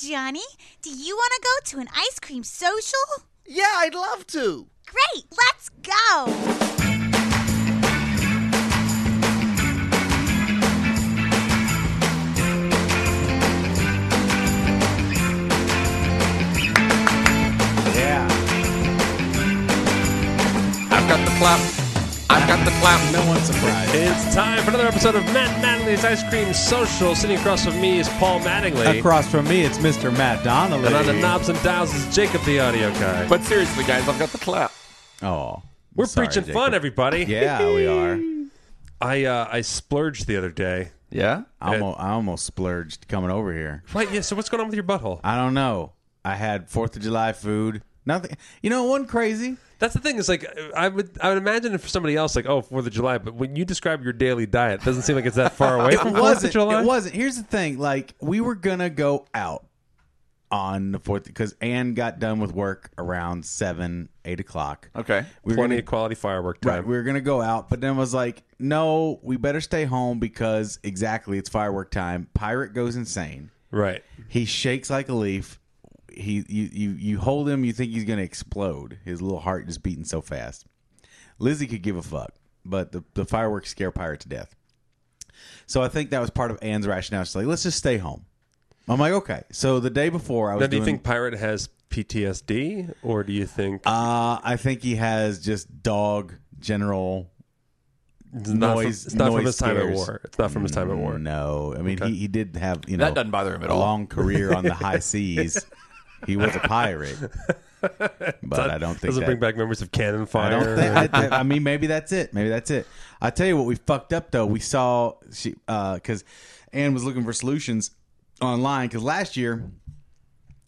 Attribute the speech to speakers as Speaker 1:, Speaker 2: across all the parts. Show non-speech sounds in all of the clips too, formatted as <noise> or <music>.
Speaker 1: Johnny, do you want to go to an ice cream social?
Speaker 2: Yeah, I'd love to.
Speaker 1: Great, let's go. <laughs>
Speaker 3: Yeah. I've got the clap. I've got the clap.
Speaker 4: No one's surprised.
Speaker 5: It's time for another episode of Matt Mattingly's Ice Cream Social. Sitting across from me is Paul Mattingly.
Speaker 4: Across from me, it's Mr. Matt Donnelly.
Speaker 5: And on the knobs and dials is Jacob the audio guy.
Speaker 3: But seriously, guys, I've got the clap.
Speaker 4: Oh,
Speaker 5: We're
Speaker 4: sorry,
Speaker 5: preaching
Speaker 4: Jacob.
Speaker 5: fun, everybody.
Speaker 4: <laughs> Yeah, we are.
Speaker 5: I uh, I splurged the other day.
Speaker 3: Yeah?
Speaker 4: I almost, I almost splurged coming over here.
Speaker 5: Wait, yeah, so what's going on with your butthole?
Speaker 4: I don't know. I had Fourth of July food. Nothing. You know, one crazy.
Speaker 5: That's the thing, is like I would I would imagine for somebody else, like, oh, Fourth of July, but when you describe your daily diet, it doesn't seem like it's that
Speaker 4: <laughs>
Speaker 5: far away from Fourth of
Speaker 4: wasn't.
Speaker 5: July.
Speaker 4: It wasn't. Here's the thing. Like we were gonna go out on the fourth because Anne got done with work around seven, eight o'clock.
Speaker 3: Okay.
Speaker 4: We were
Speaker 5: Plenty
Speaker 4: gonna,
Speaker 5: of quality firework time.
Speaker 4: right. We were gonna go out, but then was like, no, we better stay home because exactly it's firework time. Pirate goes insane.
Speaker 5: Right.
Speaker 4: He shakes like a leaf. He you you you hold him. You think he's gonna explode. His little heart is beating so fast. Lizzie could give a fuck, but the the fireworks scare Pirate to death. So I think that was part of Anne's rationale. She's like, let's just stay home. I'm like, okay. So the day before, I was.
Speaker 5: Now, do you
Speaker 4: doing-
Speaker 5: think Pirate has PTSD, or do you think
Speaker 4: Uh, I think he has just dog general
Speaker 5: it's not,
Speaker 4: noise-
Speaker 5: from, it's not from
Speaker 4: noise
Speaker 5: his time at
Speaker 4: scares.
Speaker 5: war? It's not from his time at war.
Speaker 4: No, I mean he, he did have you know
Speaker 3: That doesn't bother him at
Speaker 4: a
Speaker 3: all.
Speaker 4: long career on
Speaker 3: <laughs>
Speaker 4: the high seas. he was a pirate, but I don't think
Speaker 5: Doesn't
Speaker 4: that,
Speaker 5: bring back memories of cannon
Speaker 4: I
Speaker 5: fire.
Speaker 4: don't think. I, I- I mean, maybe that's it. Maybe that's it. I tell you what, we fucked up though. We saw she because Anne was looking for solutions online because last year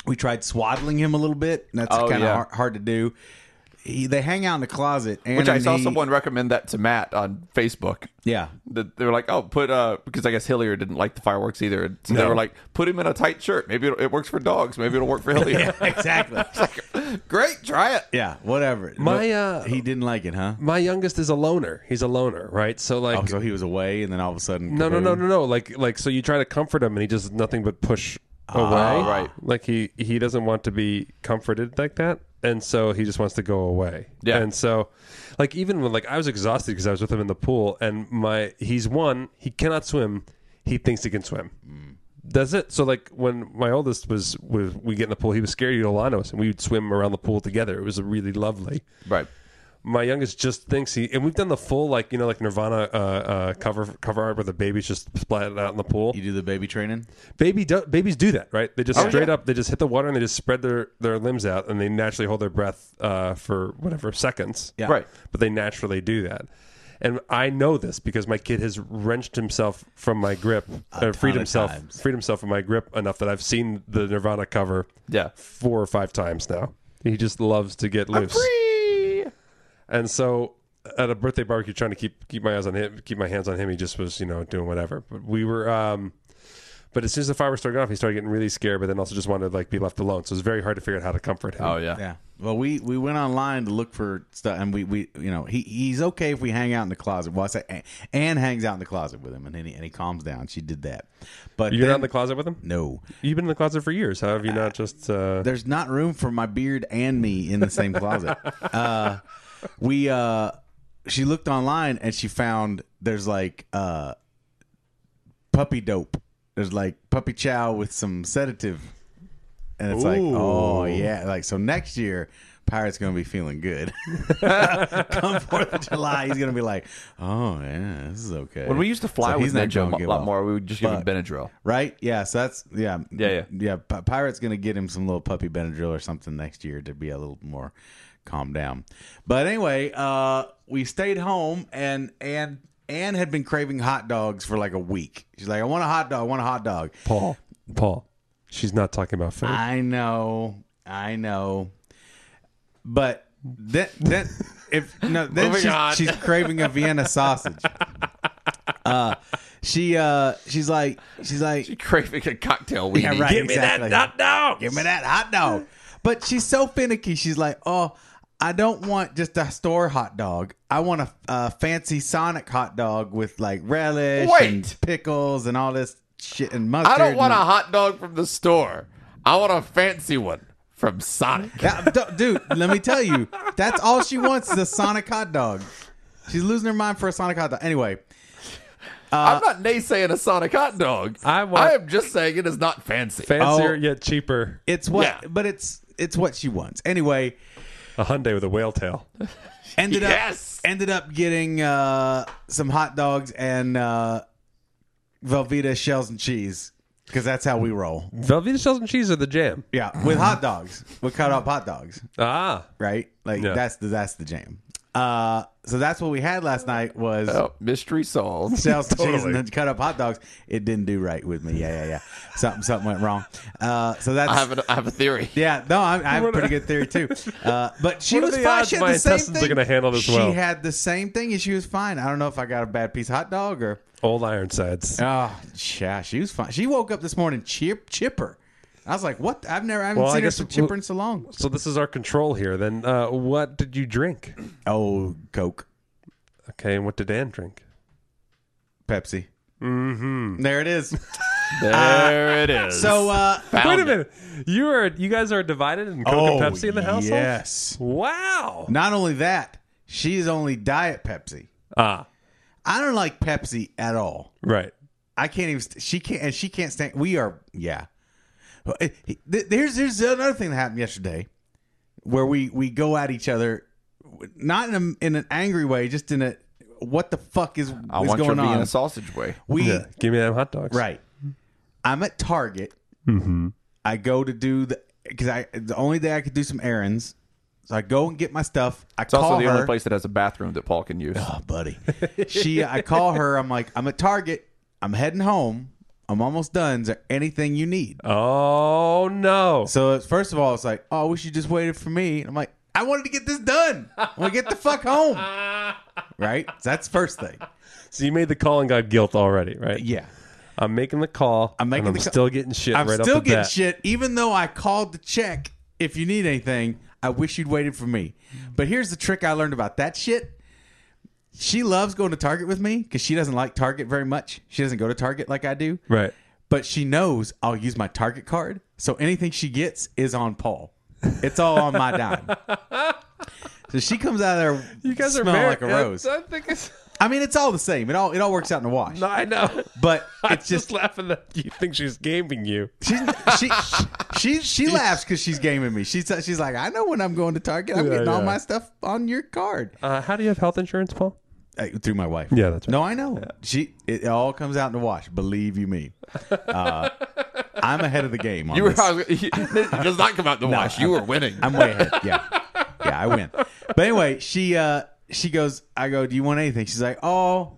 Speaker 4: we tried swaddling him a little bit. And that's
Speaker 3: Oh,
Speaker 4: kind of
Speaker 3: yeah.
Speaker 4: hard, hard to do. He, they hang out in the closet, Anne
Speaker 3: Which I
Speaker 4: and
Speaker 3: saw
Speaker 4: he-
Speaker 3: someone recommend that to Matt on Facebook.
Speaker 4: Yeah, <laughs>
Speaker 3: That they were like, oh, put uh, because I guess Hillier didn't like the fireworks either. So they
Speaker 5: No.
Speaker 3: were like, put him in a tight shirt. Maybe it, it works for dogs. Maybe it'll work for <laughs> Hillier.
Speaker 4: exactly.
Speaker 3: <laughs> Great, try it.
Speaker 4: yeah, whatever.
Speaker 5: My, uh,
Speaker 4: he didn't like it, huh?
Speaker 5: My youngest is a loner. He's a loner, right? So like,
Speaker 4: Oh, so he was away, and then all of a sudden,
Speaker 5: no, no, no,
Speaker 4: kaboom.
Speaker 5: no, no. Like, like, so you try to comfort him, and he just nothing but push away.
Speaker 3: Ah, right.
Speaker 5: Like he he doesn't want to be comforted like that, and so he just wants to go away.
Speaker 3: Yeah.
Speaker 5: And so, like, even when like I was exhausted because I was with him in the pool, and my he's one. He cannot swim. He thinks he can swim.
Speaker 3: Mm.
Speaker 5: That's it. So like when my oldest was was we get in the pool, he was scared. He'd hold on to us, and we would swim around the pool together. It was really lovely.
Speaker 3: Right.
Speaker 5: my youngest just thinks he and we've done the full like you know like Nirvana uh, uh, cover cover art where the baby's just splatted out in the pool.
Speaker 4: You Oh, do the baby training.
Speaker 5: Baby do, babies do that right? They just straight up they just hit the water and they just spread their their limbs out and they naturally hold their breath uh, for whatever seconds.
Speaker 4: Yeah.
Speaker 3: Right.
Speaker 5: But they naturally do that. And I know this because my kid has wrenched himself from my grip, uh, freed
Speaker 4: of
Speaker 5: himself,
Speaker 4: times.
Speaker 5: freed himself from my grip enough that I've seen the Nirvana cover
Speaker 3: Yeah.
Speaker 5: four or five times now. He just loves to get loose. And so at a birthday barbecue, trying to keep keep my eyes on him, keep my hands on him, he just was you know doing whatever. But we were, um, but as soon as the fireworks started going off, he started getting really scared, but then also just wanted to like be left alone. So it was very hard to figure out how to comfort him.
Speaker 3: Oh yeah.
Speaker 4: Yeah. Well, we we went online to look for stuff, and we we you know he he's okay if we hang out in the closet. Well, I say Anne, Anne hangs out in the closet with him, and then he, and he calms down. She did that, but
Speaker 5: You're not
Speaker 4: then-
Speaker 5: in the closet with him.
Speaker 4: No,
Speaker 5: You've been in the closet for years. How have you not just? Uh,
Speaker 4: there's not room for my beard and me in the
Speaker 3: <laughs>
Speaker 4: same closet. uh, we uh, she looked online and she found there's like uh, puppy dope. There's like puppy chow with some sedative, and it's like, oh yeah, like so next year. Pirate's gonna be
Speaker 3: <laughs>
Speaker 4: feeling good. <laughs> Come Fourth of July, he's gonna be like, "Oh yeah, this is okay."
Speaker 3: When we used to fly
Speaker 4: So
Speaker 3: with
Speaker 4: he's
Speaker 3: Ninja
Speaker 4: not
Speaker 3: a
Speaker 4: gonna
Speaker 3: lot
Speaker 4: give up.
Speaker 3: more, we would just give him
Speaker 4: But-
Speaker 3: <laughs> Benadryl.
Speaker 4: Right? Yeah. So that's yeah.
Speaker 3: Yeah, yeah.
Speaker 4: Yeah. P- Pirate's gonna get him some little puppy Benadryl or something next year to be a little more calmed down. But anyway, uh, we stayed home and and Anne had been craving hot dogs for like a week. She's like, I want a hot dog. I want a hot dog.
Speaker 5: Paul, Paul, she's not talking about food.
Speaker 4: I know. I know. But then then if
Speaker 3: <laughs>
Speaker 4: no then
Speaker 3: Moving
Speaker 4: she's,
Speaker 3: on.
Speaker 4: she's craving a Vienna sausage. Uh, she uh, she's like she's like
Speaker 3: Craving a cocktail. We
Speaker 4: Yeah, right.
Speaker 5: Give me
Speaker 4: exactly.
Speaker 5: that hot dog.
Speaker 4: Give me that hot dog. But she's so finicky. She's like, oh, I don't want just a store hot dog. I want a, a fancy Sonic hot dog with like relish
Speaker 3: Wait.
Speaker 4: and pickles and all this shit and mustard.
Speaker 3: I don't want a
Speaker 4: and-
Speaker 3: hot dog from the store. I want a fancy one from Sonic.
Speaker 4: <laughs> That- d- dude, let me tell you, that's all she wants is a Sonic hot dog. She's losing her mind for a Sonic hot dog. Anyway, Uh,
Speaker 3: I'm not naysaying a Sonic hot dog.
Speaker 5: I want-
Speaker 3: I am just saying it is not fancy.
Speaker 5: Fancier
Speaker 4: Oh.
Speaker 5: yet cheaper.
Speaker 4: it's what,
Speaker 3: Yeah.
Speaker 4: but it's it's what she wants. Anyway,
Speaker 5: A Hyundai with a whale tail.
Speaker 4: ended
Speaker 3: Yes.
Speaker 4: up ended up getting uh, some hot dogs and uh, Velveeta shells and cheese because that's how we roll.
Speaker 5: Velveeta shells and cheese are the jam.
Speaker 4: Yeah, with hot dogs, with cut up hot dogs,
Speaker 5: Ah,
Speaker 4: right? Like
Speaker 5: Yeah.
Speaker 4: that's the that's the jam. Uh, so that's what we had last night was
Speaker 3: Oh, <laughs> mystery solved.
Speaker 4: shells and cheese
Speaker 5: Totally.
Speaker 4: and then cut up hot dogs. It didn't do right with me. Yeah, yeah, yeah. Something something went wrong. Uh, so that's
Speaker 3: I have a, I have a theory.
Speaker 4: <laughs> yeah. No, I, I have a
Speaker 5: What-
Speaker 4: pretty good theory too.
Speaker 5: <laughs>
Speaker 4: Uh, but she
Speaker 5: What are
Speaker 4: was
Speaker 5: the
Speaker 4: fine.
Speaker 5: odds
Speaker 4: She had
Speaker 5: my
Speaker 4: the same
Speaker 5: intestines are
Speaker 4: thing.
Speaker 5: gonna handle this
Speaker 4: she
Speaker 5: well?
Speaker 4: had the same thing, and she was fine. I don't know if I got a bad piece of hot dog or.
Speaker 5: old Ironsides.
Speaker 4: Oh, yeah, she was fine. She woke up this morning chip chipper. I was like, "What? I've never, I haven't
Speaker 5: Well, I
Speaker 4: seen her
Speaker 5: guess
Speaker 4: so
Speaker 5: w-
Speaker 4: chipper in so long."
Speaker 5: So this is our control here. Then, uh, what did you drink?
Speaker 4: Oh, Coke,
Speaker 5: Okay, and what did Dan drink?
Speaker 4: Pepsi. Mm-hmm. There it <laughs> is.
Speaker 3: There it is.
Speaker 4: So, uh,
Speaker 3: Found
Speaker 5: Wait a
Speaker 3: it.
Speaker 5: minute. You are you guys are divided in Coke
Speaker 4: oh,
Speaker 5: and Pepsi in the household.
Speaker 4: Yes.
Speaker 5: Wow.
Speaker 4: Not only that, she's only diet Pepsi.
Speaker 5: Ah,
Speaker 4: I don't like Pepsi at all.
Speaker 5: right.
Speaker 4: I can't even. st- She can't, and she can't stand. We are, yeah. eh, Th- There's there's another thing that happened yesterday, where we we go at each other, not in a, in an angry way, just in a what the fuck is,
Speaker 3: I
Speaker 4: is
Speaker 3: want your
Speaker 4: going on?
Speaker 3: Vienna sausage way.
Speaker 4: we
Speaker 5: Yeah. Give me them hot dogs.
Speaker 4: right. I'm at Target. I go to do the because I the only day I could do some errands, so I go and get my stuff. I
Speaker 3: It's
Speaker 4: call
Speaker 3: also the
Speaker 4: her.
Speaker 3: only place that has a bathroom that Paul
Speaker 4: <laughs>
Speaker 3: can use.
Speaker 4: Oh, buddy. She, uh, I call her. I'm like, I'm at Target. I'm heading home. I'm almost done. Is there anything you need?
Speaker 5: Oh no.
Speaker 4: So it's- first of all, it's like, oh, I wish you just waited for me. And I'm like, I wanted to get this done. I want to get the fuck
Speaker 5: <laughs>
Speaker 4: home. Right? So that's the first thing.
Speaker 5: So you made the call and got guilt already, right?
Speaker 4: Yeah.
Speaker 5: I'm making the call.
Speaker 4: I'm making
Speaker 5: and I'm
Speaker 4: the ca-
Speaker 5: still getting shit
Speaker 4: I'm
Speaker 5: right off
Speaker 4: still
Speaker 5: the
Speaker 4: getting
Speaker 5: bat.
Speaker 4: shit, even though I called to check if you need anything. I wish you'd waited for me. But here's the trick I learned about that shit. She loves going to Target with me because she doesn't like Target very much. She doesn't go to Target like I do.
Speaker 5: Right.
Speaker 4: but she knows I'll use my Target card, so anything she gets is on Paul. It's all on my
Speaker 5: <laughs>
Speaker 4: dime. so she comes out of there,
Speaker 5: You guys are
Speaker 4: smell
Speaker 5: married.
Speaker 4: like a rose.
Speaker 5: I, I think it's.
Speaker 4: I mean, it's all the same. It all it all works out in the wash.
Speaker 5: No, <laughs> I know.
Speaker 4: But
Speaker 5: <laughs> I'm
Speaker 4: it's just
Speaker 5: laughing that you think she's gaming you.
Speaker 4: she's, she she she laughs because she's gaming me. She's she's like, I know when I'm going to Target, I'm
Speaker 5: Yeah,
Speaker 4: getting all
Speaker 5: yeah.
Speaker 4: my stuff on your card
Speaker 5: Uh, how do you have health insurance, Paul?
Speaker 4: Uh, through my wife.
Speaker 5: Yeah, that's right.
Speaker 4: No, I know. She it all comes out in the wash. Believe you me. Uh, I'm ahead of the game. On
Speaker 3: You were,
Speaker 4: this.
Speaker 3: I was, <laughs> it does not come out the wash. You were winning.
Speaker 4: I'm way ahead. Yeah. Yeah, I win. But anyway, she uh she goes, I go, Do you want anything? She's like, Oh,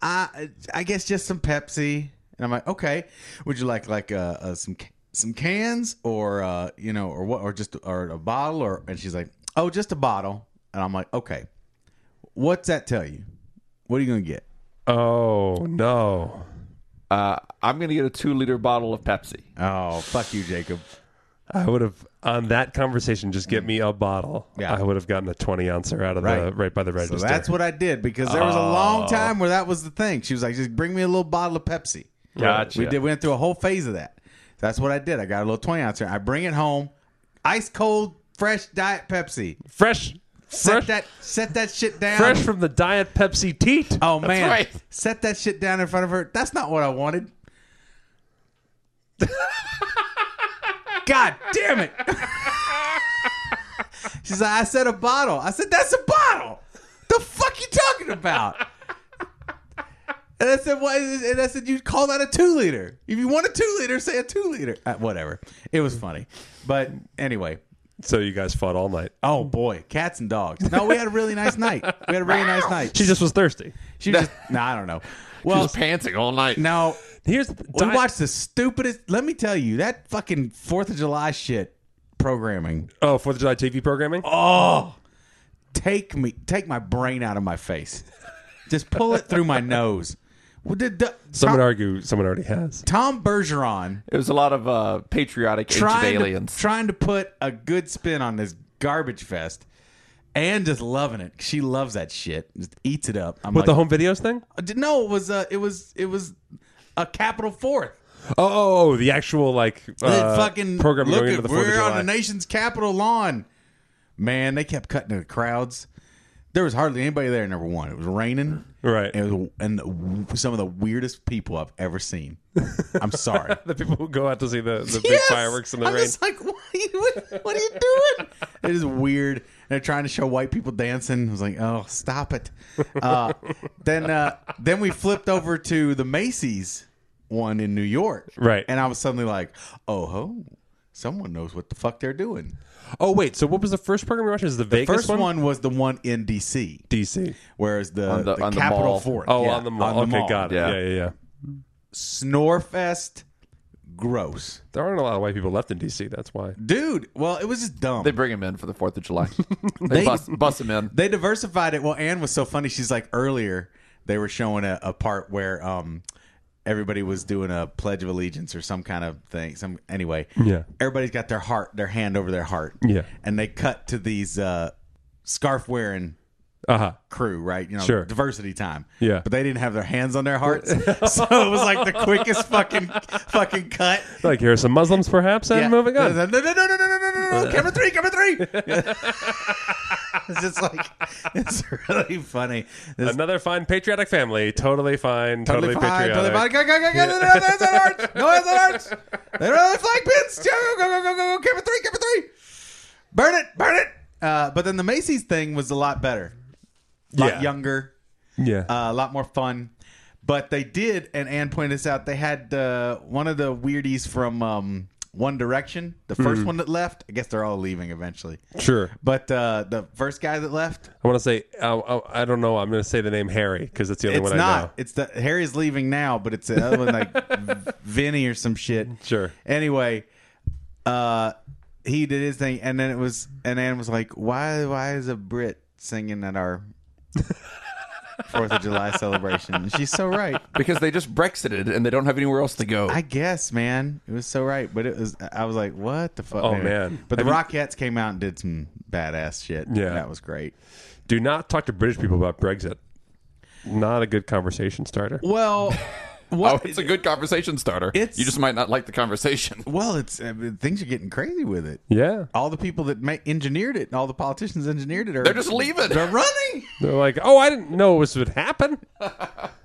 Speaker 4: I I guess just some Pepsi. And I'm like, okay. Would you like like uh, uh some ca- some cans or uh you know or what or just or a bottle or and she's like, Oh, just a bottle. And I'm like, Okay. What's that tell you? What are you gonna get?
Speaker 5: Oh no.
Speaker 3: Uh, I'm going to get a two liter bottle of Pepsi.
Speaker 4: Oh, fuck you, Jacob.
Speaker 5: I would have on that conversation. Just get me a bottle.
Speaker 4: Mm. Yeah.
Speaker 5: I would have gotten a twenty ouncer out of the
Speaker 4: Right.
Speaker 5: right by the
Speaker 4: So
Speaker 5: register.
Speaker 4: that's what I did because there was a long time where that was the thing. She was like, just bring me a little bottle of Pepsi.
Speaker 3: Gotcha.
Speaker 4: We did went through a whole phase of that. That's what I did. I got a little twenty ounce. I bring it home, ice cold, fresh diet Pepsi.
Speaker 5: fresh,
Speaker 4: Set
Speaker 5: fresh,
Speaker 4: that set that shit down.
Speaker 5: fresh from the diet Pepsi teat.
Speaker 4: Oh man,
Speaker 3: right.
Speaker 4: set that shit down in front of her. That's not what I wanted. God damn it! <laughs> She's like, I said a bottle. I said that's a bottle. The fuck you talking about? And I said, why? Is it? And I said, you call that a two liter. If you want a two liter, say a two liter. Uh, whatever. It was funny, but anyway.
Speaker 5: So you guys fought all night.
Speaker 4: Oh boy, cats and dogs. No, we had a really nice night. We had a really nice night.
Speaker 5: She just was thirsty.
Speaker 4: She was just, no, I don't know.
Speaker 3: She
Speaker 4: Well,
Speaker 3: was panting all night.
Speaker 4: now
Speaker 5: Here's the
Speaker 4: we
Speaker 5: diet-
Speaker 4: watched the stupidest. Let me tell you, that fucking Fourth of July shit programming.
Speaker 5: Oh, Fourth of July TV programming.
Speaker 4: Oh, take me, take my brain out of my face. Just pull it through my nose. Well, did the,
Speaker 5: Some would
Speaker 4: Tom,
Speaker 5: argue someone already has.
Speaker 4: Tom Bergeron
Speaker 3: It was a lot of uh, patriotic ancient
Speaker 4: trying to,
Speaker 3: aliens.
Speaker 4: trying to put a good spin on this garbage fest? And just loving it. She loves that shit. Just eats it up. I'm
Speaker 5: With
Speaker 4: like,
Speaker 5: the home videos thing?
Speaker 4: Uh, d- No, it was uh, it was it was a capital fourth.
Speaker 5: Oh, oh, oh, the actual like uh,
Speaker 4: fucking
Speaker 5: program
Speaker 4: look
Speaker 5: going
Speaker 4: at,
Speaker 5: into the Fourth of
Speaker 4: we're on
Speaker 5: July.
Speaker 4: the nation's capital lawn. Man, they kept cutting to the crowds. There was hardly anybody there. Number one, it was raining.
Speaker 5: Right.
Speaker 4: It was and the- some of the weirdest people I've ever seen. I'm sorry.
Speaker 5: <laughs> <laughs> the people who go out to see the, the big
Speaker 4: Yes!
Speaker 5: fireworks in the
Speaker 4: I'm
Speaker 5: rain.
Speaker 4: just like, <laughs> what are, you, what, what are you doing? <laughs> it is weird. And they're trying to show white people dancing. I was like, oh, stop it.
Speaker 5: <laughs>
Speaker 4: Uh, then uh, then we flipped over to the Macy's one in New York.
Speaker 5: Right.
Speaker 4: And I was suddenly like, oh, ho, someone knows what the fuck they're doing.
Speaker 5: Oh wait, so what was the first program we watched? Is the, Vegas
Speaker 4: First one? was the one in D.C.,
Speaker 5: DC?
Speaker 4: whereas the,
Speaker 3: On
Speaker 4: the,
Speaker 3: the- on the
Speaker 4: Capitol
Speaker 3: mall.
Speaker 4: Fort.
Speaker 5: Oh,
Speaker 4: Yeah,
Speaker 5: on the mall. okay, got it. Yeah.
Speaker 3: Yeah.
Speaker 5: yeah, yeah,
Speaker 4: Snorefest. Gross.
Speaker 5: There aren't a lot of white people left in DC. That's why.
Speaker 4: Dude, well, it was just dumb.
Speaker 3: They bring him in for the Fourth of
Speaker 4: <laughs>
Speaker 3: July. They,
Speaker 4: They-
Speaker 3: bust, bust him in.
Speaker 4: they diversified it. Well, Anne was so funny. She's like earlier they were showing a, a part where um everybody was doing a pledge of allegiance or some kind of thing. Some anyway.
Speaker 5: Yeah.
Speaker 4: Everybody's got their heart, their hand over their heart.
Speaker 5: Yeah.
Speaker 4: And they cut to these uh scarf wearing
Speaker 5: Uh huh.
Speaker 4: crew, right? You know,
Speaker 5: Sure.
Speaker 4: diversity time.
Speaker 5: Yeah.
Speaker 4: But they didn't have their hands on their hearts. <laughs> so it was like the quickest fucking fucking cut.
Speaker 5: <laughs> Like here are some Muslims, perhaps, and
Speaker 4: Yeah.
Speaker 5: moving on. Uh.
Speaker 4: No, no, no, no, no, no, no, no, no, no. Camera three, camera three.
Speaker 5: <laughs>
Speaker 4: it's just like it's really funny. This
Speaker 5: Another fine patriotic family. Totally fine. Totally,
Speaker 4: fine,
Speaker 5: patriotic.
Speaker 4: totally fine. Go, go, go, go. No hands on arch. No hands on arch. They don't have flag pins. Go, go, go, go, go, go. Camera three, camera three. Burn it, burn it. Uh, but then the Macy's thing was a lot better. A lot
Speaker 5: Yeah.
Speaker 4: younger,
Speaker 5: Yeah.
Speaker 4: uh, a lot more fun. But they did, and Ann pointed this out, they had uh, one of the weirdies from um, One Direction, the
Speaker 5: Mm.
Speaker 4: first one that left. I guess they're all leaving eventually.
Speaker 5: sure.
Speaker 4: But uh, the first guy that left,
Speaker 5: I want to say uh, uh, I don't know. I'm going to say the name Harry because it's the only
Speaker 4: it's
Speaker 5: one I know.
Speaker 4: not. It's the Harry's leaving now, but it's the other one
Speaker 5: <laughs>
Speaker 4: like Vinny or some shit.
Speaker 5: Sure.
Speaker 4: Anyway, uh, he did his thing, and then it was, and Ann was like, "Why? Why is a Brit singing at our Fourth of July celebration?" And she's so right.
Speaker 3: Because they just Brexited and they don't have anywhere else to go.
Speaker 4: I guess, man, it was so right, but it was. I was like, "What the fuck?"
Speaker 5: Oh, man.
Speaker 4: But the
Speaker 5: Have
Speaker 4: Rockettes came out and did some badass shit.
Speaker 5: Yeah.
Speaker 4: that was great.
Speaker 5: Do not talk to British people about Brexit. Not a good conversation starter.
Speaker 4: Well,
Speaker 3: oh,
Speaker 4: what?
Speaker 3: it's a good conversation starter.
Speaker 4: It's-
Speaker 3: you just might not like the conversation. <laughs>
Speaker 4: well, it's I mean, things are getting crazy with it.
Speaker 5: Yeah.
Speaker 4: All the people that ma- engineered it, and all the politicians engineered it, are
Speaker 3: They're just leaving.
Speaker 4: They're running.
Speaker 5: They're like, oh, I didn't know this would happen.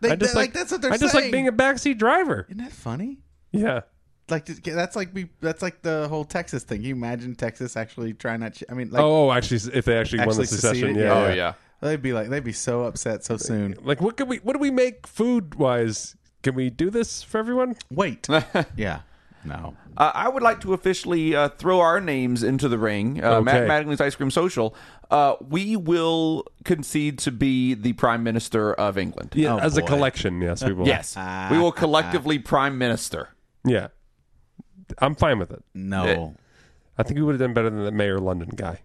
Speaker 4: They,
Speaker 5: I just
Speaker 4: they- like, that's what they're
Speaker 5: I
Speaker 4: saying.
Speaker 5: just like being a backseat driver.
Speaker 4: Isn't that funny?
Speaker 5: Yeah.
Speaker 4: Like just- that's like we that's like the whole Texas thing. Can you imagine Texas actually trying not? Ch- I mean, like
Speaker 5: Oh, actually, if they actually, won
Speaker 4: Actually
Speaker 5: the secession,
Speaker 4: seceded,
Speaker 5: yeah.
Speaker 3: Oh
Speaker 4: yeah.
Speaker 3: yeah.
Speaker 4: they'd be like they'd be so upset so
Speaker 5: <laughs>
Speaker 4: soon.
Speaker 5: Like, what could we? What do we make food wise? Can we do this for everyone?
Speaker 3: <laughs>
Speaker 4: Wait, yeah, no,
Speaker 3: Uh, I would like to officially uh, throw our names into the ring. Uh, Matt
Speaker 5: Okay.
Speaker 3: Mattingly's Ice Cream Social. Uh, we will concede to be the Prime Minister of England.
Speaker 5: Yeah,
Speaker 4: Oh,
Speaker 5: as a
Speaker 4: boy.
Speaker 5: collection, yes, we will.
Speaker 3: Yes. we will collectively Prime Minister.
Speaker 5: yeah. I'm fine with it.
Speaker 4: no.
Speaker 5: I think we would have done better than the Mayor London guy.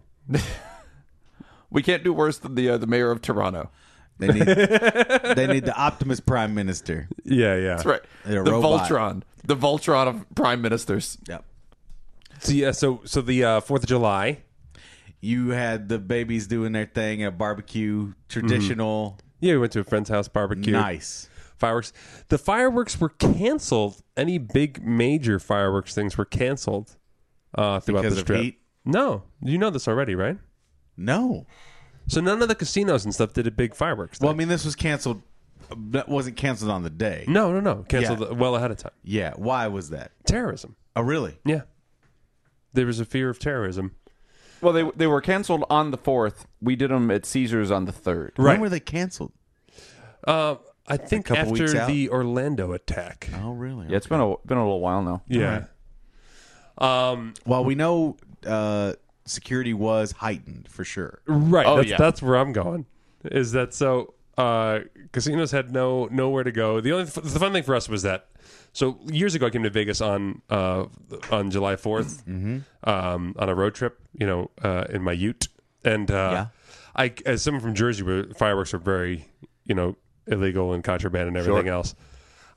Speaker 3: We can't do worse than the uh, the mayor of Toronto.
Speaker 4: They
Speaker 5: <laughs>
Speaker 4: need they need the Optimus Prime Minister.
Speaker 5: Yeah, yeah.
Speaker 3: That's right.
Speaker 4: They're a
Speaker 3: the
Speaker 4: robot.
Speaker 3: Voltron. The Voltron of Prime Ministers.
Speaker 4: Yep.
Speaker 5: So yeah, so so the uh, Fourth of July.
Speaker 4: You had the babies doing their thing at
Speaker 5: Mm-hmm.
Speaker 4: barbecue, traditional,
Speaker 5: Yeah, we went to a friend's house barbecue.
Speaker 4: nice.
Speaker 5: fireworks. The fireworks were canceled. Any big major fireworks things were canceled uh, throughout
Speaker 4: Because
Speaker 5: the
Speaker 4: of
Speaker 5: strip.
Speaker 4: heat?
Speaker 5: No, you know this already, right?
Speaker 4: No.
Speaker 5: So none of the casinos and stuff did a big fireworks. Thing.
Speaker 4: Well, I mean, this was canceled. That wasn't canceled on the day.
Speaker 5: no, no, no, canceled
Speaker 4: Yeah.
Speaker 5: well ahead of time.
Speaker 4: Yeah. Why was that?
Speaker 5: Terrorism.
Speaker 4: Oh, really?
Speaker 5: Yeah, there was a fear of terrorism.
Speaker 3: Well, they they were canceled on the fourth. We did them at Caesars on the third.
Speaker 5: Right.
Speaker 4: When were they canceled?
Speaker 5: Uh, I think
Speaker 4: couple weeks
Speaker 5: after
Speaker 4: out?
Speaker 5: the Orlando attack.
Speaker 4: Oh, really?
Speaker 3: Yeah, it's been a been a little while now.
Speaker 5: Yeah. Um.
Speaker 4: Well, we know uh, security was heightened for sure.
Speaker 5: Right.
Speaker 3: Oh,
Speaker 5: that's,
Speaker 3: yeah.
Speaker 5: that's where I'm going. Is that so? Uh, casinos had no nowhere to go. The only the fun thing for us was that. So years ago, I came to Vegas on uh, on July 4th
Speaker 3: Mm-hmm.
Speaker 5: um, on a road trip. You know, uh, in my Ute, and uh, I as someone from Jersey, where fireworks are very you know illegal and contraband and everything else.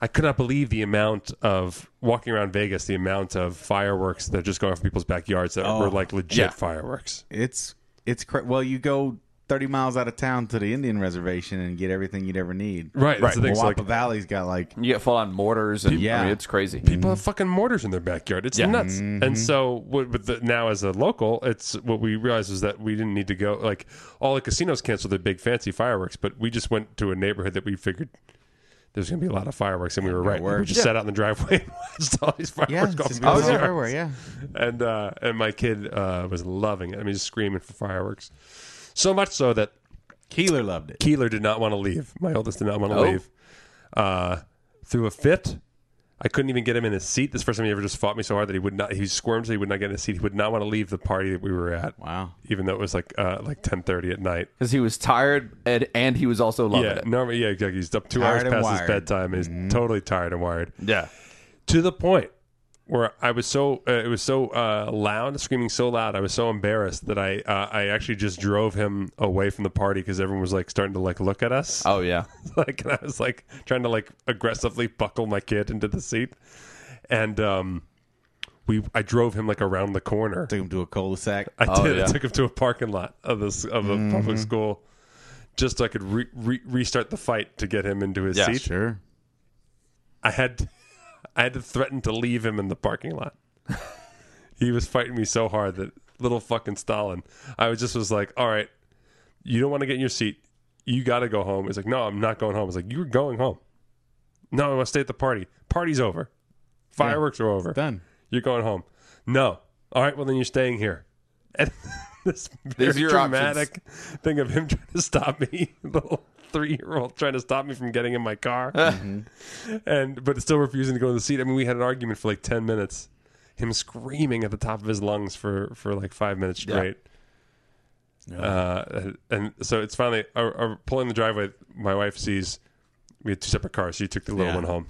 Speaker 5: I could not believe the amount of walking around Vegas, the amount of fireworks
Speaker 3: Oh,
Speaker 5: that are just going off people's backyards that were like legit
Speaker 3: yeah.
Speaker 5: fireworks.
Speaker 4: It's it's cra- well, you go thirty miles out of town to the Indian reservation and get everything you'd ever need.
Speaker 5: Right, that's the thing, it's
Speaker 4: Wappa
Speaker 5: like-
Speaker 4: Valley's got
Speaker 5: <laughs>
Speaker 4: like
Speaker 3: You get full on mortars, and
Speaker 4: Yeah.
Speaker 3: I mean, it's crazy.
Speaker 5: people have fucking mortars in their backyard. It's nuts. And so, what, with the, now as a local, it's what we realized is that we didn't need to go. Like all the casinos canceled their big fancy fireworks, but we just went to a neighborhood that we figured there's going to be a lot of fireworks, and we were right. We
Speaker 4: work.
Speaker 5: just sat out in the driveway and <laughs> watched all these fireworks.
Speaker 4: yeah,
Speaker 5: go off
Speaker 4: just
Speaker 5: in the
Speaker 4: goes
Speaker 5: yard.
Speaker 4: everywhere. Yeah,
Speaker 5: and uh, and my kid uh, was loving it. I mean, just screaming for fireworks, so much so that
Speaker 4: Keeler loved it.
Speaker 5: Keeler did not want to leave. My oldest did not want to
Speaker 3: Oh.
Speaker 5: leave. Uh, threw a fit. I couldn't even get him in his seat. This first time he ever just fought me so hard that he would not. He squirmed so he would not get in his seat. He would not want to leave the party that we were at.
Speaker 4: Wow.
Speaker 5: Even though it was like uh, like ten thirty at night.
Speaker 3: Because he was tired, and, and he was also loving
Speaker 5: Yeah, Mm,
Speaker 3: it.
Speaker 5: normally, yeah, exactly. He's up two
Speaker 4: Tired
Speaker 5: hours
Speaker 4: and
Speaker 5: past his
Speaker 4: wired. Mm-hmm.
Speaker 5: bedtime. and He's totally tired and wired
Speaker 3: Yeah.
Speaker 5: to the point where I was so uh, it was so uh, loud, screaming so loud. I was so embarrassed that I uh, I actually just drove him away from the party because everyone was like starting to like look at us.
Speaker 3: Oh yeah.
Speaker 5: <laughs> like and I was like trying to like aggressively buckle my kid into the seat, and um, we I drove him like around the corner.
Speaker 4: Took him to a cul-de-sac.
Speaker 5: I
Speaker 3: Oh,
Speaker 5: did.
Speaker 3: yeah. Mm-hmm.
Speaker 5: I took him to a parking lot of this of a public school, just so I could re- re- restart the fight to get him into his
Speaker 3: Yeah,
Speaker 5: seat.
Speaker 4: sure.
Speaker 5: I had <laughs> I had to threaten to leave him in the parking lot. <laughs> he was fighting me so hard that little fucking Stalin. I was just was like, all right, you don't want to get in your seat. You got to go home. He's like, no, I'm not going home. I was like, you're going home. No, I want to stay at the party. Party's over. Fireworks are over.
Speaker 4: Done.
Speaker 5: You're going home. No. All right. Well, then you're staying here. And <laughs> this very
Speaker 3: These are your
Speaker 5: dramatic thing of him <laughs> trying to stop me, <laughs> little three year old trying to stop me from getting in my car,
Speaker 3: <laughs>
Speaker 5: and but still refusing to go in the seat. I mean, we had an argument for like ten minutes. Him screaming at the top of his lungs for for like five minutes
Speaker 3: Yeah.
Speaker 5: straight. Uh, and so it's finally uh, uh, pulling the driveway. My wife sees we had two separate cars. She took the little
Speaker 4: Yeah.
Speaker 5: one home,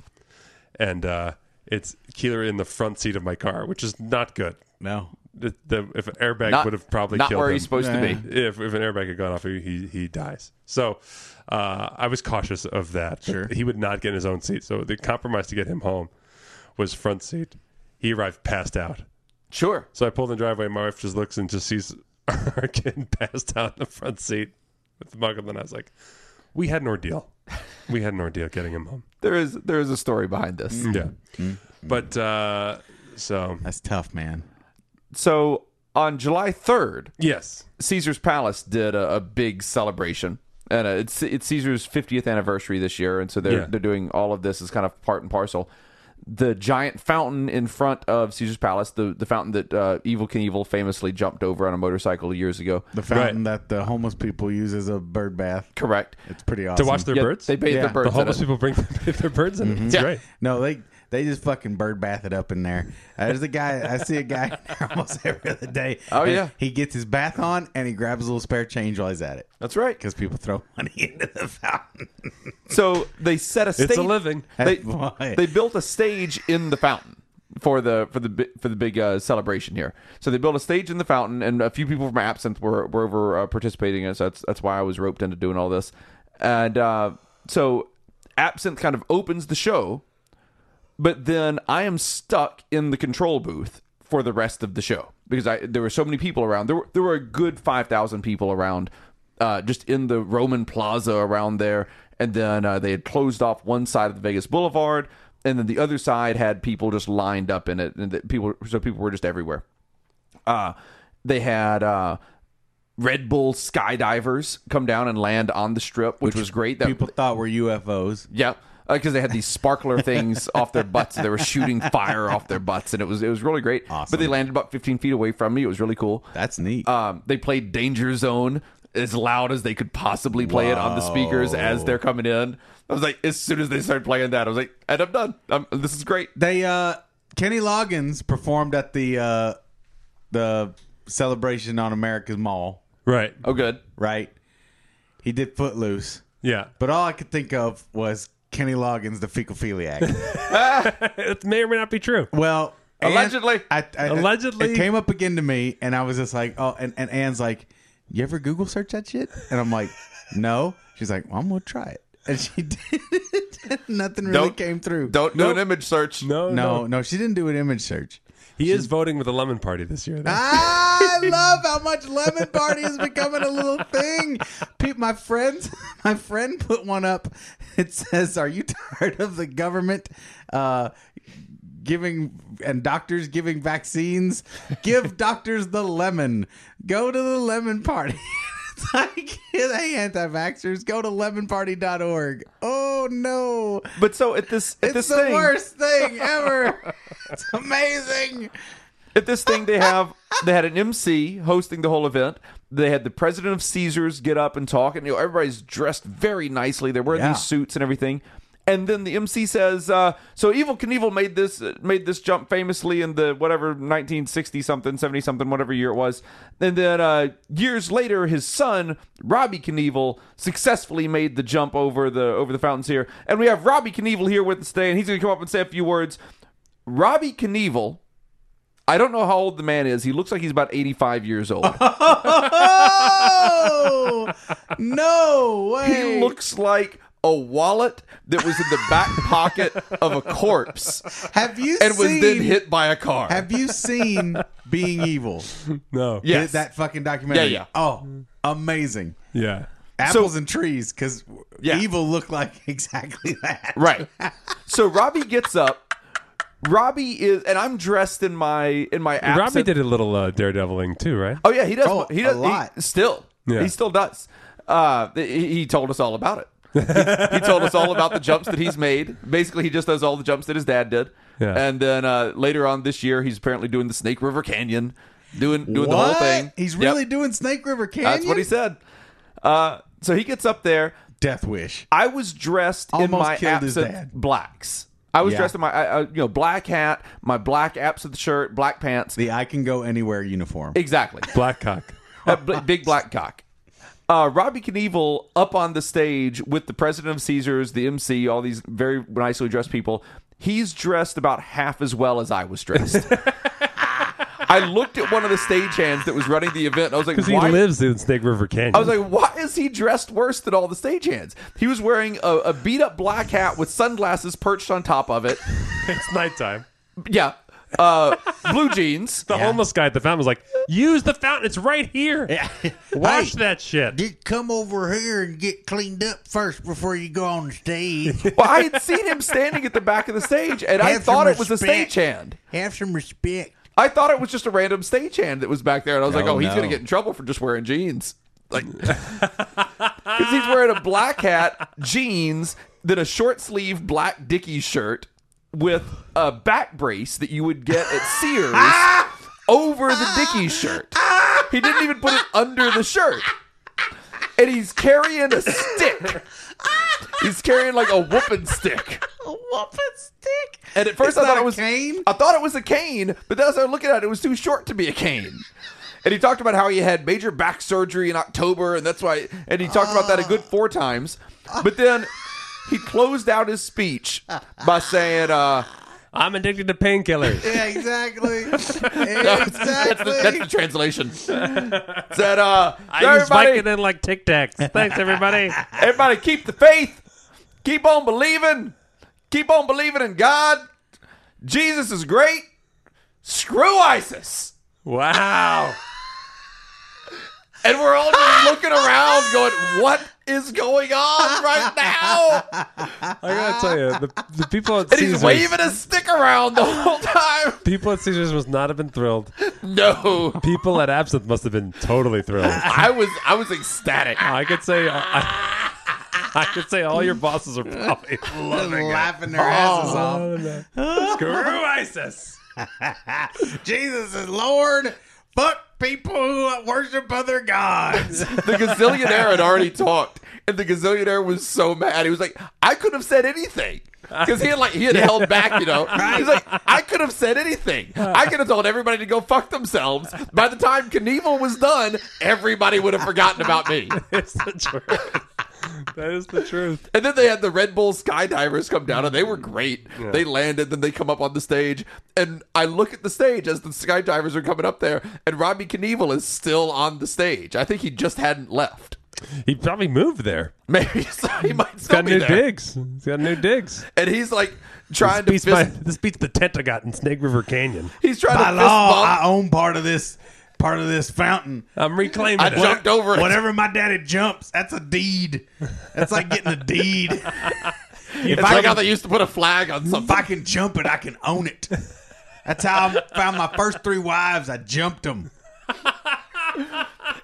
Speaker 5: and uh, it's Keeler in the front seat of my car, which is not good.
Speaker 4: No.
Speaker 5: The, the, if an airbag
Speaker 3: Not-
Speaker 5: would have probably
Speaker 3: not
Speaker 5: killed
Speaker 3: where
Speaker 5: him.
Speaker 3: he's supposed to
Speaker 4: Yeah.
Speaker 3: be.
Speaker 5: if, if an airbag had gone off, he he, he dies. So uh, I was cautious of that.
Speaker 4: Sure.
Speaker 5: he would not get in his own seat. So the compromise to get him home was front seat. He arrived passed out.
Speaker 3: Sure.
Speaker 5: So I pulled in the driveway. and My wife just looks and just sees <laughs> our kid passed out in the front seat with the mug. And then I was like, "We had an ordeal. We had an ordeal getting him home."
Speaker 3: There is there is a story behind this.
Speaker 5: Yeah. But uh, so
Speaker 4: That's tough, man.
Speaker 3: So on July third,
Speaker 5: yes,
Speaker 3: Caesar's Palace did a, a big celebration, and uh, it's it's Caesar's 50th anniversary this year, and so they're
Speaker 5: Yeah.
Speaker 3: they're doing all of this as kind of part and parcel. The giant fountain in front of Caesar's Palace, the the fountain that uh, Evil Knievel famously jumped over on a motorcycle years ago.
Speaker 4: The fountain that the homeless people use as a bird bath.
Speaker 3: Correct.
Speaker 4: It's pretty awesome.
Speaker 5: to watch their
Speaker 3: Yeah,
Speaker 5: birds.
Speaker 3: They bathe
Speaker 4: Yeah.
Speaker 3: their
Speaker 4: The
Speaker 3: birds.
Speaker 5: the
Speaker 3: in
Speaker 5: homeless
Speaker 3: it.
Speaker 5: people bring <laughs> their, their birds in. It's
Speaker 3: Yeah.
Speaker 5: great.
Speaker 4: No, they they just fucking bird bath it up in there. Uh, There's a guy I see a guy <laughs> almost every other day.
Speaker 3: Oh,
Speaker 4: And
Speaker 3: yeah.
Speaker 4: he gets his bath on and he grabs a little spare change while he's at it
Speaker 3: That's right.
Speaker 4: because people throw money <laughs> into the fountain.
Speaker 3: So they set a stage.
Speaker 5: It's a living.
Speaker 3: They,
Speaker 4: <laughs> Boy.
Speaker 3: they built a stage in the fountain for the for the bi- for the big uh, celebration here. So they built a stage in the fountain, and a few people from Absinthe were were over uh, participating in it. So that's that's why I was roped into doing all this. And uh, so Absinthe kind of opens the show, but then I am stuck in the control booth for the rest of the show because I there were so many people around. There were there were a good five thousand people around, uh, just in the Roman Plaza around there, and then uh, they had closed off one side of the Vegas Boulevard, and then the other side had people just lined up in it, and that people so people were just everywhere. Uh, they had uh, Red Bull skydivers come down and land on the strip, which, was great. That
Speaker 4: People thought were UFOs.
Speaker 3: yeah, because they had these sparkler
Speaker 4: <laughs>
Speaker 3: things off their butts. They were shooting fire off their butts, and it was it was really great. But they landed about 15 feet away from me. It was really cool.
Speaker 4: That's neat.
Speaker 3: Um, they played Danger Zone as loud as they could possibly play it on the speakers as they're coming in. I was like, as soon as they started playing that, I was like, and I'm done. I'm, this is great.
Speaker 4: they uh Kenny Loggins performed at the uh the celebration on America's Mall,
Speaker 5: Right.
Speaker 3: Oh, good.
Speaker 4: right? He did Footloose.
Speaker 5: Yeah.
Speaker 4: But all I could think of was Kenny Loggins, the fecophiliac.
Speaker 3: <laughs>
Speaker 5: It may or may not be true.
Speaker 4: Well, Ann-
Speaker 3: Allegedly.
Speaker 4: I, I,
Speaker 5: Allegedly.
Speaker 4: it came up again to me, and I was just like, "Oh," and and Anne's like, "You ever Google search that shit?" And I'm like, <laughs> "No." She's like, well, "I'm gonna try it," and she <laughs> did. it. <laughs> Nothing really
Speaker 3: Don't-
Speaker 4: came through.
Speaker 3: Don't do an image search.
Speaker 5: Oh, No, no,
Speaker 4: No, no, she didn't do an image search.
Speaker 5: He is voting with the Lemon Party this year. though.
Speaker 4: Ah, love how much lemon party is becoming a little thing. Pe- my friends, <laughs> my friend put one up. It says, "Are you tired of the government uh, giving and doctors giving vaccines? Give doctors the lemon. Go to the lemon party." <laughs> It's like, hey, anti-vaxxers, go to lemonparty.org. Oh no,
Speaker 3: But so at this at
Speaker 4: it's
Speaker 3: this
Speaker 4: the
Speaker 3: thing,
Speaker 4: worst thing
Speaker 3: <laughs>
Speaker 4: ever. it's amazing.
Speaker 3: at this thing they have they had an MC hosting the whole event. They had the president of Caesars get up and talk, and you know, everybody's dressed very nicely. They're wearing
Speaker 4: Yeah.
Speaker 3: these suits and everything. And then the MC says, uh, "So Evil Knievel made this made this jump famously in the whatever 1960 something, 70 something, whatever year it was. And then uh, years later, his son Robbie Knievel successfully made the jump over the over the fountains here. And we have Robbie Knievel here with us today, and he's going to come up and say a few words. Robbie Knievel." I don't know how old the man is. He looks like he's about 85 years
Speaker 4: <laughs>
Speaker 3: old.
Speaker 4: Oh
Speaker 3: <laughs>
Speaker 4: no way!
Speaker 3: he looks like a wallet that was in the
Speaker 4: <laughs>
Speaker 3: back pocket of a corpse
Speaker 4: have you
Speaker 3: and was
Speaker 4: seen,
Speaker 3: then hit by a car.
Speaker 4: Have you seen Being Evil?
Speaker 5: No.
Speaker 3: <laughs> Yes.
Speaker 4: that fucking documentary.
Speaker 3: Yeah, yeah.
Speaker 4: Oh, amazing!
Speaker 5: Yeah.
Speaker 4: Apples and trees, because
Speaker 3: Yeah.
Speaker 4: evil looked like <laughs> exactly that. <laughs>
Speaker 3: right. So Robbie gets up. Robbie is and I'm dressed in my in my
Speaker 5: Robbie
Speaker 3: accent.
Speaker 5: did a little uh, daredeviling too, right?
Speaker 3: Oh yeah, he does.
Speaker 4: Oh,
Speaker 3: he
Speaker 4: a
Speaker 3: does He,
Speaker 4: lot.
Speaker 3: still.
Speaker 5: Yeah.
Speaker 3: He still does. Uh, he, he told us all about it. he, he told us all about the jumps that he's made. Basically, he just does all the jumps that his dad did.
Speaker 5: Yeah.
Speaker 3: And then uh, later on this year, he's apparently doing the Snake River Canyon, doing doing
Speaker 4: What?
Speaker 3: the whole thing.
Speaker 4: He's
Speaker 3: Yep.
Speaker 4: really doing Snake River Canyon.
Speaker 3: That's what he said. Uh, so he gets up there.
Speaker 4: Death Wish.
Speaker 3: I was dressed in
Speaker 4: Almost
Speaker 3: my
Speaker 4: killed his dad.
Speaker 3: absinthe blacks. I was
Speaker 4: Yeah.
Speaker 3: dressed in my I, I- you know black hat, my black absinthe shirt, black pants.
Speaker 4: The I can go anywhere uniform.
Speaker 3: Exactly.
Speaker 5: Blackcock.
Speaker 3: Uh, bl- big black cock. Uh, Robbie Knievel up on the stage with the president of Caesars, the MC, all these very nicely dressed people. He's dressed about half as well as I was dressed. I looked at one of the stagehands that was running the event. And I was
Speaker 5: <laughs>
Speaker 3: like,
Speaker 5: Because he
Speaker 3: why?
Speaker 5: lives in Snake River Canyon.
Speaker 3: I was like, why is he dressed worse than all the stagehands? He was wearing a, a beat up black hat with sunglasses perched on top of it.
Speaker 5: <laughs> it's nighttime.
Speaker 3: Yeah. Uh, blue jeans.
Speaker 5: The homeless guy at the fountain was like, use the fountain. It's right here. Wash
Speaker 4: Hey.
Speaker 5: that shit.
Speaker 4: Just come over here and get cleaned up first before you go on
Speaker 3: <laughs>
Speaker 4: stage.
Speaker 3: Well, I had seen him standing at the back of the stage, and I
Speaker 4: Have
Speaker 3: thought
Speaker 4: some
Speaker 3: it was a
Speaker 4: respect.
Speaker 3: stagehand.
Speaker 4: Have
Speaker 3: <laughs>
Speaker 4: some respect.
Speaker 3: I thought it was just a random stagehand that was back there, and I was like,
Speaker 4: Oh,
Speaker 3: "Oh, he's
Speaker 4: no.
Speaker 3: gonna get in trouble for just wearing jeans." Like, <laughs> because he's wearing a black hat, jeans, then a short sleeve black Dickies shirt with a back brace that you would get at
Speaker 4: <laughs>
Speaker 3: Sears over the Dickies shirt. He didn't even put it under the shirt, and he's carrying a stick. He's carrying like a whooping stick.
Speaker 4: A whooping stick.
Speaker 3: And at first
Speaker 4: It's
Speaker 3: I
Speaker 4: not
Speaker 3: thought
Speaker 4: a
Speaker 3: it was
Speaker 4: cane?
Speaker 3: I thought it was a cane, but then as I started looking at it, it was too short to be a cane. And he talked about how he had major back surgery in October, and that's why. And he talked about that a good
Speaker 4: Oh.
Speaker 3: four times, but then he closed out his speech by saying, uh, <laughs>
Speaker 5: I'm addicted to painkillers.
Speaker 4: Yeah, exactly.
Speaker 3: that's, the, that's the
Speaker 4: exactly. translation.
Speaker 3: translation." Said, uh,
Speaker 5: I use
Speaker 3: "Everybody,
Speaker 5: Vicodin like Tic Tacs.
Speaker 3: <laughs>
Speaker 5: Thanks, everybody.
Speaker 3: everybody, keep the faith, keep on believing, keep on believing in God. Jesus is great. Screw ISIS."
Speaker 5: Wow.
Speaker 3: And we're all <laughs> just looking around going, what is going on right now?
Speaker 5: I gotta tell you, the, the people
Speaker 3: <laughs>
Speaker 5: at
Speaker 3: And he's waving
Speaker 5: Caesars,
Speaker 3: a stick around the whole time.
Speaker 5: people at Caesars must not have been thrilled.
Speaker 3: No.
Speaker 5: People at Absinthe must have been
Speaker 3: <laughs>
Speaker 5: totally thrilled.
Speaker 3: I was I was ecstatic.
Speaker 5: I could say, uh, I, I could say, all your bosses
Speaker 3: <laughs>
Speaker 5: are probably loving it.
Speaker 4: Laughing their
Speaker 3: Oh.
Speaker 4: asses off.
Speaker 5: Screw ISIS.
Speaker 4: Jesus is Lord. Fuck people who worship other <laughs> gods.
Speaker 3: The gazillionaire had already talked. And the gazillionaire was so mad. He was like, I could have said anything. Because he had like he had held back, you know. He's like, I could have said anything. I could have told everybody to go fuck themselves. By the time Knievel was done, everybody would have forgotten about me.
Speaker 5: It's the truth. That is the truth.
Speaker 3: And then they had the Red Bull skydivers come down, and they were great. They landed, then they come up on the stage, and I look at the stage as the skydivers are coming up there, and Robbie Knievel is still on the stage. I think he just hadn't left.
Speaker 5: He probably moved there.
Speaker 3: Maybe <laughs> so he might
Speaker 5: He's
Speaker 3: still
Speaker 5: got
Speaker 3: be
Speaker 5: new
Speaker 3: there.
Speaker 5: digs. He's got new digs.
Speaker 3: And he's like trying to
Speaker 5: Beats
Speaker 3: fist,
Speaker 5: my, this beats the tent I got in Snake River Canyon.
Speaker 3: he's trying
Speaker 4: By
Speaker 3: to fist
Speaker 4: law,
Speaker 3: bump.
Speaker 4: I own part of this part of this fountain.
Speaker 5: I'm reclaiming
Speaker 3: I
Speaker 5: it.
Speaker 3: jumped over it.
Speaker 4: Whatever my daddy jumps, that's a deed. That's like getting a deed. <laughs> if,
Speaker 3: It's
Speaker 4: I
Speaker 3: like how
Speaker 4: can,
Speaker 3: they used to put a flag on
Speaker 4: if
Speaker 3: something.
Speaker 4: I can jump it, I can own it. That's how I found my first three wives. I jumped them.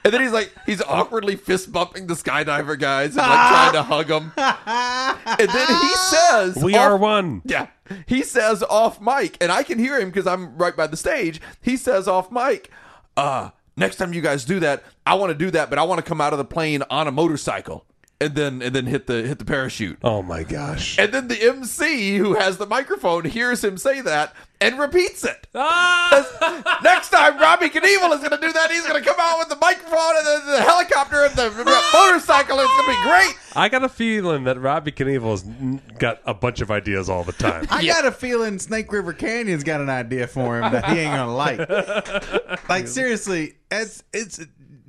Speaker 3: And then he's like, he's awkwardly fist bumping the skydiver guys and like trying to hug them. And then he says,
Speaker 5: we
Speaker 3: off-
Speaker 5: are one.
Speaker 3: Yeah. He says off mic, and I can hear him because I'm right by the stage. He says off mic, uh, next time you guys do that, I want to do that, but I want to come out of the plane on a motorcycle. And then and then hit the hit the parachute.
Speaker 5: Oh my gosh.
Speaker 3: And then the MC who has the microphone hears him say that and repeats it.
Speaker 5: Ah!
Speaker 3: Next time Robbie Knievel is going to do that, he's going to come out with the microphone and the, the helicopter and the motorcycle. It's going to be great.
Speaker 5: I got a feeling that Robbie Knievel's n- got a bunch of ideas all the time.
Speaker 4: I got a feeling Snake River Canyon's got an idea for him that he ain't gonna like.
Speaker 5: <laughs>
Speaker 4: like seriously, it's it's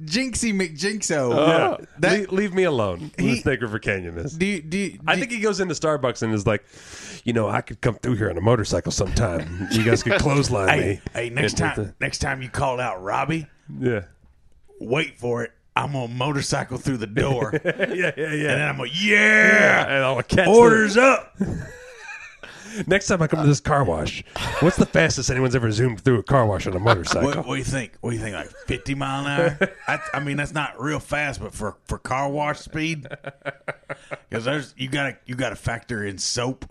Speaker 4: Jinxie McJinxo.
Speaker 5: Yeah.
Speaker 4: That-
Speaker 5: Le- leave me alone. Who
Speaker 4: He-
Speaker 5: Snake River Canyon is.
Speaker 4: do you, do, you,
Speaker 5: I
Speaker 4: do
Speaker 5: think he goes into Starbucks and is like, you know, I could come through here on a motorcycle sometime. You guys could clothesline me.
Speaker 4: Hey, hey, next
Speaker 5: And
Speaker 4: time,
Speaker 5: with
Speaker 4: next time you call out Robbie,
Speaker 5: the-
Speaker 4: wait for it. I'm gonna motorcycle through the door, and
Speaker 5: yeah. <laughs> yeah, yeah, yeah.
Speaker 4: then I'm gonna yeah,
Speaker 5: and I'll catch
Speaker 4: orders up.
Speaker 5: the- next time I come to this car wash. What's the fastest anyone's ever zoomed through a car wash on a motorcycle?
Speaker 4: What, what do you think? What do you think? Like 50 mile an hour? I, I mean, that's not real fast, but for, for car wash speed, because there's you gotta you gotta factor in soap.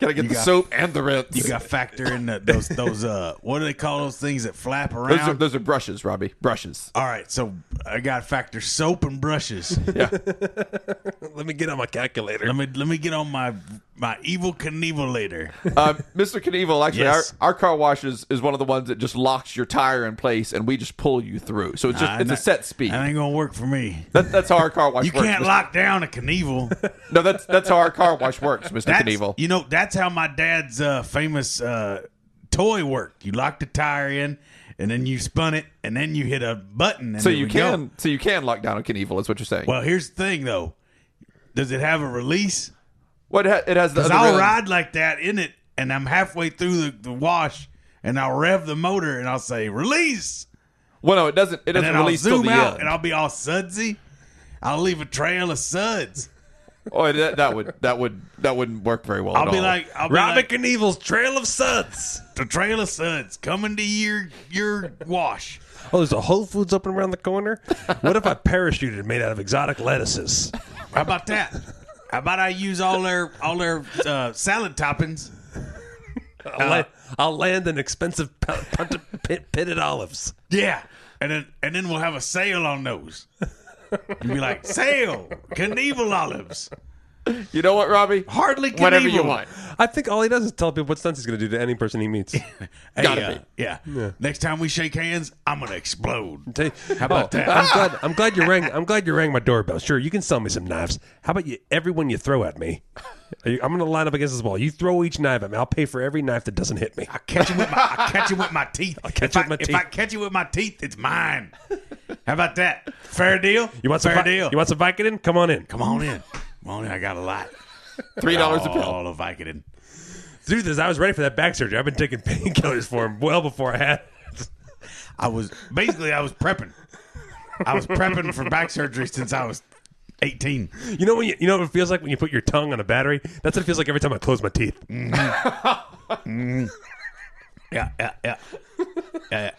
Speaker 3: Gotta get the
Speaker 4: got-
Speaker 3: soap and the rinse.
Speaker 4: You got to factor in the, those those uh what do they call those things that flap
Speaker 3: those, are,
Speaker 4: around?
Speaker 3: those are brushes, Robbie. Brushes.
Speaker 4: All right, so I got to factor soap and brushes.
Speaker 3: Yeah.
Speaker 5: Let me get on my calculator.
Speaker 4: let me let me get on my my evil Knievel later.
Speaker 3: um, Mr. Knievel, actually,
Speaker 4: Yes.
Speaker 3: our, our car wash is, is one of the ones that just locks your tire in place and we just pull you through. So it's just
Speaker 4: I
Speaker 3: it's a
Speaker 4: know-
Speaker 3: set speed.
Speaker 4: That ain't gonna work for me.
Speaker 3: That, that's how our car wash
Speaker 4: You
Speaker 3: works.
Speaker 4: can't
Speaker 3: Mr.
Speaker 4: lock down
Speaker 3: <laughs>
Speaker 4: a Knievel.
Speaker 3: No, that's that's how our car wash works, Mr.
Speaker 4: That's,
Speaker 3: Knievel.
Speaker 4: You know, that's how my dad's uh, famous uh, toy worked. You locked the tire in, and then you spun it, and then you hit a button. And
Speaker 3: So
Speaker 4: there
Speaker 3: you
Speaker 4: we go.
Speaker 3: can so you can lock down a Knievel, is what you're saying.
Speaker 4: Well, here's the thing, though. Does it have a release?
Speaker 3: What it, ha- it has the
Speaker 4: Because
Speaker 3: other
Speaker 4: I'll
Speaker 3: end.
Speaker 4: ride like that in it, and I'm halfway through the, the wash, and I'll rev the motor, and I'll say release,
Speaker 3: Well, no, it doesn't. It
Speaker 4: and
Speaker 3: doesn't
Speaker 4: then I'll
Speaker 3: release till
Speaker 4: zoom
Speaker 3: the
Speaker 4: out,
Speaker 3: end.
Speaker 4: and I'll be all sudsy. I'll leave a trail of suds.
Speaker 3: Oh, that, that would that would that wouldn't work very well.
Speaker 4: I'll
Speaker 3: at
Speaker 4: be
Speaker 3: all.
Speaker 4: like, I'll be
Speaker 5: Robbie
Speaker 4: like,
Speaker 5: Knievel's Trail of Suds.
Speaker 4: the trail of suds coming to your your wash.
Speaker 5: Oh, there's a Whole Foods up and around the corner. What if I parachuted made out of exotic lettuces?
Speaker 4: How about that? How about I use all their all their uh, salad toppings?
Speaker 5: I'll, land, I'll land an expensive p- p- p- pitted olives.
Speaker 4: Yeah, and then and then we'll have a sale on those. You'd be like, sale, Knievel olives,
Speaker 3: you know what, Robbie?
Speaker 4: hardly Knievel.
Speaker 3: Whatever you want.
Speaker 5: I think all he does is tell people what stunts he's going to do to any person he meets.
Speaker 4: Hey,
Speaker 3: Gotta
Speaker 4: uh,
Speaker 3: be.
Speaker 4: Yeah. Next time we shake hands, I'm gonna explode.
Speaker 5: How
Speaker 4: about that?
Speaker 5: oh, I'm glad. I'm glad you rang. I'm glad you rang my doorbell. Sure, you can sell me some knives. How about you? Everyone you throw at me, Are you- I'm going to line up against this wall. You throw each knife at me. I'll pay for every knife that doesn't hit me.
Speaker 4: I catch him with my I catch him with my teeth. I
Speaker 5: catch
Speaker 4: if
Speaker 5: you
Speaker 4: I,
Speaker 5: with my
Speaker 4: if
Speaker 5: teeth.
Speaker 4: I catch you with my teeth, it's mine. How about that? Fair deal.
Speaker 5: You want some?
Speaker 4: fair
Speaker 5: Vi-
Speaker 4: deal?
Speaker 5: You want some Vicodin? Come on in.
Speaker 4: Come on in. Come on in. I got a lot.
Speaker 3: Three dollars a pill.
Speaker 4: All of Vicodin.
Speaker 5: Through this, I was ready for that back surgery. I've been taking <laughs> painkillers for him well before I had. <laughs>
Speaker 4: I was basically I was prepping. I was prepping for back surgery since I was 18.
Speaker 5: You know when you, you know what it feels like when you put your tongue on a battery. That's what it feels like every time I close my teeth.
Speaker 4: Yeah, yeah, yeah. Yeah,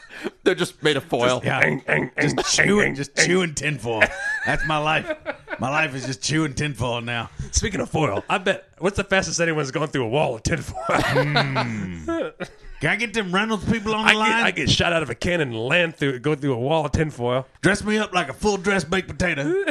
Speaker 3: They're just made of foil.
Speaker 4: yeah. yeah.
Speaker 5: Ang, ang, ang, <laughs> ang,
Speaker 4: Chewing,
Speaker 5: ang,
Speaker 4: just
Speaker 5: ang.
Speaker 4: chewing tinfoil. That's my life. My life is just chewing tinfoil now.
Speaker 5: Speaking of foil, I bet what's the fastest anyone's gone through a wall of tinfoil? <laughs>
Speaker 4: Can I get them Reynolds people on the
Speaker 5: I get,
Speaker 4: line?
Speaker 5: I get shot out of a cannon and land through, go through a wall of tinfoil.
Speaker 4: Dress me up like a full dress baked
Speaker 5: <laughs>
Speaker 4: potato.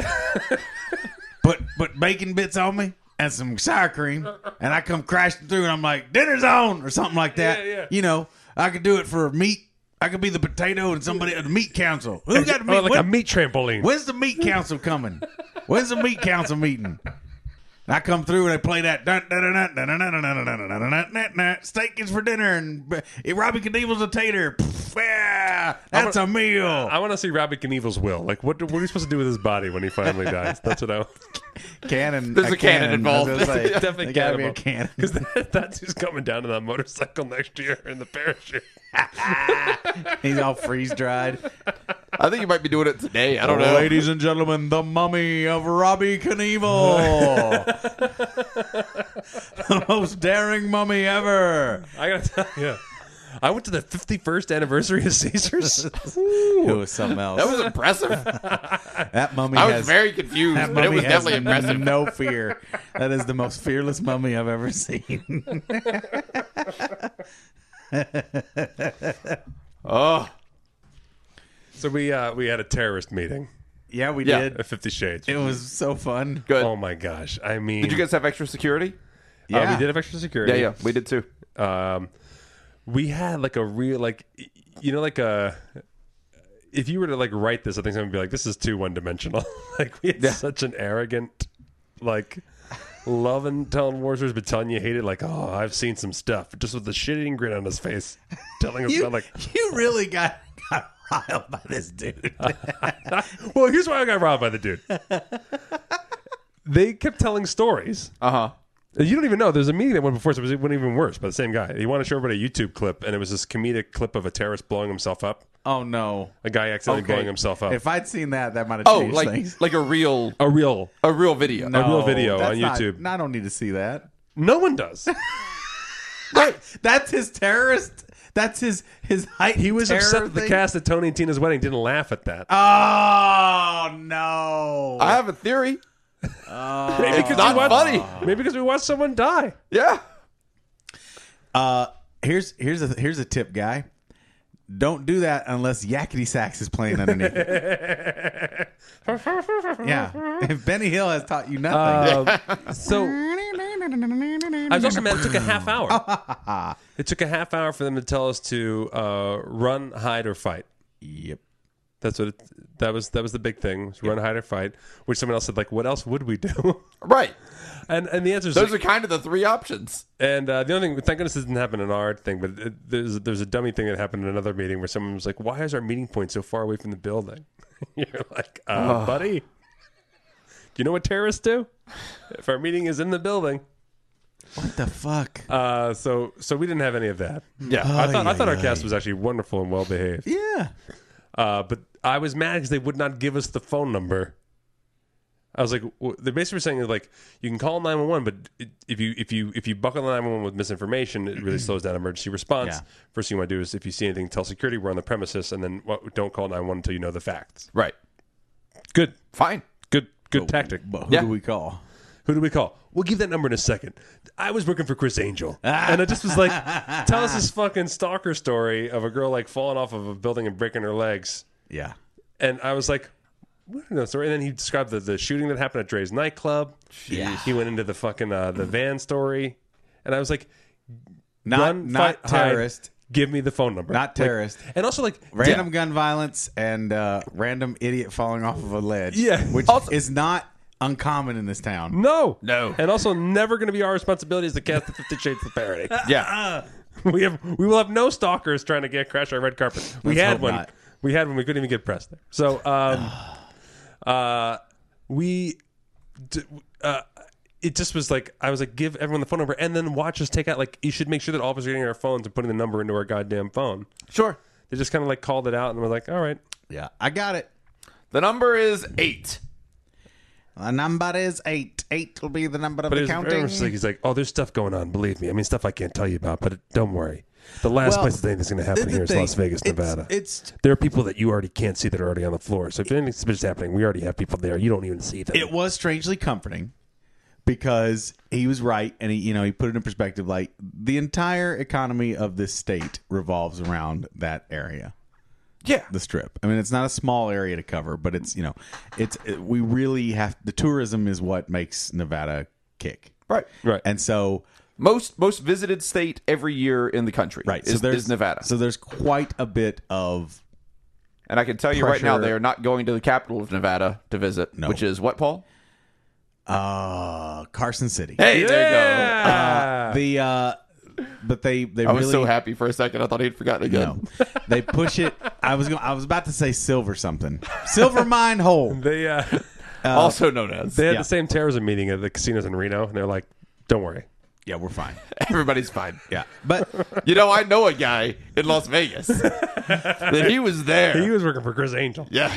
Speaker 4: put put bacon bits on me and some sour cream, and I come crashing through, and I'm like, "Dinner's on" or something like that.
Speaker 5: Yeah, yeah.
Speaker 4: You know, I could do it for meat. I could be the potato and somebody the meat council. Who got the meat?
Speaker 5: Or like a
Speaker 4: when-
Speaker 5: meat trampoline.
Speaker 4: when's the meat council coming? When's the meat council meeting? And I come through and they play that dun- dun- dun- dun- dun- dun- dun- dun- dun- dun- dun- dun- dun- dun- dun. steak is for dinner and uh, Robbie Knievel's a tater. Pff, yeah, that's a meal.
Speaker 5: I want to see Robbie Knievel's will. Like, what, what are you supposed to do with his body when he finally dies? That's what I
Speaker 4: cannon.
Speaker 3: There's a cannon involved.
Speaker 4: I was gonna say,
Speaker 5: <laughs> definitely
Speaker 4: there gotta be a
Speaker 5: cannibal. <laughs>
Speaker 4: cannon. <laughs>
Speaker 5: Because that, that's who's coming down to that motorcycle next year in the parachute.
Speaker 4: He's all freeze dried.
Speaker 3: I think you might be doing it today. I don't know.
Speaker 4: Ladies and gentlemen, the mummy of Robbie <laughs> Knievel. the most daring mummy ever.
Speaker 5: I gotta <laughs> tell you, I went to the 51st anniversary of <laughs> Caesars.
Speaker 4: It was something else.
Speaker 3: That was
Speaker 4: <laughs>
Speaker 3: impressive.
Speaker 4: That mummy
Speaker 3: I
Speaker 4: has,
Speaker 3: was very confused,
Speaker 4: that
Speaker 3: but it
Speaker 4: mummy
Speaker 3: was
Speaker 4: has
Speaker 3: definitely impressive.
Speaker 4: No fear. That is the most fearless mummy I've ever
Speaker 3: <laughs>
Speaker 4: seen.
Speaker 3: Oh,
Speaker 5: so we uh, we had a terrorist meeting
Speaker 4: yeah, we
Speaker 3: Yeah.
Speaker 4: did.
Speaker 5: at Fifty Shades.
Speaker 4: It was so fun.
Speaker 3: good.
Speaker 5: oh my gosh! I mean,
Speaker 3: Did you guys have extra security?
Speaker 5: uh, we did have extra security.
Speaker 3: Yeah, yeah, we did too.
Speaker 5: um, we had like a real like y- you know like a if you were to like write this i think someone would be like this is too one-dimensional <laughs> like we had such an arrogant like loving telling warriors but telling you hate it like oh i've seen some stuff just with the shit eating grin on his face
Speaker 3: <laughs>
Speaker 5: telling us
Speaker 4: You,
Speaker 5: about like
Speaker 4: you really got, got riled by this dude.
Speaker 5: <laughs> well here's why i got robbed by the dude they kept telling stories
Speaker 3: Uh huh.
Speaker 5: You don't even know. There's a meeting that went before, so it was- it went even worse by the same guy. He wanted to show everybody a YouTube clip, and it was this comedic clip of a terrorist blowing himself up.
Speaker 4: <laughs> oh, no.
Speaker 5: A guy accidentally blowing himself up.
Speaker 4: If I'd seen that, that might have
Speaker 3: Oh,
Speaker 4: changed
Speaker 3: like
Speaker 4: things.
Speaker 3: like a real
Speaker 5: a real.
Speaker 3: a real video.
Speaker 5: a real video
Speaker 4: that's
Speaker 5: on
Speaker 4: not-
Speaker 5: YouTube.
Speaker 4: I don't need to see that.
Speaker 5: No
Speaker 3: <laughs>
Speaker 5: one does.
Speaker 4: Right. That's his terrorist. That's his his height.
Speaker 5: He was
Speaker 4: terror
Speaker 5: upset that the
Speaker 4: thing.
Speaker 5: cast at Tony and Tina's wedding didn't laugh at that.
Speaker 4: Oh no!
Speaker 3: I have a theory.
Speaker 5: maybe because
Speaker 3: Oh. not
Speaker 5: we watched,
Speaker 3: funny.
Speaker 5: Maybe because we watched someone die.
Speaker 3: Yeah.
Speaker 4: Uh, here's here's a here's a tip, guy. Don't do that unless Yakety Sax is playing underneath. it.
Speaker 5: <laughs>
Speaker 4: yeah, if Benny Hill has taught you nothing, <laughs>
Speaker 5: So Uh, I was also mad. It took a half hour. it took a half hour for them to tell us to uh, run, hide, or fight.
Speaker 4: yep.
Speaker 5: That's what it, that was. That was the big thing: was run, hide, or fight. Which someone else said, like, what else would we do? <laughs>
Speaker 3: Right.
Speaker 5: and and the answer is
Speaker 3: Those are kind of the three options.
Speaker 5: And uh, the other thing, thank goodness this didn't happen in our thing, but it, there's there's a dummy thing that happened in another meeting where someone was like, "Why is our meeting point so far away from the building?" <laughs> You're like, uh, "Buddy, do you know what terrorists do? If our meeting is in the building,
Speaker 4: What the fuck?
Speaker 5: uh, so so we didn't have any of that.
Speaker 3: Yeah.
Speaker 5: I thought I thought our cast was actually wonderful and well behaved,
Speaker 4: yeah.
Speaker 5: uh, but I was mad because they would not give us the phone number. I was like, w- they basically were saying like you can call nine one one, but it- if you if you if you buckle nine one one with misinformation, it really slows down emergency response.
Speaker 4: Yeah.
Speaker 5: First thing you want to do is if you see anything, tell security we're on the premises, and then what, don't call nine one until you know the facts.
Speaker 3: Right.
Speaker 5: Good,
Speaker 3: Fine.
Speaker 5: good, good tactic.
Speaker 4: But who
Speaker 3: Yeah.
Speaker 4: do we call?
Speaker 5: Who do we call? We'll give that number in a second. I was working for Chris Angel, and I just was like, tell us this fucking stalker story of a girl like falling off of a building and breaking her legs.
Speaker 4: Yeah.
Speaker 5: And I was like, what is that story? And then he described the, the shooting that happened at Dre's nightclub.
Speaker 4: Yeah.
Speaker 5: He went into the fucking uh, the van story. And I was like,
Speaker 4: Not
Speaker 5: run,
Speaker 4: not
Speaker 5: fight, hide.
Speaker 4: terrorist.
Speaker 5: give me the phone number.
Speaker 4: Not terrorist.
Speaker 5: Like, and also, like,
Speaker 4: Random gun violence and uh, random idiot falling off of a ledge.
Speaker 5: Yeah.
Speaker 4: Which
Speaker 3: Also-
Speaker 4: is not uncommon in this town.
Speaker 5: no.
Speaker 3: No.
Speaker 5: And also, never going to be our responsibility as the cast of Fifty Shades of Parody. Uh-uh.
Speaker 3: Yeah.
Speaker 5: we have we will have no stalkers trying to get crash our red carpet. We
Speaker 4: Let's
Speaker 5: had
Speaker 4: hope
Speaker 5: one.
Speaker 4: not.
Speaker 5: We had one. We couldn't even get pressed there. So
Speaker 4: <sighs>
Speaker 5: um, uh, we d- uh, it just was like I was like give everyone the phone number and then watch us take out like you should make sure that all of us are getting our phones and putting the number into our goddamn phone.
Speaker 3: Sure.
Speaker 5: They just kind of like called it out and were like, all right,
Speaker 4: Yeah. I got it.
Speaker 3: The number is eight.
Speaker 4: The number is eight. Eight will be the number of
Speaker 5: but
Speaker 4: the
Speaker 5: it's
Speaker 4: counting.
Speaker 5: like he's like, oh, there's stuff going on. Believe me, I mean stuff I can't tell you about, but don't worry. The last
Speaker 4: Well,
Speaker 5: place that anything's going to happen
Speaker 4: the
Speaker 5: here is
Speaker 4: thing.
Speaker 5: Las Vegas,
Speaker 4: It's-
Speaker 5: Nevada.
Speaker 4: it's-
Speaker 5: there are people that you already can't see that are already on the floor. So if anything suspicious is happening, we already have people there. You don't even see them.
Speaker 4: It was strangely comforting because he was right, and he, you know, he put it in perspective. Like the entire economy of this state revolves around that area,
Speaker 3: Yeah.
Speaker 4: the Strip. I mean, it's not a small area to cover, but it's you know, it's it, we really have the tourism is what makes Nevada kick,
Speaker 3: Right.
Speaker 5: right.
Speaker 4: and so
Speaker 3: Most most visited state every year in the country.
Speaker 4: right,
Speaker 3: Is,
Speaker 4: so there's
Speaker 3: is Nevada.
Speaker 4: so there's quite a bit of
Speaker 3: and I can tell you right now
Speaker 4: pressure-
Speaker 3: they are not going to the capital of Nevada to visit, which is what, Paul?
Speaker 4: uh Carson City. Uh,
Speaker 3: Hey, there you go.
Speaker 5: yeah.
Speaker 4: The uh, but they they
Speaker 3: I
Speaker 4: really
Speaker 3: was so happy for a second. I thought he'd forgotten again.
Speaker 4: No, they push it. I was going. I was about to say silver something, silver mine hole.
Speaker 5: They <laughs> uh,
Speaker 3: also known as.
Speaker 5: they had
Speaker 4: Yeah.
Speaker 5: the same terrorism meeting at the casinos in Reno, and they're like, "Don't worry,
Speaker 6: Yeah, we're fine.
Speaker 3: Everybody's fine.
Speaker 6: Yeah, but
Speaker 3: You know, I know a guy in Las
Speaker 5: <laughs>
Speaker 3: Vegas that he was there.
Speaker 5: He was working for Chris Angel.
Speaker 3: yeah.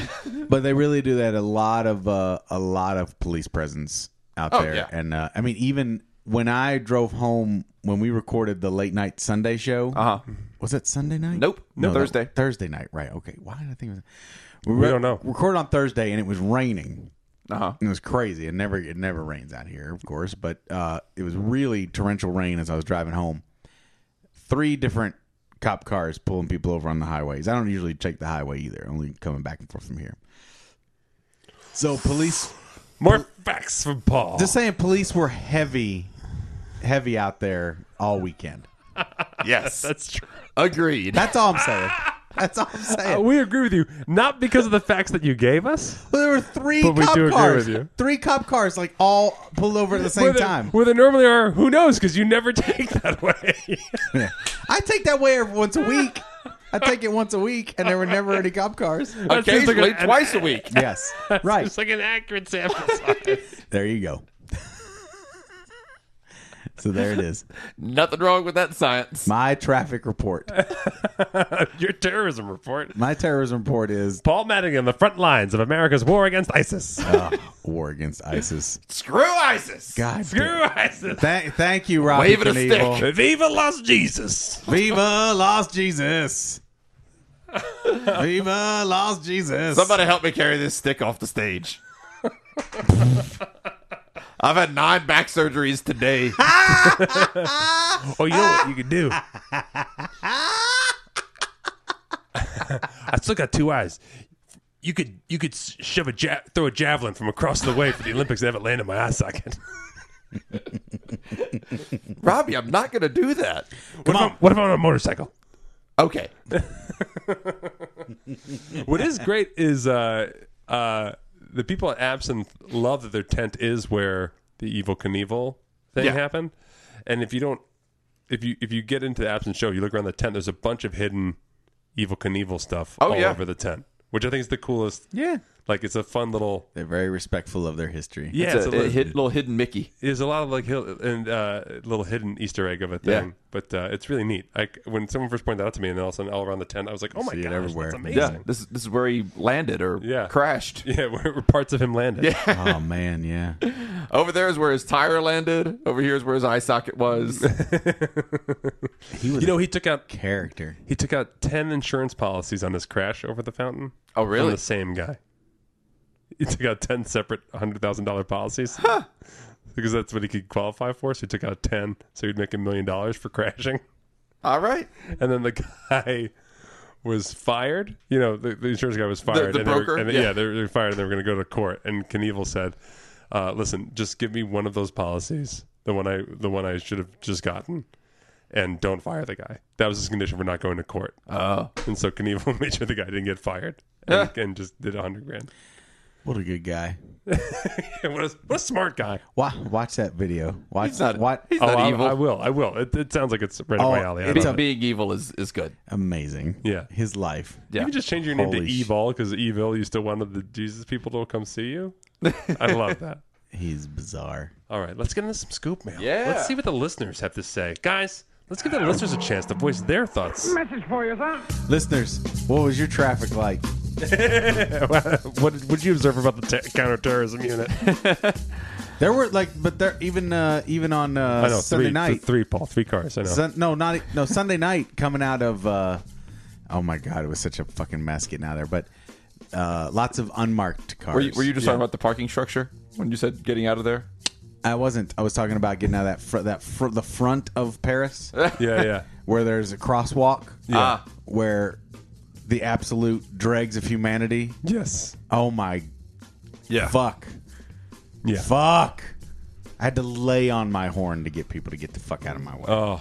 Speaker 6: but they really do that a lot of uh, a lot of police presence out
Speaker 3: Oh,
Speaker 6: there
Speaker 3: yeah.
Speaker 6: and uh, i mean even when i drove home when we recorded the late night sunday show
Speaker 3: Uh huh.
Speaker 6: was that sunday night
Speaker 3: Nope.
Speaker 6: that-
Speaker 3: Thursday.
Speaker 6: thursday night right okay why did i think it was we,
Speaker 5: don't know.
Speaker 6: recorded on thursday and it was raining
Speaker 3: Uh
Speaker 5: <laughs>
Speaker 3: huh.
Speaker 6: it was crazy. It never it never rains out here, of course, but uh, it was really torrential rain as I was driving home. Three different cop cars pulling people over on the highways. I don't usually take the highway either. Only coming back and forth from here. So police,
Speaker 5: More facts from Paul.
Speaker 6: just saying, police were heavy, heavy out there all weekend.
Speaker 3: Yes.
Speaker 5: That's true.
Speaker 3: Agreed.
Speaker 6: That's all I'm saying. That's all I'm saying.
Speaker 5: Uh, we agree with you, not because of the facts that you gave us.
Speaker 6: Well, there were three
Speaker 5: But we
Speaker 6: cop
Speaker 5: do agree
Speaker 6: cars.
Speaker 5: with you.
Speaker 6: Three cop cars, like all pulled over at the
Speaker 5: where
Speaker 6: same
Speaker 5: they-
Speaker 6: time.
Speaker 5: where they normally are, who knows? Because you never <laughs> take that way.
Speaker 6: I take that way every once a week. I take it once a week, and there were never any cop cars.
Speaker 5: That seems like
Speaker 3: Occasionally,
Speaker 5: an-
Speaker 3: twice a week.
Speaker 6: <laughs> Yes, right.
Speaker 5: It's like an accurate sample size.
Speaker 6: There you go. So there it is.
Speaker 3: Nothing wrong with that science.
Speaker 6: My traffic report.
Speaker 5: Your terrorism report.
Speaker 6: My terrorism report is
Speaker 5: Paul Madigan, the front lines of America's war against <laughs> ISIS.
Speaker 6: war against ISIS.
Speaker 3: Screw ISIS.
Speaker 6: God, damn. <laughs>
Speaker 5: Screw ISIS.
Speaker 6: Thank, thank you, Robbie
Speaker 3: Waving a
Speaker 6: Knievel.
Speaker 3: stick.
Speaker 5: Viva Las Jesus.
Speaker 6: Viva Lost Jesus.
Speaker 3: <laughs>
Speaker 6: Viva Lost Jesus.
Speaker 3: Somebody help me carry this stick off the
Speaker 5: <laughs>
Speaker 3: stage. I've had nine back surgeries today.
Speaker 5: <laughs> Oh, you know what you can do? I still got two eyes. You could you could s- shove a ja- throw a javelin from across the way for the Olympics and have it land in my eye socket. <laughs>
Speaker 3: Robbie, I'm not going to do that.
Speaker 5: What if, I'm, what if I'm on a motorcycle?
Speaker 3: Okay.
Speaker 5: What is great is uh, uh, the people at Absinthe love that their tent is where the evil Knievel thing
Speaker 3: Yeah.
Speaker 5: happened. And if you don't, if you if you get into the Absinthe show, you look around the tent. There's a bunch of hidden evil Knievel stuff
Speaker 3: Oh,
Speaker 5: all
Speaker 3: yeah.
Speaker 5: over the tent, which I think is the coolest.
Speaker 6: Yeah.
Speaker 5: Like it's a fun little
Speaker 6: They're very respectful of their history.
Speaker 5: yeah.
Speaker 3: It's
Speaker 5: it's
Speaker 3: a,
Speaker 5: a little-
Speaker 3: a hid- little hidden Mickey.
Speaker 5: there's a lot of like hill and uh, little hidden Easter egg of a
Speaker 3: Yeah.
Speaker 5: thing, but uh, it's really neat. Like when someone first pointed that out to me, and then all of a sudden all around the tent, I was like, oh my
Speaker 6: See it
Speaker 5: god,
Speaker 6: everywhere.
Speaker 5: that's
Speaker 3: Yeah.
Speaker 5: amazing.
Speaker 3: This, is- this is where he landed or
Speaker 5: Yeah.
Speaker 3: crashed.
Speaker 5: Yeah, <laughs> where, where parts of him landed. Yeah.
Speaker 6: Oh man, yeah.
Speaker 3: Over there is where his tire landed. Over here is where his eye socket <laughs> was.
Speaker 6: He was
Speaker 5: You know, he took out
Speaker 6: a character.
Speaker 5: He took out 10 insurance policies on his crash over the fountain.
Speaker 3: Oh, really?
Speaker 5: From the same guy. He took out 10 separate $100,000 policies. Because that's what he could qualify for. So he took out 10. So he'd make a million dollars for crashing.
Speaker 3: All right.
Speaker 5: And then the <laughs> guy was fired. You know, the, the insurance guy was fired.
Speaker 3: the
Speaker 5: and they were-
Speaker 3: broker?
Speaker 5: and-
Speaker 3: Yeah.
Speaker 5: yeah, they, were, they were fired and they were going to go to court. And Knievel said, uh, listen, just give me one of those policies. The one I, the one I should have just gotten. And don't fire the guy. That was his condition for not going to court.
Speaker 3: Oh.
Speaker 5: And so Knievel <laughs> made sure the guy didn't get fired and, and just did a hundred grand. <laughs>
Speaker 6: What a good guy.
Speaker 5: what, a, what a smart guy!
Speaker 6: Wa watch that video. Watch
Speaker 3: He's not,
Speaker 6: what
Speaker 3: he's
Speaker 5: Oh,
Speaker 3: not
Speaker 5: I,
Speaker 3: evil.
Speaker 5: I will. I will. It, it sounds like it's right
Speaker 6: Oh,
Speaker 5: up my alley. I
Speaker 6: it's
Speaker 5: love
Speaker 6: a
Speaker 5: it.
Speaker 3: being evil is, is good.
Speaker 6: amazing.
Speaker 5: Yeah.
Speaker 6: His life.
Speaker 5: You
Speaker 3: Yeah.
Speaker 5: can just change your name
Speaker 6: Holy
Speaker 5: to
Speaker 6: sh-
Speaker 5: Evil because Evil. You still wanted the Jesus people to come see you. <laughs> I love that.
Speaker 6: He's bizarre.
Speaker 5: All right, let's get into some scoop mail.
Speaker 3: Yeah.
Speaker 5: Let's see what the listeners have to say, guys. Let's give the listeners a chance to voice their thoughts.
Speaker 6: Listeners, what was your traffic like?
Speaker 5: <laughs> what did you observe about the ter- counterterrorism unit?
Speaker 6: There were like but there even uh even on uh
Speaker 5: <laughs> I know
Speaker 6: Sunday
Speaker 5: three,
Speaker 6: night.
Speaker 5: three Paul, three cars. I know.
Speaker 6: Sun, no, not no Sunday night coming out of uh oh my god, it was such a fucking mess getting out of there, but uh lots of unmarked
Speaker 5: Oh,
Speaker 6: cars.
Speaker 3: Were you, were you just talking about the parking structure when you said getting out of there?
Speaker 6: I wasn't. I was talking about getting out of that fr- that fr- the front
Speaker 5: <laughs>
Speaker 6: of Paris
Speaker 5: yeah, yeah.
Speaker 6: where there's a crosswalk. uh,
Speaker 3: Ah.
Speaker 6: where the absolute dregs of humanity.
Speaker 5: Yes.
Speaker 6: Oh my
Speaker 3: Yeah.
Speaker 6: fuck.
Speaker 5: Yeah.
Speaker 6: Fuck. I had to lay on my horn to get people to get the fuck out of my way.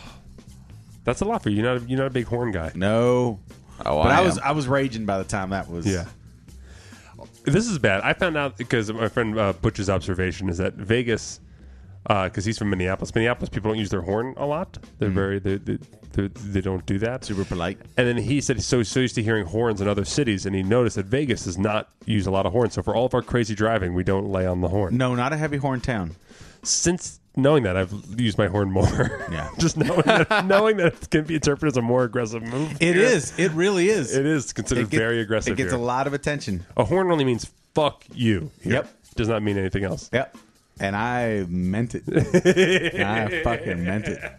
Speaker 5: That's a lot for you. You're not a, you're not a big horn guy.
Speaker 6: no.
Speaker 3: Oh,
Speaker 6: but I,
Speaker 3: am.
Speaker 6: was I was raging by the time that was
Speaker 5: Yeah. This is bad. I found out because my friend uh, Butch's observation is that Vegas, because he's from Minneapolis. Minneapolis people don't use their horn a lot. They're very they, they, they, they don't do that.
Speaker 6: Mm. super polite.
Speaker 5: And then he said he's so, so used to hearing horns in other cities, and he noticed that Vegas does not use a lot of horns. So for all of our crazy driving, we don't lay on the horn.
Speaker 6: No, not a heavy horn town.
Speaker 5: Since knowing that, I've used my horn more.
Speaker 6: Yeah.
Speaker 5: <laughs> Just knowing
Speaker 6: <laughs>
Speaker 5: that, knowing that it can be interpreted as a more aggressive move.
Speaker 6: It
Speaker 5: here.
Speaker 6: is. It really is.
Speaker 5: It is considered
Speaker 6: It gets-
Speaker 5: very aggressive.
Speaker 6: It gets
Speaker 5: here.
Speaker 6: a lot of attention.
Speaker 5: A horn only means fuck you. here.
Speaker 6: Yep.
Speaker 5: Does not mean anything else.
Speaker 6: Yep. And I meant <laughs> it. I fucking meant it.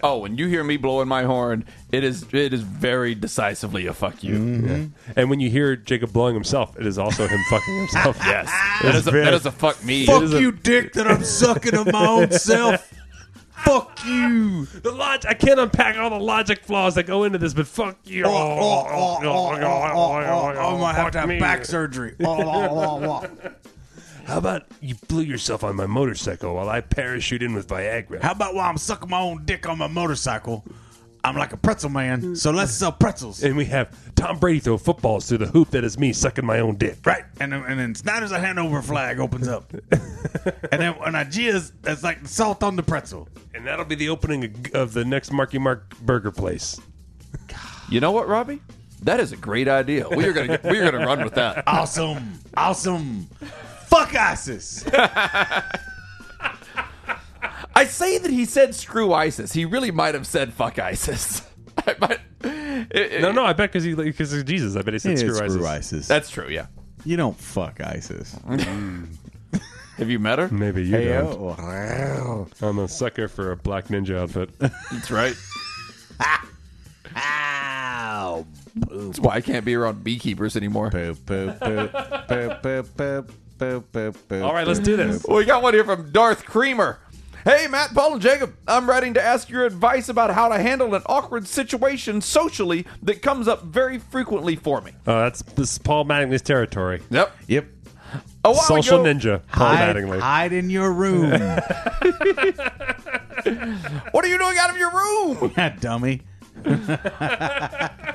Speaker 3: Oh, when you hear me blowing my horn, it is it is very decisively a fuck you.
Speaker 5: And when you hear Jacob blowing himself, it is also him fucking
Speaker 6: <laughs>
Speaker 5: himself. yes.
Speaker 3: That, is a, that is a fuck me.
Speaker 6: Fuck
Speaker 5: It is a-
Speaker 6: you, dick, that I'm sucking of my own self. Fuck you.
Speaker 5: The log- I can't unpack all the logic flaws that go into this, but fuck you.
Speaker 6: <laughs> Oh, oh, oh, oh, oh, oh, oh, oh, I'm gonna have
Speaker 5: Fuck
Speaker 6: to have
Speaker 5: me.
Speaker 6: back surgery. Oh, oh, oh, oh.
Speaker 5: How about you blew yourself on my motorcycle while I parachute in with Viagra?
Speaker 6: How about while I'm sucking my own dick on my motorcycle? I'm like a pretzel man, so let's sell pretzels.
Speaker 5: and we have Tom Brady throw footballs through the hoop that is me sucking my own dick.
Speaker 6: Right, and then- and then Snyder's a Hanover flag opens up, and then when I jizz, it's like salt on the pretzel.
Speaker 5: And that'll be the opening of- of the next Marky Mark burger place.
Speaker 3: You know what, Robbie? That is a great idea. We are gonna we are gonna run with that.
Speaker 6: Awesome, awesome. Fuck ISIS.
Speaker 3: I say that he said screw ISIS. He really might have said fuck ISIS. <laughs> I might, it- it-
Speaker 5: No, no, I bet because he because of Jesus. I bet he said screw ISIS.
Speaker 6: ISIS.
Speaker 3: that's true. Yeah.
Speaker 6: You don't fuck ISIS.
Speaker 3: Have you met her?
Speaker 5: Maybe you don't.
Speaker 6: Oh.
Speaker 5: I'm a sucker for a black ninja outfit.
Speaker 3: That's right.
Speaker 6: Ow.
Speaker 3: That's why I can't be around beekeepers anymore.
Speaker 6: Boop, boop, boop, boop, boop, boop, boop, boop,
Speaker 5: <laughs>
Speaker 6: boop.
Speaker 5: All right, let's do this.
Speaker 3: We got one here from Darth Creamer. Hey, Matt, Paul, and Jacob. I'm writing to ask your advice about how to handle an awkward situation socially that comes up very frequently for me.
Speaker 5: Oh, that's this is Paul Mattingly's territory.
Speaker 3: Yep.
Speaker 6: Yep.
Speaker 3: A while
Speaker 5: Social
Speaker 3: ago,
Speaker 5: ninja, Paul
Speaker 6: Hide,
Speaker 5: Mattingly.
Speaker 6: hide in your <laughs> room,
Speaker 3: What are you doing out of your room?
Speaker 6: dummy.
Speaker 3: A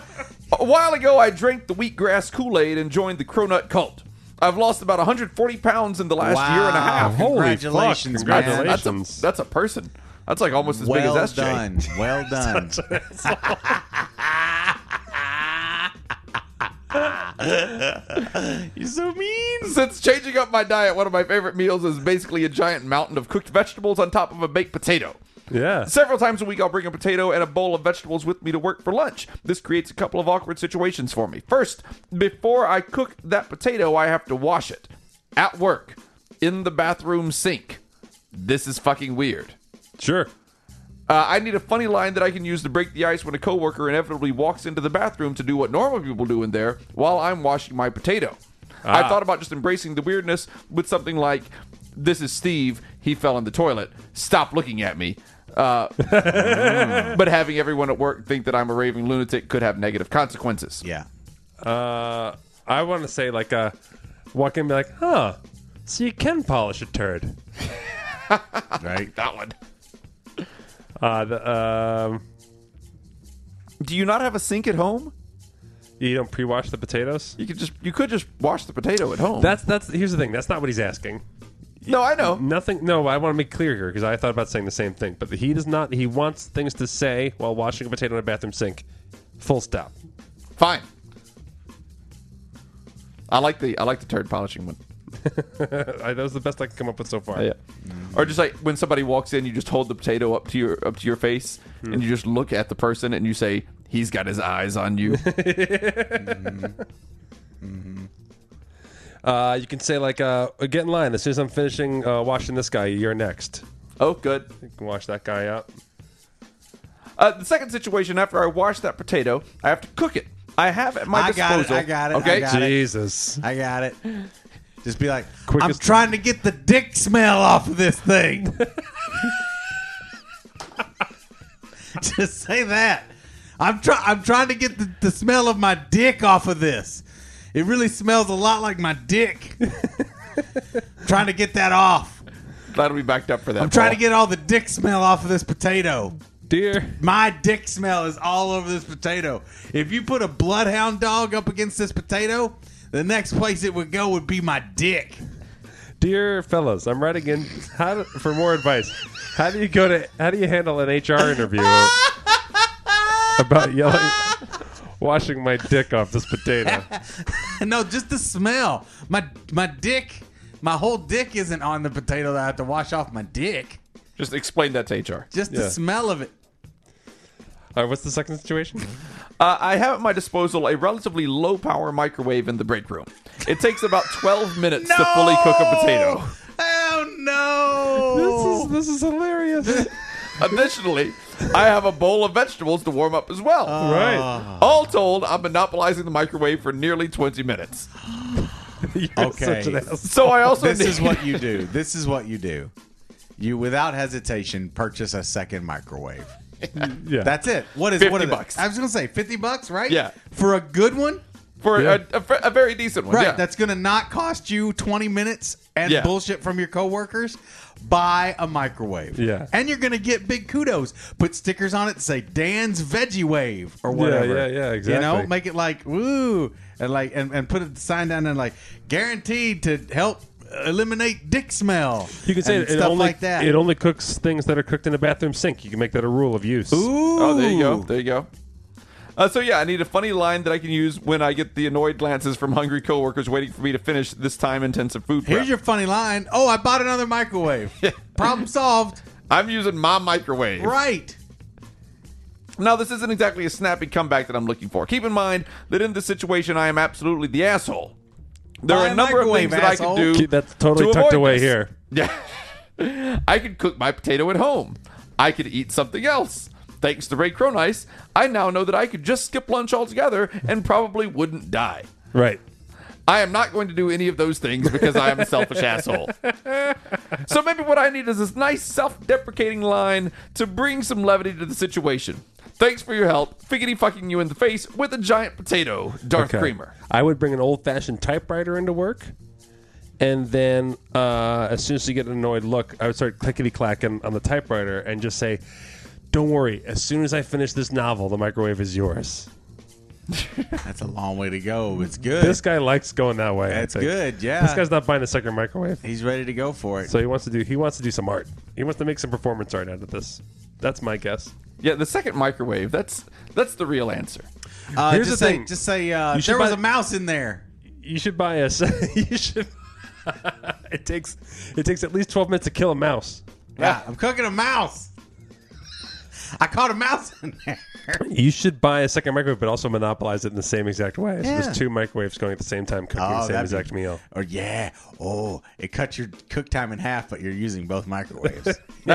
Speaker 3: while ago, I drank the wheatgrass Kool Aid and joined the Cronut cult. I've lost about 140 pounds in the last year and a half.
Speaker 5: Holy fuck,
Speaker 6: Congratulations, man.
Speaker 5: congratulations.
Speaker 3: That's a, that's a person. That's like almost as
Speaker 6: Well
Speaker 3: big as SJ.
Speaker 6: done. Well done. You're so mean.
Speaker 3: Since changing up my diet, one of my favorite meals is basically a giant mountain of cooked vegetables on top of a baked potato.
Speaker 5: <laughs>
Speaker 3: <laughs>
Speaker 5: Yeah.
Speaker 3: Several times a week, I'll bring a potato and a bowl of vegetables with me to work for lunch. This creates a couple of awkward situations for me. First, before I cook that potato, I have to wash it at work in the bathroom sink. This is fucking weird.
Speaker 5: Sure.
Speaker 3: Uh, I need a funny line that I can use to break the ice when a coworker inevitably walks into the bathroom to do what normal people do in there while I'm washing my potato. I thought about just embracing the weirdness with something like, "This is Steve. He fell in the toilet. Stop looking at me." Uh, but having everyone at work think that I'm a raving lunatic could have negative consequences.
Speaker 6: Yeah.
Speaker 5: Uh, I want to say like uh, walk in and be like, huh? So you can polish a turd.
Speaker 6: Right.
Speaker 3: That one.
Speaker 5: Uh, the, um,
Speaker 3: Do you not have a sink at home?
Speaker 5: you don't pre-wash the potatoes.
Speaker 3: You could just you could just wash the potato at home.
Speaker 5: That's that's here's the thing. That's not what he's asking.
Speaker 3: no, I know.
Speaker 5: Nothing. No, I want to make clear here because I thought about saying the same thing, but he does not. He wants things to say while washing a potato in a bathroom sink. Full stop.
Speaker 3: Fine. I like the I like the turd polishing one.
Speaker 5: Uh, I, that was the best I could come up with so far.
Speaker 3: Yeah. Mm-hmm. Or just like when somebody walks in, you just hold the potato up to your up to your face, and you just look at the person, and you say, "He's got his eyes on you."
Speaker 5: Uh, you can say like, uh, get in line. As soon as I'm finishing uh, washing this guy, you're next.
Speaker 3: oh, good.
Speaker 5: You can wash that guy out.
Speaker 3: Uh, the second situation, after I wash that potato, I have to cook it. I have at my
Speaker 6: I got
Speaker 3: disposal.
Speaker 6: it, I got it, I
Speaker 3: Okay.
Speaker 6: got it.
Speaker 5: Jesus.
Speaker 6: I got it. Just be like, I'm
Speaker 5: Quickest-
Speaker 6: trying to get the dick smell off of this thing. <laughs> Just say that. I'm try- I'm trying to get the, the smell of my dick off of this. It really smells a lot like my dick. trying to get that off.
Speaker 3: That'll be backed up for that.
Speaker 6: I'm trying to
Speaker 3: Paul.
Speaker 6: get all the dick smell off of this potato.
Speaker 5: Dear.
Speaker 6: My dick smell is all over this potato. If you put a bloodhound dog up against this potato, the next place it would go would be my dick.
Speaker 5: Dear fellas, I'm writing in how do, for more advice. How do you go to? How do you handle an HR
Speaker 6: <laughs>
Speaker 5: interview about yelling, washing my dick off this potato?
Speaker 6: No, just the smell. My my dick, my whole dick isn't on the potato that I have to wash off my dick.
Speaker 3: Just explain that to HR.
Speaker 6: Just
Speaker 5: Yeah.
Speaker 6: the smell of it.
Speaker 5: All right, what's the second situation?
Speaker 3: Uh, I have at my disposal a relatively low power microwave in the break room. It takes about <laughs> 12 minutes to fully cook a potato.
Speaker 6: Oh
Speaker 5: this
Speaker 6: no!
Speaker 5: is this is hilarious.
Speaker 3: Additionally, I have a bowl of vegetables to warm up as well.
Speaker 6: Oh.
Speaker 5: right. <laughs>
Speaker 3: All told, I'm monopolizing the microwave for nearly 20 minutes.
Speaker 5: You're
Speaker 6: Okay.
Speaker 5: such an ass.
Speaker 3: So I also
Speaker 6: this
Speaker 3: need-
Speaker 6: is what you do. This is what you do. You, without hesitation, purchase a second microwave.
Speaker 5: Yeah.
Speaker 6: That's it. What is
Speaker 3: 50
Speaker 6: what are the-
Speaker 3: bucks.
Speaker 6: I was gonna say fifty bucks, right?
Speaker 3: Yeah.
Speaker 6: for a good one,
Speaker 3: <laughs> for
Speaker 5: Yeah.
Speaker 3: a, a, a very decent one.
Speaker 6: right?
Speaker 3: yeah.
Speaker 6: That's gonna not cost you twenty minutes and
Speaker 3: Yeah.
Speaker 6: bullshit from your coworkers. Buy a microwave.
Speaker 5: Yeah.
Speaker 6: and you're gonna get big kudos. Put stickers on it that say Dan's Veggie Wave or whatever.
Speaker 5: yeah, yeah,
Speaker 6: You know,
Speaker 5: exactly.
Speaker 6: make it like woo and like and, and put a sign down there like guaranteed to help eliminate dick smell.
Speaker 5: You can say
Speaker 6: and
Speaker 5: it,
Speaker 6: stuff
Speaker 5: only,
Speaker 6: like that.
Speaker 5: It only cooks things that are cooked in a bathroom sink. You can make that a rule of use.
Speaker 6: Ooh.
Speaker 3: Oh, there you go. There you go. Uh, so yeah, I need a funny line that I can use when I get the annoyed glances from hungry coworkers waiting for me to finish this time-intensive food prep.
Speaker 6: Here's your funny line. Oh, I bought
Speaker 5: <laughs>
Speaker 6: another microwave. Problem solved.
Speaker 3: I'm using my microwave.
Speaker 6: Right.
Speaker 3: Now, this isn't exactly a snappy comeback that I'm looking for. Keep in mind that in this situation, I am absolutely the asshole. There
Speaker 6: Buy
Speaker 3: are a
Speaker 6: a
Speaker 3: number of
Speaker 6: microwave,
Speaker 3: things that I
Speaker 6: asshole.
Speaker 3: can do.
Speaker 5: Keep- that's totally
Speaker 3: to
Speaker 5: tucked
Speaker 3: avoid
Speaker 5: away
Speaker 3: this.
Speaker 5: here.
Speaker 3: Yeah. I could cook my potato at home. I could eat something else. Thanks to Ray Cronice, I now know that I could just skip lunch altogether and probably wouldn't die.
Speaker 5: Right.
Speaker 3: I am not going to do any of those things because I am a selfish <laughs> asshole. So maybe what I need is this nice self deprecating line to bring some levity to the situation. Thanks for your help. Figgity fucking you in the face with a giant potato, Darth
Speaker 5: Okay.
Speaker 3: Creamer.
Speaker 5: I would bring an old fashioned typewriter into work. And then, uh, as soon as you get an annoyed look, I would start clickety clacking on the typewriter and just say, Don't worry, as soon as I finish this novel, the microwave is yours.
Speaker 6: That's a long way to go. It's good.
Speaker 5: This guy likes going that way. I
Speaker 6: That's
Speaker 5: think.
Speaker 6: good, yeah.
Speaker 5: This guy's not buying a second microwave.
Speaker 6: He's ready to go for it.
Speaker 5: So he wants to do he wants to do some art. He wants to make some performance art out of this. That's my guess.
Speaker 3: Yeah, the second microwave, that's that's the real answer.
Speaker 6: Uh,
Speaker 5: Here's
Speaker 6: just
Speaker 5: the
Speaker 6: say,
Speaker 5: thing.
Speaker 6: Just say uh,
Speaker 5: You should
Speaker 6: there was
Speaker 5: buy-
Speaker 6: a mouse in there.
Speaker 5: You should buy us. <laughs> you should. it takes it takes at least twelve minutes to kill a mouse.
Speaker 6: Yeah, I'm cooking a mouse. I caught a mouse in there.
Speaker 5: You should buy a second microwave, but also monopolize it in the same exact way. So
Speaker 6: Yeah.
Speaker 5: there's two microwaves going at the same time, cooking the same
Speaker 6: that'd be-
Speaker 5: exact meal.
Speaker 6: Or yeah. Oh, it cut your cook time in half, but you're using both microwaves. <laughs>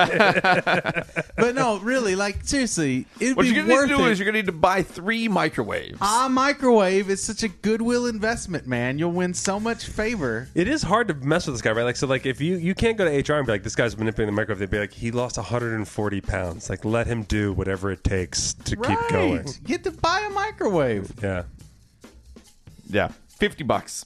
Speaker 6: but no, really, like seriously, it'd
Speaker 3: What
Speaker 6: be
Speaker 3: you're going
Speaker 6: worth
Speaker 3: to do
Speaker 6: it.
Speaker 3: is you're going to need to buy three microwaves.
Speaker 6: a microwave is such a goodwill investment, man. You'll win so much favor.
Speaker 5: It is hard to mess with this guy, right? Like, so, like, if you you can't go to HR and be like, "This guy's manipulating the microwave," they'd be like, "He lost 140 pounds. Like, let him do whatever it takes to keep going."
Speaker 6: Get to buy a microwave.
Speaker 5: Yeah,
Speaker 3: yeah. 50 bucks.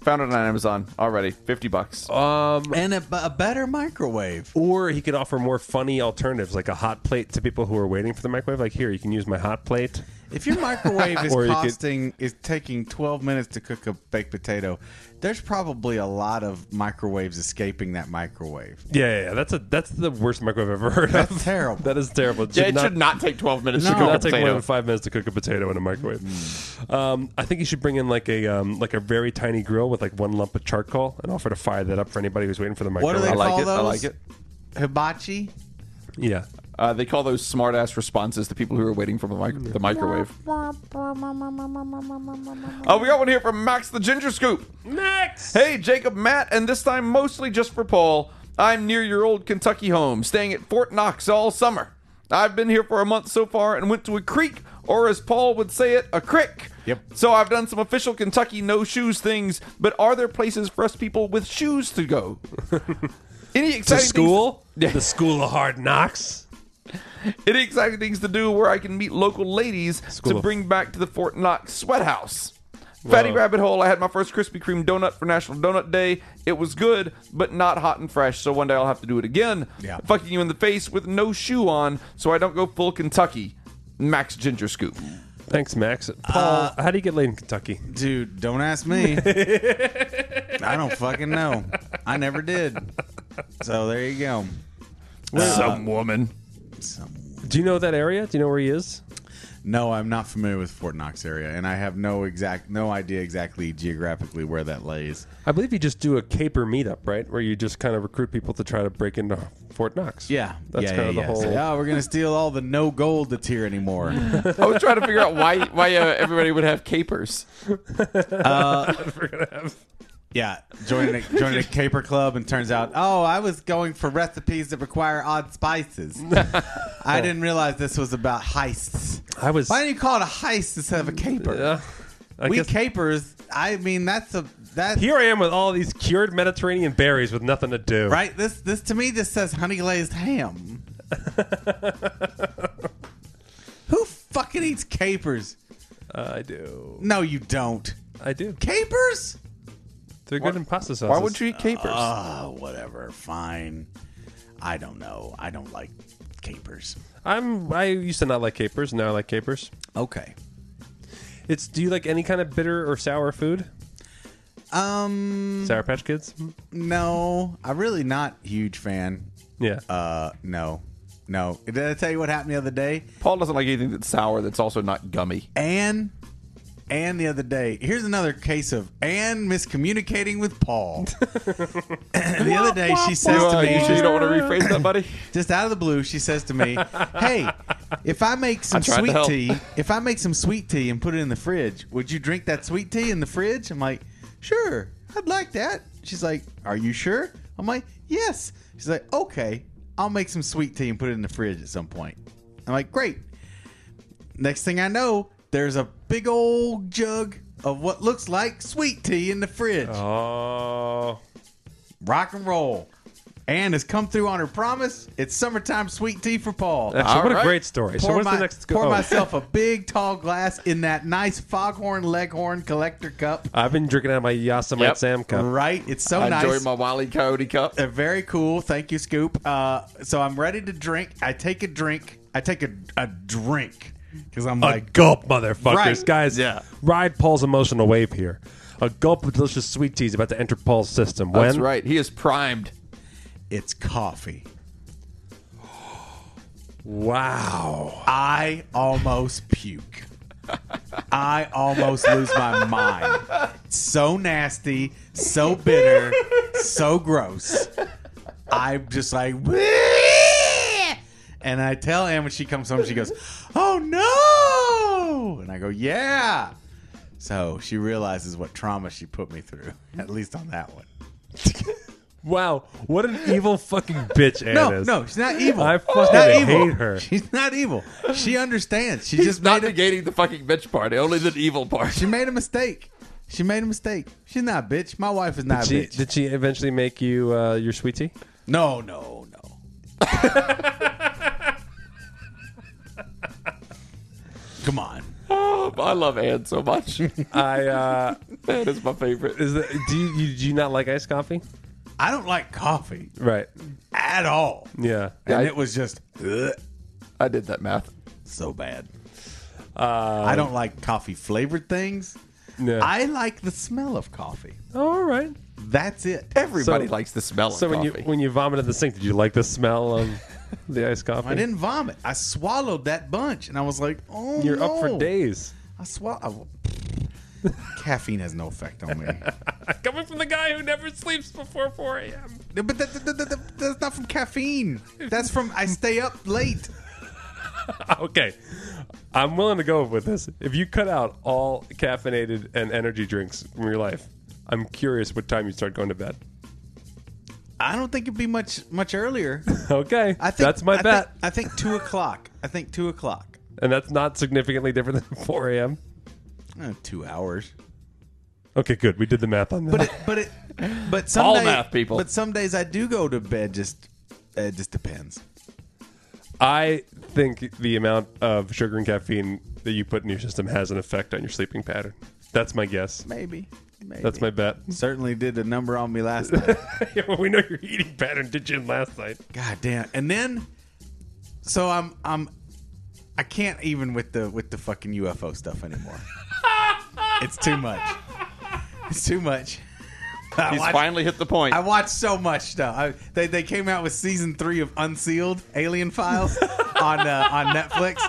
Speaker 3: Found it on Amazon already. 50 bucks.
Speaker 6: And a, b- a better microwave.
Speaker 5: or he could offer more funny alternatives, like a hot plate to people who are waiting for the microwave. Like, here, you can use my hot plate.
Speaker 6: If your microwave is
Speaker 5: Or you could-
Speaker 6: costing is taking 12 minutes to cook a baked potato, there's probably a lot of microwaves escaping that microwave.
Speaker 5: Yeah, yeah, yeah. that's a that's the worst microwave I've ever heard of.
Speaker 6: That's terrible.
Speaker 5: <laughs> That is terrible.
Speaker 3: yeah, it should not take 12 minutes
Speaker 5: It should
Speaker 3: to cook a
Speaker 5: not take more
Speaker 3: potato.
Speaker 5: than five minutes to cook a potato in a microwave.
Speaker 6: Mm.
Speaker 5: Um, I think you should bring in like a um, like a very tiny grill with like one lump of charcoal and offer to fire that up for anybody who's waiting for the
Speaker 6: What do
Speaker 5: microwave.
Speaker 6: they
Speaker 3: I like
Speaker 6: call
Speaker 3: it, I
Speaker 6: those?
Speaker 3: like it.
Speaker 6: Hibachi.
Speaker 5: yeah,
Speaker 3: Uh, they call those smart ass responses to people who are waiting for the, mic- the microwave. Oh, we got one here from Max the Ginger Scoop.
Speaker 5: Max.
Speaker 3: Hey, Jacob, Matt, and this time mostly just for Paul. I'm near your old Kentucky home, staying at Fort Knox all summer. I've been here for a month so far and went to a creek, or as Paul would say it, a crick.
Speaker 6: Yep.
Speaker 3: So I've done some official Kentucky no shoes things, but are there places for us people with shoes to go? Any exciting
Speaker 5: the
Speaker 3: things-
Speaker 5: school,
Speaker 3: Yeah.
Speaker 5: the school of hard knocks.
Speaker 3: Any exciting things to do where I can meet local ladies
Speaker 5: School
Speaker 3: to
Speaker 5: of-
Speaker 3: bring back to the Fort Knox sweat house? Fatty Rabbit Hole, I had my first Krispy Kreme donut for National Donut Day. It was good, but not hot and fresh, so one day I'll have to do it again.
Speaker 6: Yeah.
Speaker 3: Fucking you in the face with no shoe on, so I don't go full Kentucky. Max Ginger Scoop.
Speaker 5: Thanks, Max. Paul, how do you get laid in Kentucky?
Speaker 6: Dude, don't ask
Speaker 5: <laughs>
Speaker 6: me. I don't fucking know. I never did. So there you go.
Speaker 3: Some woman.
Speaker 6: Some-
Speaker 5: Do you know that area? Do you know where he is?
Speaker 6: No, I'm not familiar with Fort Knox area, and I have no exact no idea exactly geographically where that lays.
Speaker 5: I believe you just do a caper meetup, right? Where you just kind of recruit people to try to break into Fort Knox.
Speaker 6: Yeah,
Speaker 5: That's
Speaker 6: yeah,
Speaker 5: kind
Speaker 6: yeah,
Speaker 5: of the
Speaker 6: yeah.
Speaker 5: whole.
Speaker 6: Say, oh, we're gonna steal all the no gold that's here
Speaker 5: <laughs>
Speaker 6: anymore.
Speaker 3: I was trying to figure out why why uh, everybody would have capers.
Speaker 6: yeah, joining a, joining a caper club, and turns out, oh, I was going for recipes that require odd spices. I didn't realize this was about heists.
Speaker 5: I was.
Speaker 6: Why do you call it a heist instead of a caper?
Speaker 5: Yeah. I
Speaker 6: we
Speaker 5: guess-
Speaker 6: capers. I mean, that's a that
Speaker 5: here I am with all these cured Mediterranean berries with nothing to do.
Speaker 6: right. This this to me just says honey glazed ham.
Speaker 5: <laughs>
Speaker 6: Who fucking eats capers?
Speaker 5: Uh, I do.
Speaker 6: No, you don't.
Speaker 5: I do.
Speaker 6: Capers?
Speaker 5: They're good in pasta sauces.
Speaker 3: Why would you eat capers?
Speaker 6: Oh, whatever. Fine. I don't know. I don't like capers.
Speaker 5: I'm. I used to not like capers. Now I like capers.
Speaker 6: Okay.
Speaker 5: It's. Do you like any kind of bitter or sour food?
Speaker 6: Um,
Speaker 5: Sour Patch Kids.
Speaker 6: no, I'm really not huge fan.
Speaker 5: Yeah.
Speaker 6: Uh, no, no. Did I tell you what happened the other day?
Speaker 3: Paul doesn't like anything that's sour that's also not gummy.
Speaker 6: and and the other day here's another case of Anne miscommunicating with paul the other day she says
Speaker 3: You,
Speaker 6: to
Speaker 3: uh,
Speaker 6: me
Speaker 3: you sure you don't want to rephrase that, buddy?
Speaker 6: just out of the blue she says to me hey if i make some
Speaker 3: tried to
Speaker 6: sweet
Speaker 3: help.
Speaker 6: tea if i make some sweet tea and put it in the fridge would you drink that sweet tea in the fridge i'm like sure i'd like that she's like are you sure i'm like yes she's like okay i'll make some sweet tea and put it in the fridge at some point i'm like great Next thing I know, there's a big old jug of what looks like sweet tea in the fridge.
Speaker 5: oh.
Speaker 6: Rock and roll. Anne has come through on her promise. It's summertime sweet tea for Paul.
Speaker 5: Actually, what a
Speaker 3: right.
Speaker 5: great story. so
Speaker 6: Pour
Speaker 5: what's
Speaker 6: my-
Speaker 5: the next?
Speaker 6: pour
Speaker 5: oh.
Speaker 6: myself a big tall glass in that nice foghorn leghorn collector cup.
Speaker 5: I've been drinking out of my Yosemite
Speaker 3: Yep.
Speaker 5: Sam cup.
Speaker 6: Right? It's so
Speaker 3: I
Speaker 6: <laughs> nice.
Speaker 3: enjoyed my Wiley Coyote cup.
Speaker 6: Uh, very cool. Thank you, Scoop. Uh, so I'm ready to drink. I take a drink. I take a, a drink because I'm
Speaker 5: A
Speaker 6: like,
Speaker 5: gulp, motherfuckers,
Speaker 6: Right.
Speaker 5: guys.
Speaker 3: Yeah.
Speaker 5: Ride Paul's emotional wave here. A gulp of delicious sweet tea is about to enter Paul's system. When?
Speaker 3: That's right. He is primed.
Speaker 6: it's coffee.
Speaker 5: Wow.
Speaker 6: I almost puke. I almost lose my mind. So nasty, so bitter, so gross. I'm just like, "Bleh!" and I tell Anne when she comes home, she goes, "Oh no!" And I go, "Yeah." So she realizes what trauma she put me through, <laughs> at least on that one.
Speaker 5: Wow. What an evil fucking bitch Anne
Speaker 6: No,
Speaker 5: is.
Speaker 6: no, she's not evil.
Speaker 5: I
Speaker 6: She's
Speaker 5: fucking
Speaker 6: not
Speaker 5: hate her.
Speaker 6: She's not evil. She understands. She
Speaker 3: He's
Speaker 6: just
Speaker 3: not
Speaker 6: made a
Speaker 3: negating the fucking bitch part, only the evil part. <laughs>
Speaker 6: She made a mistake. She made a mistake. She's not a bitch. My wife is not a
Speaker 5: She,
Speaker 6: bitch.
Speaker 5: did she eventually make you uh, your sweet tea?
Speaker 6: no, no,
Speaker 5: <laughs>
Speaker 6: no. Come on.
Speaker 3: Oh, I love Anne so much. Anne
Speaker 5: I uh,
Speaker 3: is my favorite.
Speaker 5: is that, do you, you do you not like iced coffee?
Speaker 6: I don't like coffee
Speaker 5: Right.
Speaker 6: at all.
Speaker 5: Yeah.
Speaker 6: And
Speaker 3: I-
Speaker 6: it was just ugh,
Speaker 3: I did that math.
Speaker 6: so bad.
Speaker 5: Uh,
Speaker 6: I don't like coffee flavored things.
Speaker 5: No.
Speaker 6: I like the smell of coffee.
Speaker 5: All right.
Speaker 6: That's it.
Speaker 3: Everybody
Speaker 5: So-
Speaker 3: liked likes the smell
Speaker 5: So
Speaker 3: of
Speaker 5: when you
Speaker 3: coffee.
Speaker 5: when you vomited in the sink, did you like the smell
Speaker 6: <laughs>
Speaker 5: of the iced coffee?
Speaker 6: I didn't vomit. I swallowed that bunch, and I was like, "Oh,
Speaker 5: You're up for
Speaker 6: no.
Speaker 5: days.
Speaker 6: I swallow. Caffeine has no effect
Speaker 5: <laughs>
Speaker 6: on me.
Speaker 5: Coming from the guy who never sleeps before 4 a.m.
Speaker 6: But that, that, that, that- that's not from caffeine. That's from I stay up late.
Speaker 5: Okay. I'm willing to go with this. If you cut out all caffeinated and energy drinks from your life, I'm curious what time you start going to bed. <laughs>
Speaker 6: I don't think it'd be much much earlier.
Speaker 5: Okay.
Speaker 6: I think
Speaker 5: that's my
Speaker 6: I
Speaker 5: bet.
Speaker 6: Think, I think two o'clock. I think two o'clock.
Speaker 5: and that's not significantly different than <laughs> 4 a.m.
Speaker 6: Uh, two hours.
Speaker 5: Okay, good. We did the math on that.
Speaker 6: But it, but
Speaker 5: <laughs>
Speaker 6: it, but some
Speaker 3: All
Speaker 6: day-
Speaker 3: math people.
Speaker 6: But some days I do go to bed. Just it just depends.
Speaker 5: I think the amount of sugar and caffeine that you put in your system has an effect on your sleeping pattern. That's my guess.
Speaker 6: Maybe. Maybe.
Speaker 5: That's my bet. <laughs>
Speaker 6: Certainly did a number on me last <laughs> night.
Speaker 5: yeah, well, we know your eating pattern did you in last night.
Speaker 6: God damn. And then, so I'm I'm, I can't even with the with the fucking UFO stuff
Speaker 5: <laughs>
Speaker 6: anymore. it's too much. It's too much. <laughs> I
Speaker 3: He's
Speaker 6: watched,
Speaker 3: finally hit the point.
Speaker 6: I watched so much stuff. I, they they
Speaker 5: <laughs>
Speaker 6: came out with season three of Unsealed Alien Files on uh, on Netflix.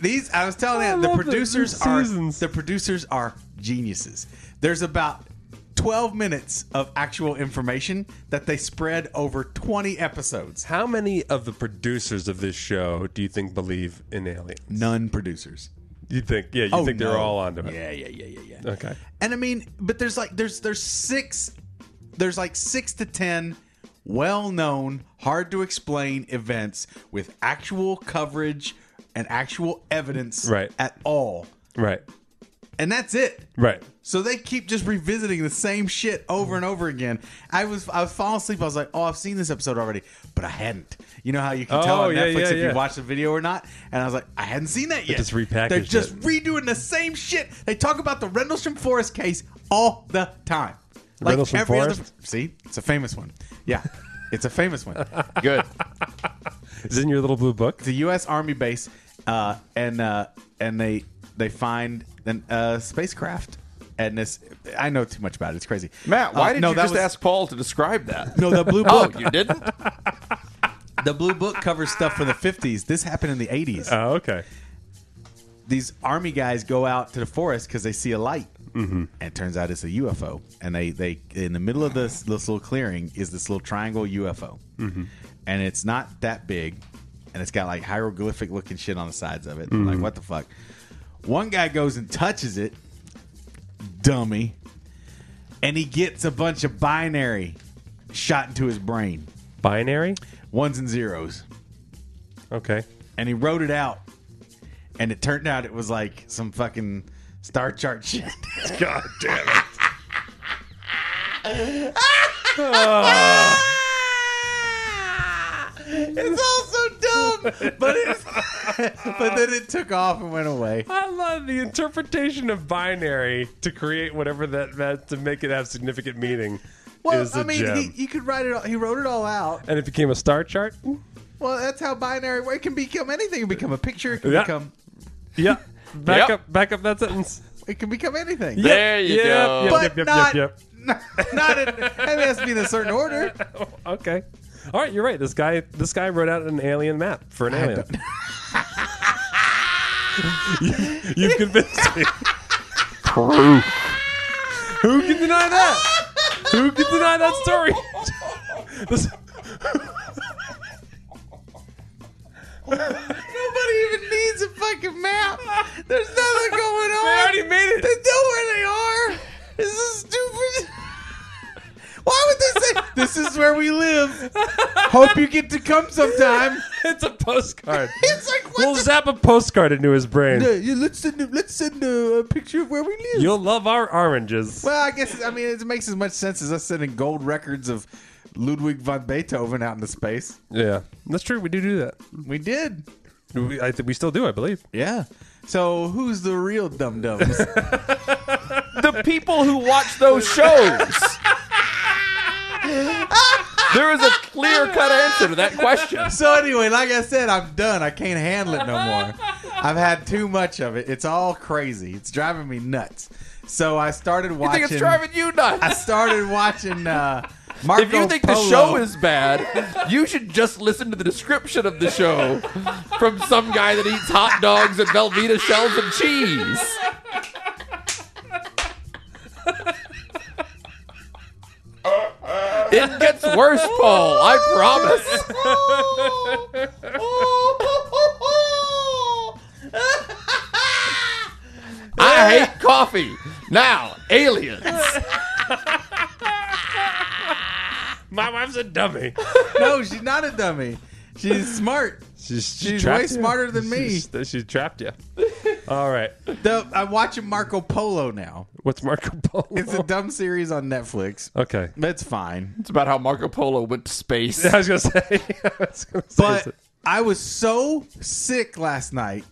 Speaker 6: These I was telling
Speaker 5: I
Speaker 6: you, the
Speaker 5: love the-
Speaker 6: producers
Speaker 5: these
Speaker 6: are
Speaker 5: seasons.
Speaker 6: the producers are geniuses. There's about 12 minutes of actual information that they spread over 20 episodes.
Speaker 5: How many of the producers of this show do you think believe in aliens?
Speaker 6: None producers.
Speaker 5: You think? Yeah, you
Speaker 6: Oh,
Speaker 5: think they're
Speaker 6: no.
Speaker 5: all onto it?
Speaker 6: Yeah, yeah, yeah, yeah, yeah.
Speaker 5: Okay.
Speaker 6: And I mean, but there's like there's there's six there's like six to ten well-known, hard to explain events with actual coverage and actual evidence
Speaker 5: Right.
Speaker 6: at all.
Speaker 5: Right.
Speaker 6: And that's it.
Speaker 5: Right.
Speaker 6: So they keep just revisiting the same shit over and over again. I was I was falling asleep. I was like, oh, I've seen this episode already, but I hadn't. You know how you can tell
Speaker 5: Oh,
Speaker 6: on
Speaker 5: yeah,
Speaker 6: Netflix
Speaker 5: yeah,
Speaker 6: if
Speaker 5: yeah.
Speaker 6: you watch the video or not. And I was like, I hadn't seen that yet.
Speaker 5: just repackaged
Speaker 6: They're just
Speaker 5: it.
Speaker 6: redoing the same shit. They talk about the Rendlesham Forest case all the time. Like
Speaker 5: Rendlesham
Speaker 6: every other.
Speaker 5: Forest?
Speaker 6: See, it's a famous one. Yeah, it's a famous one.
Speaker 3: Good.
Speaker 5: Is it in your little blue <laughs> book?
Speaker 6: It's a U.S. Army base, uh, and uh, and they they find an uh, spacecraft. And this, I know too much about it. It's crazy.
Speaker 3: Matt, why
Speaker 6: Uh,
Speaker 3: did
Speaker 6: no,
Speaker 3: you
Speaker 6: that
Speaker 3: just
Speaker 6: was-
Speaker 3: ask Paul to describe that?
Speaker 6: No, the blue
Speaker 3: <laughs> Oh,
Speaker 6: book.
Speaker 3: you didn't?
Speaker 6: The blue book covers stuff from the fifties. This happened in the eighties.
Speaker 5: Oh, okay.
Speaker 6: These army guys go out to the forest because they see a light, and it turns out it's a UFO. And they they in the middle of this this little clearing is this little triangle UFO, and it's not that big, and it's got like hieroglyphic looking shit on the sides of it. Like what the fuck? One guy goes and touches it, dummy, and he gets a bunch of binary shot into his brain,
Speaker 5: Binary.
Speaker 6: ones and zeros.
Speaker 5: Okay.
Speaker 6: and he wrote it out. And it turned out it was like some fucking star chart shit.
Speaker 5: <laughs> God damn it.
Speaker 6: <laughs> it's all so dumb, but it's <laughs> but then it took off and went away.
Speaker 5: I love the interpretation of binary to create whatever that that to make it have significant meaning.
Speaker 6: Well,
Speaker 5: is a
Speaker 6: I mean,
Speaker 5: gem.
Speaker 6: he, you could write it. All, he wrote it all out.
Speaker 5: and it became a star chart.
Speaker 6: Well, that's how binary. Well, it can become anything. It can become a picture. It can
Speaker 5: Yeah.
Speaker 6: become.
Speaker 5: Yeah. <laughs> Back
Speaker 3: Yep.
Speaker 5: up. Back up that sentence.
Speaker 6: It can become anything.
Speaker 3: Yeah. There you
Speaker 5: yep,
Speaker 3: go.
Speaker 5: Yep,
Speaker 6: But
Speaker 5: yep, yep,
Speaker 6: not,
Speaker 5: yep,
Speaker 6: not in, it has to be in a certain order.
Speaker 5: yep. Okay. All right, you're right. This guy, this guy wrote out an alien map for an alien. <laughs> you, have convinced me. Who can deny that? Who can deny that story? This-
Speaker 6: Nobody even needs a fucking map. There's nothing going on.
Speaker 5: they already made it.
Speaker 6: They know where they are. This is stupid. Why would they say this is where we live? Hope you get to come <laughs> sometime.
Speaker 5: It's a postcard.
Speaker 6: It's like what?
Speaker 5: We'll
Speaker 6: the-
Speaker 5: zap a postcard into his brain.
Speaker 6: Yeah, let's send a- let's send a, a picture of where we live.
Speaker 5: You'll love our oranges.
Speaker 6: Well, I guess I mean it makes as much sense as us sending gold records of Ludwig von Beethoven out into space.
Speaker 5: Yeah, that's true. We do do that.
Speaker 6: We did.
Speaker 5: We, I think we still do, I believe.
Speaker 6: Yeah. So who's the real dum dums?
Speaker 3: the people who watch those shows. <laughs> there is a clear cut answer to that question.
Speaker 6: So anyway, like I said, I'm done. I can't handle it no more. I've had too much of it. It's all crazy. It's driving me nuts. So I started
Speaker 3: I
Speaker 6: watching.
Speaker 3: think it's driving you
Speaker 6: I
Speaker 3: nuts.
Speaker 6: started watching uh,
Speaker 3: <laughs>
Speaker 6: Marco
Speaker 3: If you think the
Speaker 6: Polo.
Speaker 3: show is bad, you should just listen to the description of the show from some guy that eats hot dogs and Velveeta shells and cheese. It gets worse, Paul. I promise. I hate coffee. Now, aliens.
Speaker 5: My wife's a dummy.
Speaker 6: no, she's not a dummy. She's smart.
Speaker 5: She's,
Speaker 6: She's way smarter than me.
Speaker 5: She's, she's trapped
Speaker 6: <laughs>
Speaker 5: you. All right.
Speaker 6: The, I'm watching Marco Polo now.
Speaker 5: What's Marco Polo?
Speaker 6: It's a dumb series on Netflix.
Speaker 5: okay. <laughs>
Speaker 6: That's fine.
Speaker 3: It's about how Marco Polo went to space.
Speaker 5: I was gonna say. <laughs> I was gonna say
Speaker 6: But I was so sick last night,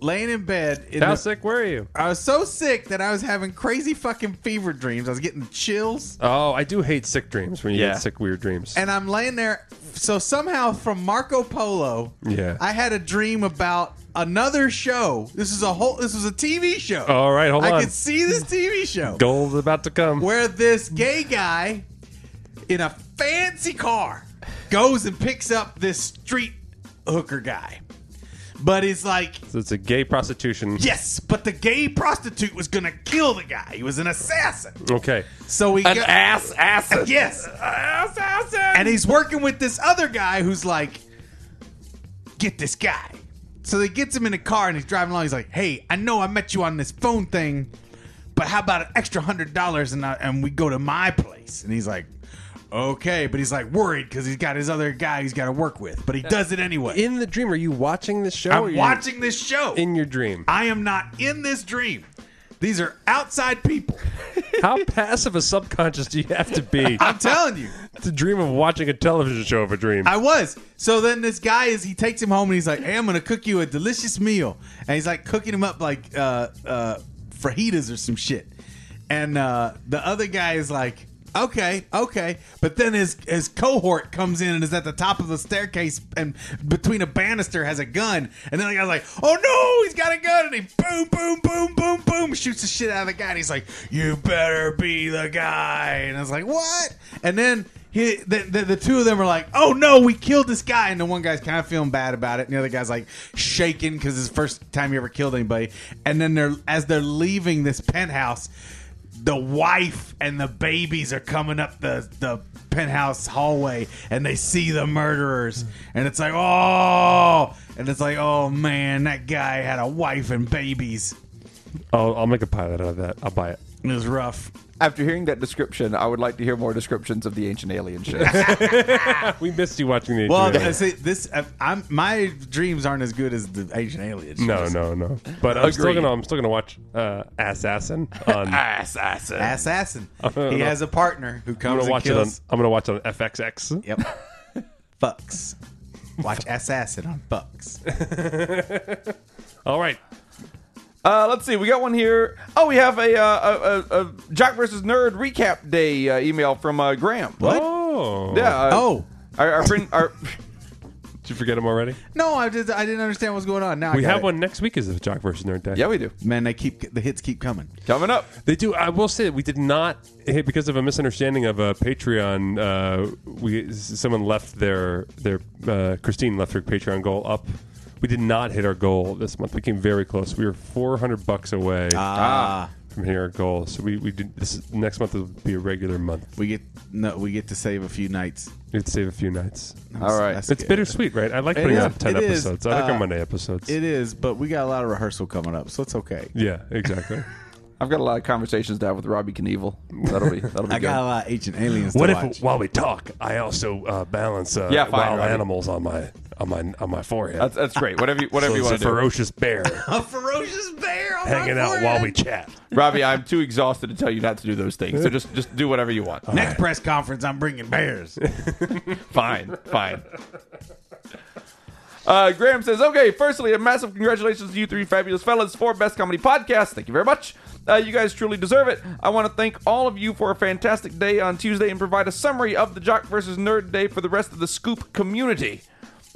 Speaker 6: laying in bed. In
Speaker 5: how
Speaker 6: the-
Speaker 5: sick were you?
Speaker 6: I was so sick that I was having crazy fucking fever dreams. I was getting chills,
Speaker 5: Oh, I do hate sick dreams when you
Speaker 3: Yeah.
Speaker 5: get sick, weird dreams.
Speaker 6: and I'm laying there. So somehow, from Marco Polo,
Speaker 5: Yeah.
Speaker 6: I had a dream about another show. This is a whole. This was a TV show.
Speaker 5: All right, Oh, hold
Speaker 6: I
Speaker 5: on.
Speaker 6: could see this TV show
Speaker 5: Gold's about to come.
Speaker 6: where this gay guy in a fancy car goes and picks up this street hooker guy. But it's like,
Speaker 5: So it's a gay prostitution.
Speaker 6: yes, but the gay prostitute was gonna kill the guy. He was an assassin.
Speaker 5: Okay.
Speaker 6: So he got,
Speaker 3: ass ass.
Speaker 6: yes, and he's working with this other guy who's like, get this guy. So they gets him in a car and he's driving along. He's like, hey, I know I met you on this phone thing, but how about an extra hundred dollars and I, and we go to my place? And he's like, okay, but he's like worried because he's got his other guy he's got to work with, but he does it anyway.
Speaker 5: In the dream, are you watching this show? or
Speaker 6: I'm
Speaker 5: you're
Speaker 6: watching this show.
Speaker 5: in your dream.
Speaker 6: I am not in this dream. These are outside people.
Speaker 5: How passive a subconscious do you have to
Speaker 6: <laughs>
Speaker 5: be <laughs>
Speaker 6: I'm telling you.
Speaker 5: to dream of watching a television show of a dream?
Speaker 6: I was. So then this guy is he takes him home and he's like, "Hey, I'm gonna cook you a delicious meal," and he's like cooking him up like uh, uh, fajitas or some shit. And uh, the other guy is like, "Okay, okay," but then his his cohort comes in and is at the top of the staircase and between a banister has a gun, and then the guy's like, "Oh no, he's got a gun!" And he boom, boom, boom, boom, boom shoots the shit out of the guy. And he's like, "You better be the guy," and I was like, "What?" And then he, the, the, the two of them are like, oh no, we killed this guy. And the one guy's kind of feeling bad about it. And the other guy's like shaking because it's the first time he ever killed anybody. And then they're, as they're leaving this penthouse, the wife and the babies are coming up the, the penthouse hallway and they see the murderers. And it's like, oh, and it's like, oh man, that guy had a wife and babies.
Speaker 5: I'll, I'll make a pilot out of that. I'll buy it.
Speaker 6: It was rough.
Speaker 3: After hearing that description, I would like to hear more descriptions of the ancient alien shows.
Speaker 5: We missed you watching the
Speaker 6: Well,
Speaker 5: dream.
Speaker 6: I Uh, see, this I'm my dreams aren't as good as the Asian aliens.
Speaker 5: No, no, no. But I'm still
Speaker 3: Agreed.
Speaker 5: gonna I'm still gonna watch uh,
Speaker 6: <laughs>
Speaker 5: Assassin on.
Speaker 6: Ah,
Speaker 5: I'm
Speaker 3: ass ass.
Speaker 6: assassin. He has a partner who
Speaker 5: gonna
Speaker 6: comes and
Speaker 5: watch it on.
Speaker 6: kills.
Speaker 5: I'm gonna watch it on FXX.
Speaker 6: Yep.
Speaker 5: <laughs>
Speaker 6: Fucks. Watch assassin on Bucks.
Speaker 5: All right.
Speaker 3: Uh, let's see. We got one here. Oh, we have a uh, a, a, a Jock versus Nerd recap day uh, email from uh, Graham.
Speaker 6: What?
Speaker 5: Oh,
Speaker 3: Yeah. Uh,
Speaker 6: Oh.
Speaker 3: Our, our friend. Our
Speaker 5: Did you forget him already?
Speaker 6: No, I just I didn't understand what's going on. Now I
Speaker 5: We
Speaker 6: got
Speaker 5: have
Speaker 6: it.
Speaker 5: one next week. Is the Jock versus Nerd Day?
Speaker 3: yeah, we do.
Speaker 6: Man, they keep the hits keep coming.
Speaker 3: Coming up.
Speaker 5: They do. I will say that we did not hey, because of a misunderstanding of a Patreon. Uh, we someone left their their uh, Christine left her Patreon goal up. We did not hit our goal this month. We came very close. We were four hundred bucks away
Speaker 6: Ah,
Speaker 5: from hitting our goal. So we, we did this is- next month will be a regular month.
Speaker 6: we get no, we get to save a few nights.
Speaker 5: We would save a few nights.
Speaker 3: All right.
Speaker 6: That's
Speaker 5: It's
Speaker 6: good.
Speaker 5: bittersweet, right? I like putting
Speaker 6: is.
Speaker 5: up ten
Speaker 6: It is.
Speaker 5: episodes. I like
Speaker 6: Uh,
Speaker 5: our Monday episodes.
Speaker 6: It is, but we got a lot of rehearsal coming up, so it's okay.
Speaker 5: yeah,
Speaker 6: <laughs>
Speaker 5: exactly.
Speaker 3: I've got a lot of conversations to have with Robbie Knievel. That'll be that'll be
Speaker 6: <laughs> I
Speaker 3: good.
Speaker 6: got a lot of ancient aliens.
Speaker 5: What
Speaker 6: to
Speaker 5: if
Speaker 6: watch.
Speaker 5: while we talk, I also uh, balance uh,
Speaker 3: Yeah, fine,
Speaker 5: wild
Speaker 3: Robbie.
Speaker 5: animals on my on my on my forehead?
Speaker 3: That's that's great. Whatever you whatever
Speaker 5: So
Speaker 3: you
Speaker 5: it's
Speaker 3: want to
Speaker 5: a
Speaker 3: do.
Speaker 5: ferocious bear
Speaker 6: a ferocious bear on my
Speaker 5: hanging out while we
Speaker 6: forehead?
Speaker 5: chat.
Speaker 3: Robbie, I'm too exhausted to tell you not to do those things. So just just do whatever you want.
Speaker 6: Next press conference, I'm
Speaker 5: <laughs>
Speaker 6: bringing bears.
Speaker 3: fine, fine. Uh, Graham says, okay, firstly, a massive congratulations to you three fabulous fellas for Best Comedy Podcast. Thank you very much. Uh, you guys truly deserve it. I want to thank all of you for a fantastic day on Tuesday and provide a summary of the Jock versus Nerd Day for the rest of the Scoop community.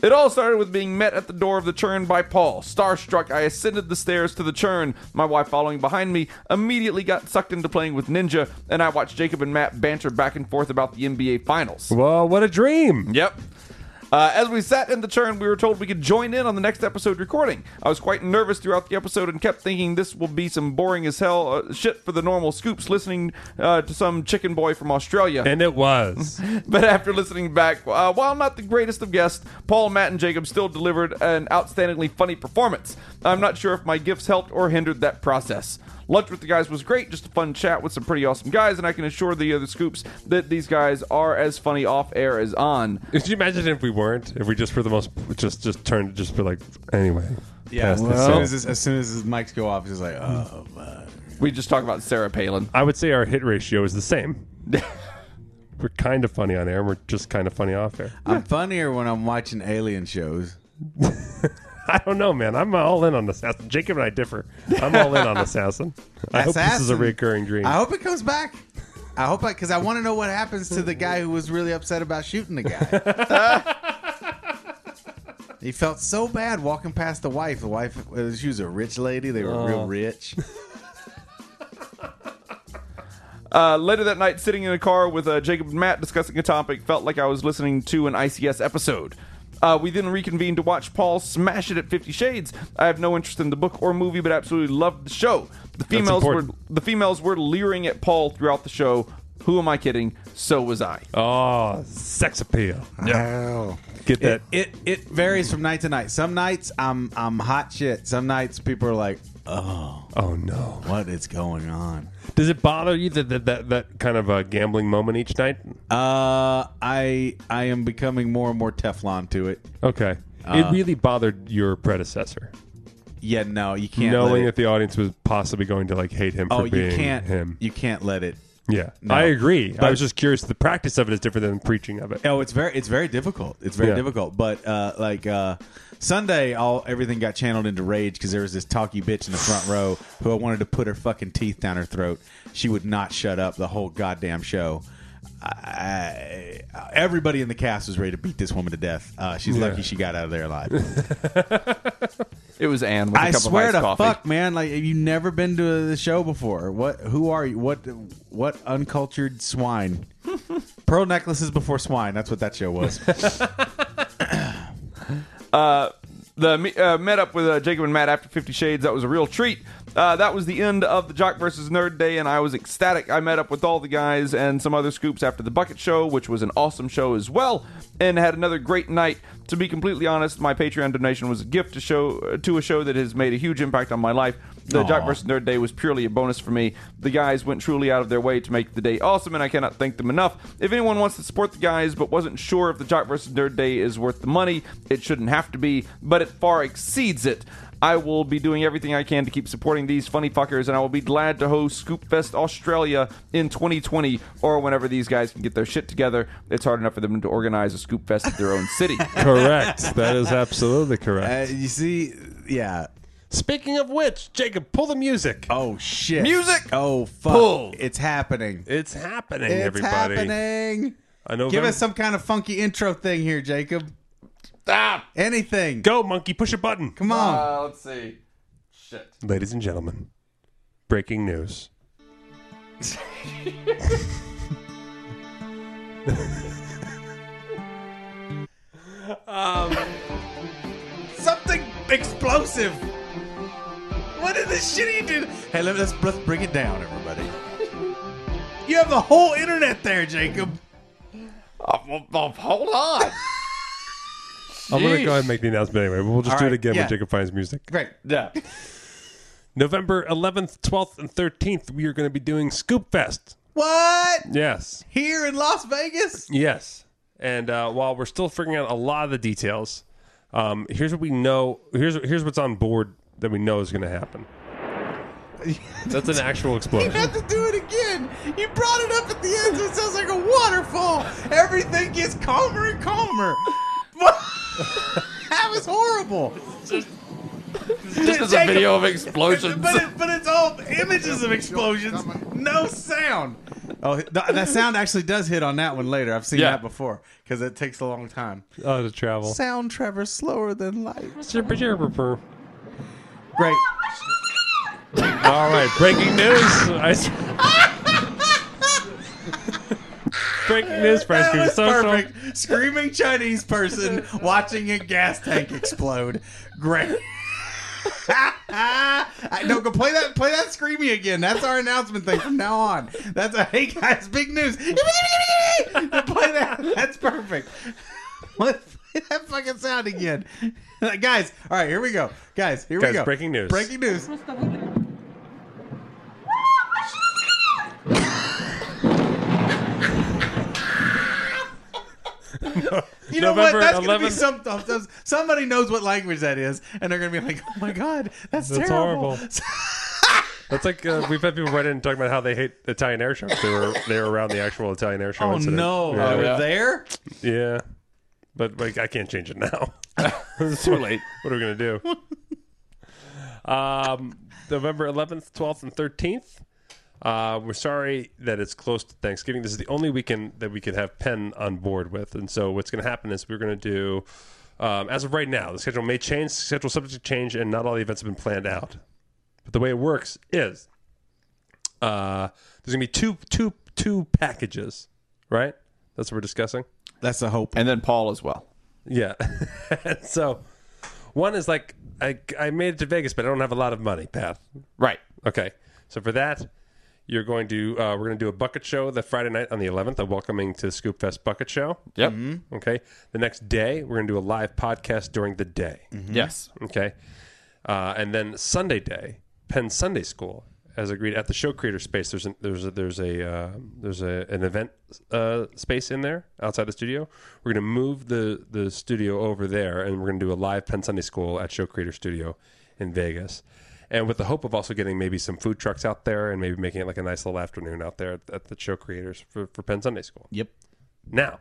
Speaker 3: It all started with being met at the door of the churn by Paul. Starstruck, I ascended the stairs to the churn. My wife, following behind me, immediately got sucked into playing with Ninja, and I watched Jacob and Matt banter back and forth about the NBA Finals.
Speaker 5: Well, what a dream!
Speaker 3: Yep. Uh, as we sat in the churn, we were told we could join in on the next episode recording. I was quite nervous throughout the episode and kept thinking this will be some boring as hell uh, shit for the normal scoops listening uh, to some chicken boy from Australia.
Speaker 5: And it was.
Speaker 3: <laughs>
Speaker 5: <laughs>
Speaker 3: but after listening back, uh, while not the greatest of guests, Paul, Matt, and Jacob still delivered an outstandingly funny performance. I'm not sure if my gifts helped or hindered that process. Lunch with the guys was great, just a fun chat with some pretty awesome guys, and I can assure the other scoops that these guys are as funny off air as on.
Speaker 5: Could you imagine if we weren't? If we just were the most just just turned just be like anyway.
Speaker 6: Yeah,
Speaker 5: pass this
Speaker 6: as soon
Speaker 5: up.
Speaker 6: as his, as soon as his mics go off, he's like, oh, man.
Speaker 3: We just talk about Sarah Palin.
Speaker 5: I would say our hit ratio is the
Speaker 6: <laughs>
Speaker 5: same. we're kind of funny on air. and We're just kind of funny off air. <laughs>
Speaker 6: I'm funnier when I'm watching alien shows.
Speaker 5: I don't know, man. I'm all in on assassin. Jacob and I differ. I'm all
Speaker 6: <laughs>
Speaker 5: in on assassin. I hope this is a
Speaker 6: Assassin.
Speaker 5: recurring dream.
Speaker 6: I hope it comes back. I hope I because I want to know what happens to the guy who was really upset about shooting the guy.
Speaker 5: <laughs>
Speaker 6: he felt so bad walking past the wife. The wife, uh, she was a rich lady. They were
Speaker 5: Oh. <laughs>
Speaker 6: real rich.
Speaker 3: Uh, later that night, sitting in a car with uh, Jacob and Matt discussing a topic, felt like I was listening to an ICS episode. Uh, we then reconvened to watch Paul smash it at Fifty Shades. I have no interest in the book or movie, but absolutely loved the show. The females were
Speaker 5: important.
Speaker 3: the females were leering at Paul throughout the show. Who am I kidding? So was I.
Speaker 5: Oh, sex appeal.
Speaker 6: No.
Speaker 5: Get that.
Speaker 6: It it varies from night to night. Some nights I'm I'm hot shit. Some nights people are like, oh,
Speaker 5: oh no.
Speaker 6: what is going on?
Speaker 5: Does it bother you that that that, that kind of a gambling moment each night?
Speaker 6: Uh, I I am becoming more and more Teflon to it.
Speaker 5: Okay.
Speaker 6: uh,
Speaker 5: it really bothered your predecessor,
Speaker 6: Yeah, no, you can't. let
Speaker 5: knowing
Speaker 6: it-
Speaker 5: that the audience was possibly going to like hate him
Speaker 6: oh,
Speaker 5: for being
Speaker 6: you can't.
Speaker 5: him.
Speaker 6: You can't let it.
Speaker 5: yeah,
Speaker 6: No.
Speaker 5: I agree. I
Speaker 6: But-
Speaker 5: was just curious. The practice of it is different than preaching of it.
Speaker 6: Oh, it's very it's very difficult. It's very
Speaker 5: Yeah.
Speaker 6: difficult. But uh, like uh, Sunday, all everything got channeled into rage because there was this talky bitch in the front row who I wanted to put her fucking teeth down her throat. She would not shut up the whole goddamn show. I, I- everybody in the cast was ready to beat this woman to death. Uh, she's lucky she got out of there alive.
Speaker 3: It was Anne with a
Speaker 6: I
Speaker 3: cup of
Speaker 6: swear
Speaker 3: iced
Speaker 6: to
Speaker 3: coffee.
Speaker 6: fuck, man! Like, have you never been to the show before? What? Who are you? What? What uncultured swine? Pearl necklaces before swine. That's what that show was.
Speaker 3: the me- uh, met up with uh, Jacob and Matt after Fifty Shades. That was a real treat. Uh, that was the end of the Jock versus Nerd Day, and I was ecstatic. I met up with all the guys and some other scoops after the Bucket Show, which was an awesome show as well, and had another great night. To be completely honest, my Patreon donation was a gift to show to a show that has made a huge impact on my life. The
Speaker 6: Aw.
Speaker 3: Jock versus Nerd Day was purely a bonus for me. The guys went truly out of their way to make the day awesome, and I cannot thank them enough. If anyone wants to support the guys but wasn't sure if the Jock versus Nerd Day is worth the money, it shouldn't have to be, but it far exceeds it. I will be doing everything I can to keep supporting these funny fuckers, and I will be glad to host Scoop Fest Australia in 2020 or whenever these guys can get their shit together. It's hard enough for them to organize a Scoop Fest at their own <laughs> city.
Speaker 5: <laughs> correct. That is absolutely correct.
Speaker 6: Uh, you see, yeah.
Speaker 5: Speaking of which, Jacob, pull the music.
Speaker 6: Oh shit!
Speaker 3: Music
Speaker 6: Oh fuck!
Speaker 5: pulled.
Speaker 6: It's happening!
Speaker 5: It's happening,
Speaker 6: It's
Speaker 5: everybody.
Speaker 6: happening!
Speaker 5: I know.
Speaker 6: Give us some kind of funky intro thing here, Jacob.
Speaker 5: ah,
Speaker 6: Anything?
Speaker 5: go, monkey. Push a button.
Speaker 6: Come on!
Speaker 3: Uh, let's see. Shit.
Speaker 5: Ladies and gentlemen, breaking news.
Speaker 6: Something explosive! What is this shit you do? Hey, let, let's let's bring it down, everybody. You have the whole internet there, Jacob.
Speaker 3: hold on.
Speaker 5: I'm going to go ahead and make the announcement anyway. but We'll just
Speaker 6: All
Speaker 5: do it
Speaker 6: right,
Speaker 5: again
Speaker 6: yeah.
Speaker 5: when Jacob finds music.
Speaker 6: Great.
Speaker 3: Yeah.
Speaker 5: November 11th, 12th, and 13th, we are going to be doing Scoop Fest.
Speaker 6: What?
Speaker 5: Yes.
Speaker 6: Here in Las Vegas?
Speaker 5: Yes. And uh, while we're still figuring out a lot of the details, um, here's what we know. Here's here's what's on board that we know is going to happen. <laughs> That's an actual
Speaker 6: <laughs> You
Speaker 5: explosion.
Speaker 6: have to do it again. You brought it up at the end, so it sounds like a waterfall. Everything gets calmer and calmer. What? that was horrible.
Speaker 3: This is a
Speaker 6: Jacob-
Speaker 3: video of explosions.
Speaker 6: But, it, but it's all images of explosions, no sound. Oh, th- that sound actually does hit on that one later. I've seen
Speaker 3: Yeah.
Speaker 6: that before because it takes a long time.
Speaker 5: <laughs> oh, to
Speaker 6: <laughs>
Speaker 5: travel.
Speaker 6: Sound travels slower than light.
Speaker 5: All
Speaker 6: Great.
Speaker 5: right, breaking news. I s- breaking news, Fresh
Speaker 6: That
Speaker 5: Cream
Speaker 6: was
Speaker 5: Social.
Speaker 6: perfect. Screaming
Speaker 5: <laughs>
Speaker 6: Chinese person watching a gas tank explode. Great. <laughs> I- no, go play that. Play that screamy again. That's our announcement thing from now on. That's a hey guys, big news. <laughs> play that. That's perfect. Let's play that fucking sound again, <laughs> guys. All right, here we go, guys. Here we
Speaker 5: Guys,
Speaker 6: go.
Speaker 5: breaking news.
Speaker 6: Breaking news. You know
Speaker 5: November
Speaker 6: what? That's going to be
Speaker 5: 11th.
Speaker 6: some, some- somebody knows what language that is, and they're going to be like, "Oh my god, that's,
Speaker 5: That's
Speaker 6: terrible."
Speaker 5: horrible. That's like uh, we've had people write in and talk about how they hate Italian air shows. They were they were around the actual Italian air show
Speaker 6: oh
Speaker 5: incident.
Speaker 6: no,
Speaker 5: Yeah.
Speaker 6: they were
Speaker 3: yeah.
Speaker 6: there.
Speaker 5: Yeah. But like I can't change it now.
Speaker 3: <laughs> it's too late.
Speaker 5: <laughs> what are we gonna do? um, November 11th, 12th, and 13th. Uh, we're sorry that it's close to Thanksgiving. This is the only weekend that we could have Penn on board with, and so what's going to happen is we're going to do. Um, as of right now, the schedule may change, schedule subject to change, and not all the events have been planned out. But the way it works is uh, there's going to be two, two, two packages, right? That's what we're discussing.
Speaker 6: That's a hope.
Speaker 3: And then Paul as well.
Speaker 5: Yeah. <laughs> so one is like I I made it to Vegas, but I don't have a lot of money. Path.
Speaker 3: Right.
Speaker 5: Okay. So for that, you're going to uh, we're going to do a bucket show the Friday night on the 11th. A welcoming to Scoop Fest bucket show.
Speaker 3: Yep.
Speaker 5: Okay. The next day, we're going to do a live podcast during the day.
Speaker 3: Yes.
Speaker 5: Okay. Uh, and then Sunday day, Penn Sunday School, as agreed at the show creator space. There's an, there's a, there's a uh, there's a, an event uh, space in there outside the studio. We're gonna move the the studio over there, and we're gonna do a live Penn Sunday School at Show Creator Studio in Vegas. And with the hope of also getting maybe some food trucks out there and maybe making it like a nice little afternoon out there at, at the show creators for, for Penn Sunday School.
Speaker 6: Yep.
Speaker 5: Now,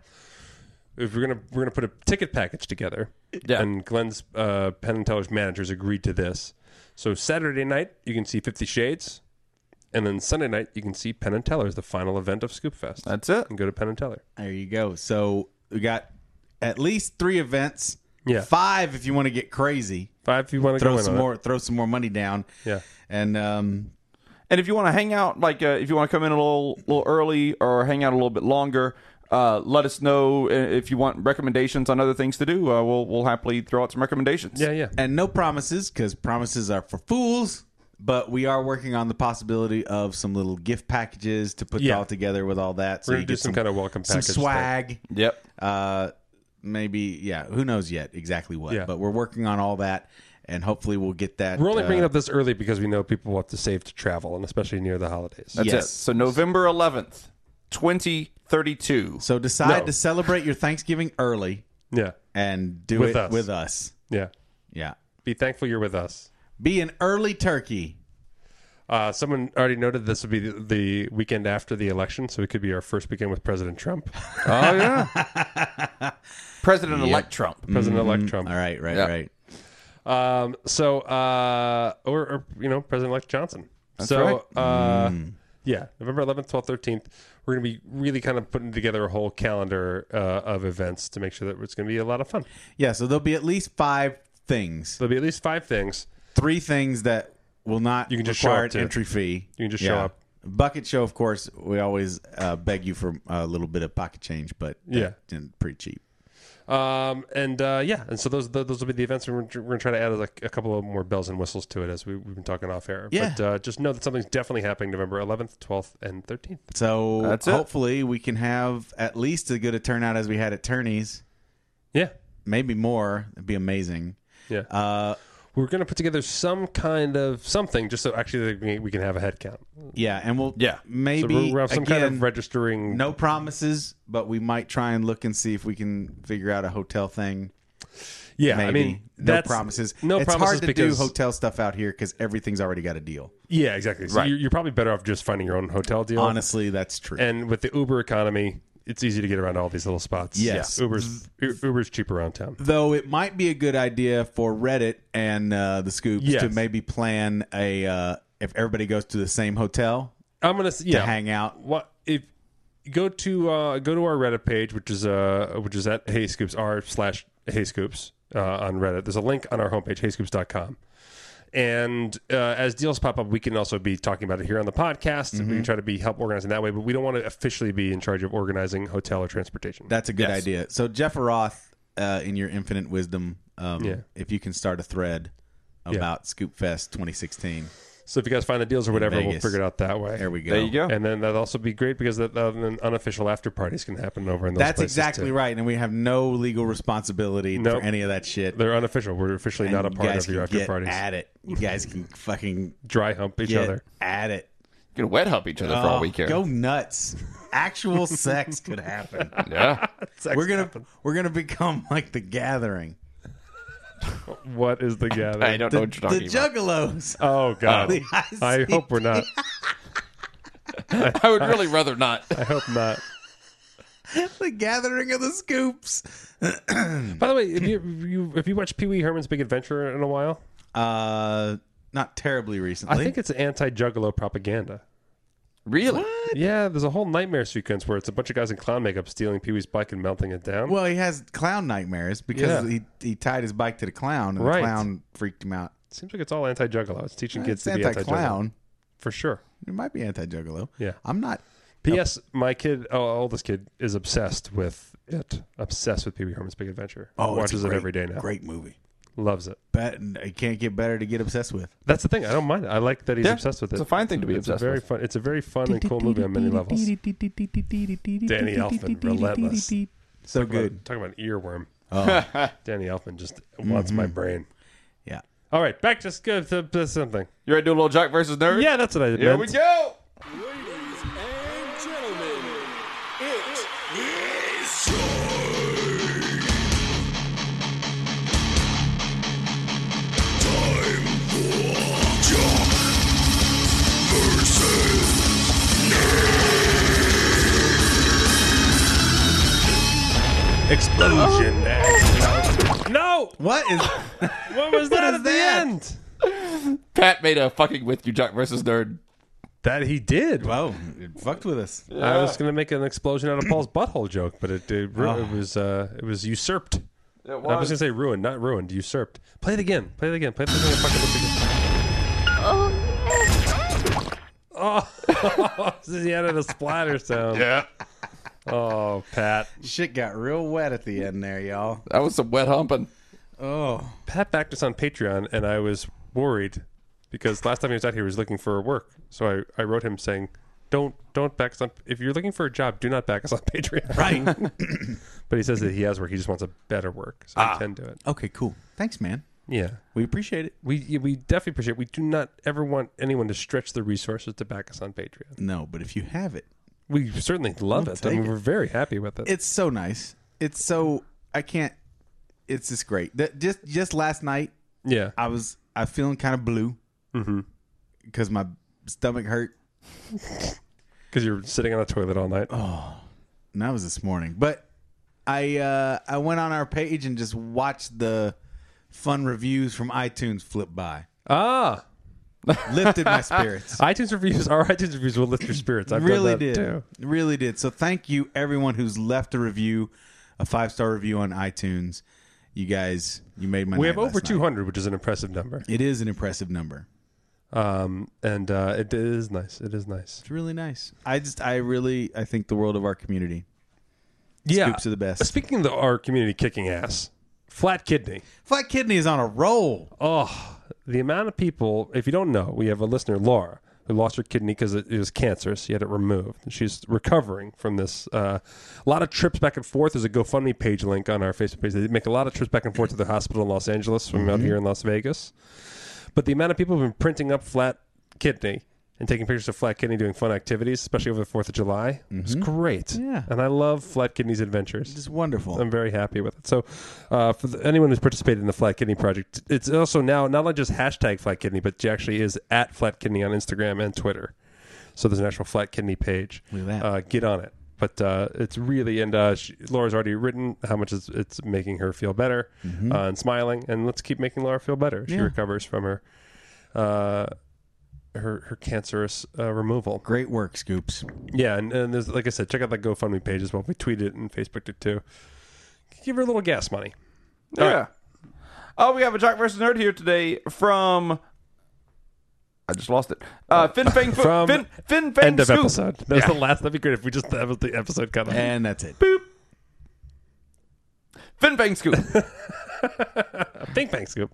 Speaker 5: if we're gonna we're gonna put a ticket package together,
Speaker 3: Yeah.
Speaker 5: and Glenn's uh, Penn and Teller's managers agreed to this. So Saturday night you can see Fifty Shades, and then Sunday night you can see Penn and Teller's the final event of Scoop Fest.
Speaker 3: That's it.
Speaker 5: and go to Penn and Teller.
Speaker 6: There you go. So we got at least three events.
Speaker 5: Yeah.
Speaker 6: Five if you want to get crazy.
Speaker 5: Five if you want to go
Speaker 6: Throw
Speaker 5: in
Speaker 6: some
Speaker 5: on it.
Speaker 6: more. Throw some more money down.
Speaker 5: Yeah.
Speaker 6: And um,
Speaker 3: And if you want to hang out, like uh, if you want to come in a little little early or hang out a little bit longer, uh, let us know uh, if you want recommendations on other things to do. Uh, we'll we'll happily throw out some recommendations.
Speaker 5: Yeah, yeah.
Speaker 6: and no promises because promises are for fools. But we are working on the possibility of some little gift packages to put it
Speaker 5: Yeah.
Speaker 6: all together with all that. So
Speaker 5: We're gonna
Speaker 6: you
Speaker 5: do
Speaker 6: get
Speaker 5: some kind of welcome
Speaker 6: some
Speaker 5: package thing.
Speaker 6: swag.
Speaker 3: Yep.
Speaker 6: Uh, maybe yeah. Who knows yet exactly what?
Speaker 5: Yeah.
Speaker 6: But we're working on all that, and hopefully we'll get that.
Speaker 5: We're only
Speaker 6: uh,
Speaker 5: bringing up this early because we know people will have to save to travel, and especially near the holidays.
Speaker 3: That's
Speaker 6: Yes.
Speaker 3: it. So November eleventh, twenty thirty two.
Speaker 6: So decide
Speaker 5: No.
Speaker 6: to celebrate your Thanksgiving early
Speaker 5: yeah,
Speaker 6: and do
Speaker 5: With
Speaker 6: it
Speaker 5: us.
Speaker 6: with us.
Speaker 5: yeah.
Speaker 6: Yeah.
Speaker 5: Be thankful you're with us.
Speaker 6: Be an early turkey.
Speaker 5: Uh, someone already noted this would be the, the weekend after the election, so it could be our first weekend with President Trump,
Speaker 6: <laughs>
Speaker 3: Oh yeah. President elect Trump.
Speaker 5: President-elect Trump.
Speaker 6: Mm-hmm. All right, right,
Speaker 3: Yeah.
Speaker 6: right.
Speaker 5: Um, so, uh, or, or you know, President-elect Johnson. so,
Speaker 3: right.
Speaker 5: uh,
Speaker 6: Mm.
Speaker 5: yeah, November 11th, 12th, 13th, we're going to be really kind of putting together a whole calendar uh, of events to make sure that it's going to be a lot of fun.
Speaker 6: Yeah, so there'll be at least five things.
Speaker 5: There'll be at least five things.
Speaker 6: Three things that will not
Speaker 5: You can just show
Speaker 6: require
Speaker 5: up to.
Speaker 6: an entry fee.
Speaker 5: You can just show up.
Speaker 6: Bucket show, of course, we always uh, beg you for a little bit of pocket change, but
Speaker 5: Yeah.
Speaker 6: that's pretty cheap.
Speaker 5: Um, and uh, yeah, and so those those those will be the events. and We're, we're going to try to add like a couple of more bells and whistles to it as we, we've been talking off air.
Speaker 6: Yeah.
Speaker 5: But uh, just know that something's definitely happening November 11th, 12th, and 13th.
Speaker 6: So
Speaker 3: That's it.
Speaker 6: hopefully we can have at least as good a turnout as we had at Turney's,
Speaker 5: Yeah.
Speaker 6: maybe more. It'd be amazing.
Speaker 5: Yeah.
Speaker 6: Uh,
Speaker 5: we're going to put together some kind of something just so actually that we, we can have a head count.
Speaker 6: yeah, and we'll
Speaker 3: Yeah. So
Speaker 5: So
Speaker 6: maybe
Speaker 5: we'll we'll have some
Speaker 6: again,
Speaker 5: kind of registering.
Speaker 6: No promises, but we might try and look and see if we can figure out a hotel thing.
Speaker 5: yeah,
Speaker 6: Maybe.
Speaker 5: I mean,
Speaker 6: no
Speaker 5: that's-
Speaker 6: promises.
Speaker 5: No
Speaker 6: it's
Speaker 5: promises
Speaker 6: hard to
Speaker 5: because
Speaker 6: do hotel stuff out here because everything's already got a deal.
Speaker 5: yeah, exactly. So
Speaker 3: Right.
Speaker 5: you're, you're probably better off just finding your own hotel deal.
Speaker 6: Honestly, that's true.
Speaker 5: and with the Uber economy, it's easy to get around all these little spots.
Speaker 6: Yes. Mm.
Speaker 5: Yeah. Uber's U- Uber's cheap around town.
Speaker 6: Though it might be a good idea for Reddit and uh, the scoops
Speaker 5: Yes.
Speaker 6: to maybe plan a uh, if everybody goes to the same hotel
Speaker 5: I'm gonna s- yeah
Speaker 6: to hang out.
Speaker 5: What if go to uh, go to our Reddit page, which is uh which is at Hey Scoops r slash Hey Scoops uh, on Reddit. There's a link on our homepage, HeyScoops.com. And uh, as deals pop up, we can also be talking about it here on the podcast.
Speaker 6: Mm-hmm.
Speaker 5: We can try to be help organizing that way, but we don't want to officially be in charge of organizing hotel or transportation.
Speaker 6: That's a good
Speaker 3: Yes.
Speaker 6: idea. So Jeff Roth, uh, in your infinite wisdom, um,
Speaker 5: Yeah.
Speaker 6: if you can start a thread about Scoop Fest 2016,
Speaker 5: so if you guys find the deals or whatever, we'll
Speaker 6: Vegas.
Speaker 5: figure it out that way.
Speaker 6: there we go.
Speaker 3: There you go.
Speaker 5: And then that'd also be great because that uh, then unofficial after parties can happen over in those
Speaker 6: That's
Speaker 5: places,
Speaker 6: exactly
Speaker 5: too.
Speaker 6: right, and we have no legal responsibility for
Speaker 5: Nope.
Speaker 6: any of that shit.
Speaker 5: They're unofficial. We're officially
Speaker 6: And
Speaker 5: not a
Speaker 6: you
Speaker 5: part
Speaker 6: guys
Speaker 5: of your
Speaker 6: can
Speaker 5: after
Speaker 6: get
Speaker 5: parties.
Speaker 6: At it, you
Speaker 5: <laughs>
Speaker 6: guys can fucking
Speaker 5: Dry hump each
Speaker 6: get
Speaker 5: other.
Speaker 6: at it.
Speaker 3: You can wet hub each other for all
Speaker 6: Oh,
Speaker 3: we care.
Speaker 6: Go nuts. Actual sex could happen.
Speaker 3: <laughs>
Speaker 5: <laughs>
Speaker 3: Yeah.
Speaker 6: we're gonna we're gonna become like the Gathering,
Speaker 5: What is the gathering?
Speaker 3: I don't know what you're
Speaker 6: the
Speaker 3: talking about.
Speaker 6: Juggalos. <laughs>
Speaker 5: Oh God!
Speaker 6: The
Speaker 5: I
Speaker 6: ICP.
Speaker 5: hope we're not.
Speaker 3: <laughs> I would really rather not.
Speaker 5: I hope not.
Speaker 6: the Gathering of the Scoops.
Speaker 5: By the way, if you, you if you watch Pee Wee Herman's Big Adventure in a while,
Speaker 6: Uh, not terribly recently.
Speaker 5: I think it's anti-juggalo propaganda.
Speaker 3: Really?
Speaker 5: Yeah, there's a whole nightmare sequence where it's a bunch of guys in clown makeup stealing Pee Wee's bike and melting it down.
Speaker 6: well, he has clown nightmares because
Speaker 5: Yeah.
Speaker 6: he, he tied his bike to the clown and
Speaker 5: Right.
Speaker 6: the clown freaked him out.
Speaker 5: Seems like it's all anti-juggalo. It's teaching kids
Speaker 6: It's
Speaker 5: to be
Speaker 6: anti
Speaker 5: anti-juggalo
Speaker 6: clown.
Speaker 5: for sure.
Speaker 6: It might be anti juggalo.
Speaker 5: Yeah.
Speaker 6: I'm not
Speaker 5: P.S. My kid, oh, oldest kid, is obsessed with it. Obsessed with Pee Wee Herman's Big Adventure.
Speaker 6: Oh, it's a
Speaker 5: watches
Speaker 6: great-
Speaker 5: it every day now.
Speaker 6: Great movie.
Speaker 5: Loves it.
Speaker 6: Bet it can't get better to get obsessed with.
Speaker 5: That's the thing. I don't mind. it. I like that he's
Speaker 3: Yeah,
Speaker 5: obsessed with it.
Speaker 3: it's a fine thing to be
Speaker 5: it's
Speaker 3: obsessed
Speaker 5: a very
Speaker 3: with.
Speaker 5: Fun, it's a very fun and cool movie on many levels. Danny Elfman, relentless.
Speaker 6: So
Speaker 5: Talk about-
Speaker 6: good.
Speaker 5: Talk about an earworm.
Speaker 3: Oh.
Speaker 5: <laughs> Danny Elfman just wants my
Speaker 3: Mm-hmm.
Speaker 5: brain.
Speaker 6: Yeah.
Speaker 5: All right, back to, sc- to, to something.
Speaker 3: You ready to do a little Jack versus Nerd?
Speaker 5: Yeah, that's what I did.
Speaker 3: Here
Speaker 5: man.
Speaker 3: we go.
Speaker 5: Explosion.
Speaker 3: <laughs>
Speaker 5: no!
Speaker 6: What is? <laughs>
Speaker 5: What was that
Speaker 6: is
Speaker 5: at the
Speaker 6: that?
Speaker 5: end?
Speaker 3: Pat made a fucking with you Jack versus Nerd.
Speaker 5: That he did.
Speaker 6: Whoa! oh, It fucked with us.
Speaker 5: I was going to make an explosion out of Paul's butthole joke, but it it, ru-
Speaker 3: Oh.
Speaker 5: it was uh, it was usurped.
Speaker 3: It
Speaker 5: I was going to say ruined, not ruined. Usurped. Play it again. Play it again. Play it again. Fuck it up again. Oh, <laughs> he added a splatter sound.
Speaker 3: yeah.
Speaker 5: Oh, Pat.
Speaker 6: Shit got real wet at the end there, y'all.
Speaker 3: That was some wet humping.
Speaker 6: Oh,
Speaker 5: Pat backed us on Patreon, and I was worried because last time he was out here, he was looking for work. So I, I wrote him saying, "Don't don't back us on. If you're looking for a job, do not back us on <laughs> Patreon."
Speaker 6: right.
Speaker 5: But he says that he has work. He just wants a better work, so I can do it.
Speaker 6: <laughs> okay, cool. Thanks, man.
Speaker 5: Yeah,
Speaker 6: We appreciate it.
Speaker 5: we yeah, we definitely appreciate. We do not ever want anyone to stretch their resources to back us on Patreon.
Speaker 6: No, but if you have it,
Speaker 5: We certainly love it. I
Speaker 6: take
Speaker 5: mean,
Speaker 6: it.
Speaker 5: we're very happy with it.
Speaker 6: it's so nice. It's so I can't. It's just great. That just just last night,
Speaker 5: yeah,
Speaker 6: I was I feeling kind of blue
Speaker 5: Mm-hmm.
Speaker 6: because my stomach hurt.
Speaker 5: because you're sitting on a toilet all night.
Speaker 6: Oh. And that was this morning, but I uh I went on our page and just watched the fun reviews from iTunes flip by.
Speaker 5: Ah, <laughs>
Speaker 6: Lifted my spirits.
Speaker 5: iTunes reviews. <laughs> Our iTunes reviews will lift your spirits. I've
Speaker 6: really
Speaker 5: done that
Speaker 6: did.
Speaker 5: too.
Speaker 6: Really did. So thank you everyone who's left a review, a five star review on iTunes. You guys, you made my.
Speaker 5: We
Speaker 6: night
Speaker 5: have over
Speaker 6: last night.
Speaker 5: 200, which is an impressive number.
Speaker 6: It is an impressive number.
Speaker 5: um and uh it is nice it is nice
Speaker 6: It's really nice. I just, I really, I think the world of our community.
Speaker 5: yeah
Speaker 6: Scoops are the best.
Speaker 5: speaking of the, our community kicking ass flat kidney
Speaker 6: Flat Kidney is on a roll.
Speaker 5: oh the amount of people if you don't know we have a listener laura who lost her kidney because it, it was cancerous she had it removed she's recovering from this uh, a lot of trips back and forth there's a gofundme page link on our facebook page they make a lot of trips back and forth to the hospital in los angeles from out here in las vegas but the amount of people who have been printing up flat kidney and taking pictures of flat kidney doing fun activities especially over the 4th of july it's great
Speaker 6: Yeah.
Speaker 5: and i love flat kidney's adventures
Speaker 6: Just wonderful.
Speaker 5: I'm very happy with it. So, uh, for the, anyone who's participated in the Flat Kidney Project, it's also now not only just hashtag Flat Kidney, but she actually is at Flat Kidney on Instagram and Twitter. So there's an actual Flat Kidney page.
Speaker 6: Look at that.
Speaker 5: Uh, get on it. But uh, it's really and uh, she, Laura's already written how much it's, it's making her feel better uh, and smiling. And let's keep making Laura feel better. She
Speaker 6: Mm-hmm. Yeah.
Speaker 5: recovers from her uh, her her cancerous uh, removal.
Speaker 6: Great work, Scoops.
Speaker 5: Yeah, and, and there's like I said, check out that GoFundMe page as well. We tweeted it and Facebooked it too. Give her a little gas money. All
Speaker 3: Yeah. Oh, we have a Jack versus Nerd here today from. I just lost it. Uh, Fin Fang Fo-
Speaker 5: From
Speaker 3: Fin Fin Fang
Speaker 5: End of
Speaker 3: Scoop.
Speaker 5: episode. That's the last. That'd be great if we just that was the episode cut off.
Speaker 6: And that's it.
Speaker 3: Fin Fang
Speaker 5: <laughs>
Speaker 3: Scoop.
Speaker 5: Bing bang scoop.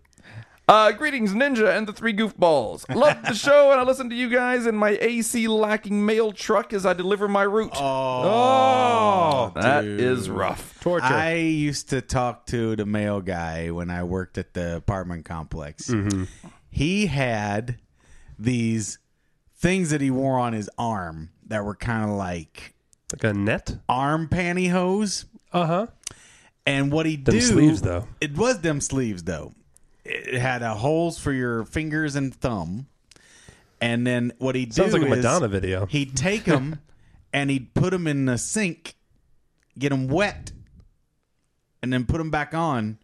Speaker 3: Uh, greetings, Ninja and the three goofballs. Love the show, and I listen to you guys in my AC lacking mail truck as I deliver my route.
Speaker 5: Oh,
Speaker 3: that is rough.
Speaker 5: torture.
Speaker 6: I used to talk to the mail guy when I worked at the apartment complex.
Speaker 5: Mm-hmm.
Speaker 6: He had these things that he wore on his arm that were kind of like
Speaker 5: like a net.
Speaker 6: arm pantyhose.
Speaker 5: Uh huh.
Speaker 6: And what he
Speaker 5: Them
Speaker 6: do
Speaker 5: sleeves, though.
Speaker 6: It was them sleeves though. It had a holes for your fingers and thumb. And then what he
Speaker 5: Sounds
Speaker 6: do
Speaker 5: like a
Speaker 6: is
Speaker 5: Madonna video.
Speaker 6: he'd take <laughs> them and he'd put them in the sink, get them wet, and then put them back on,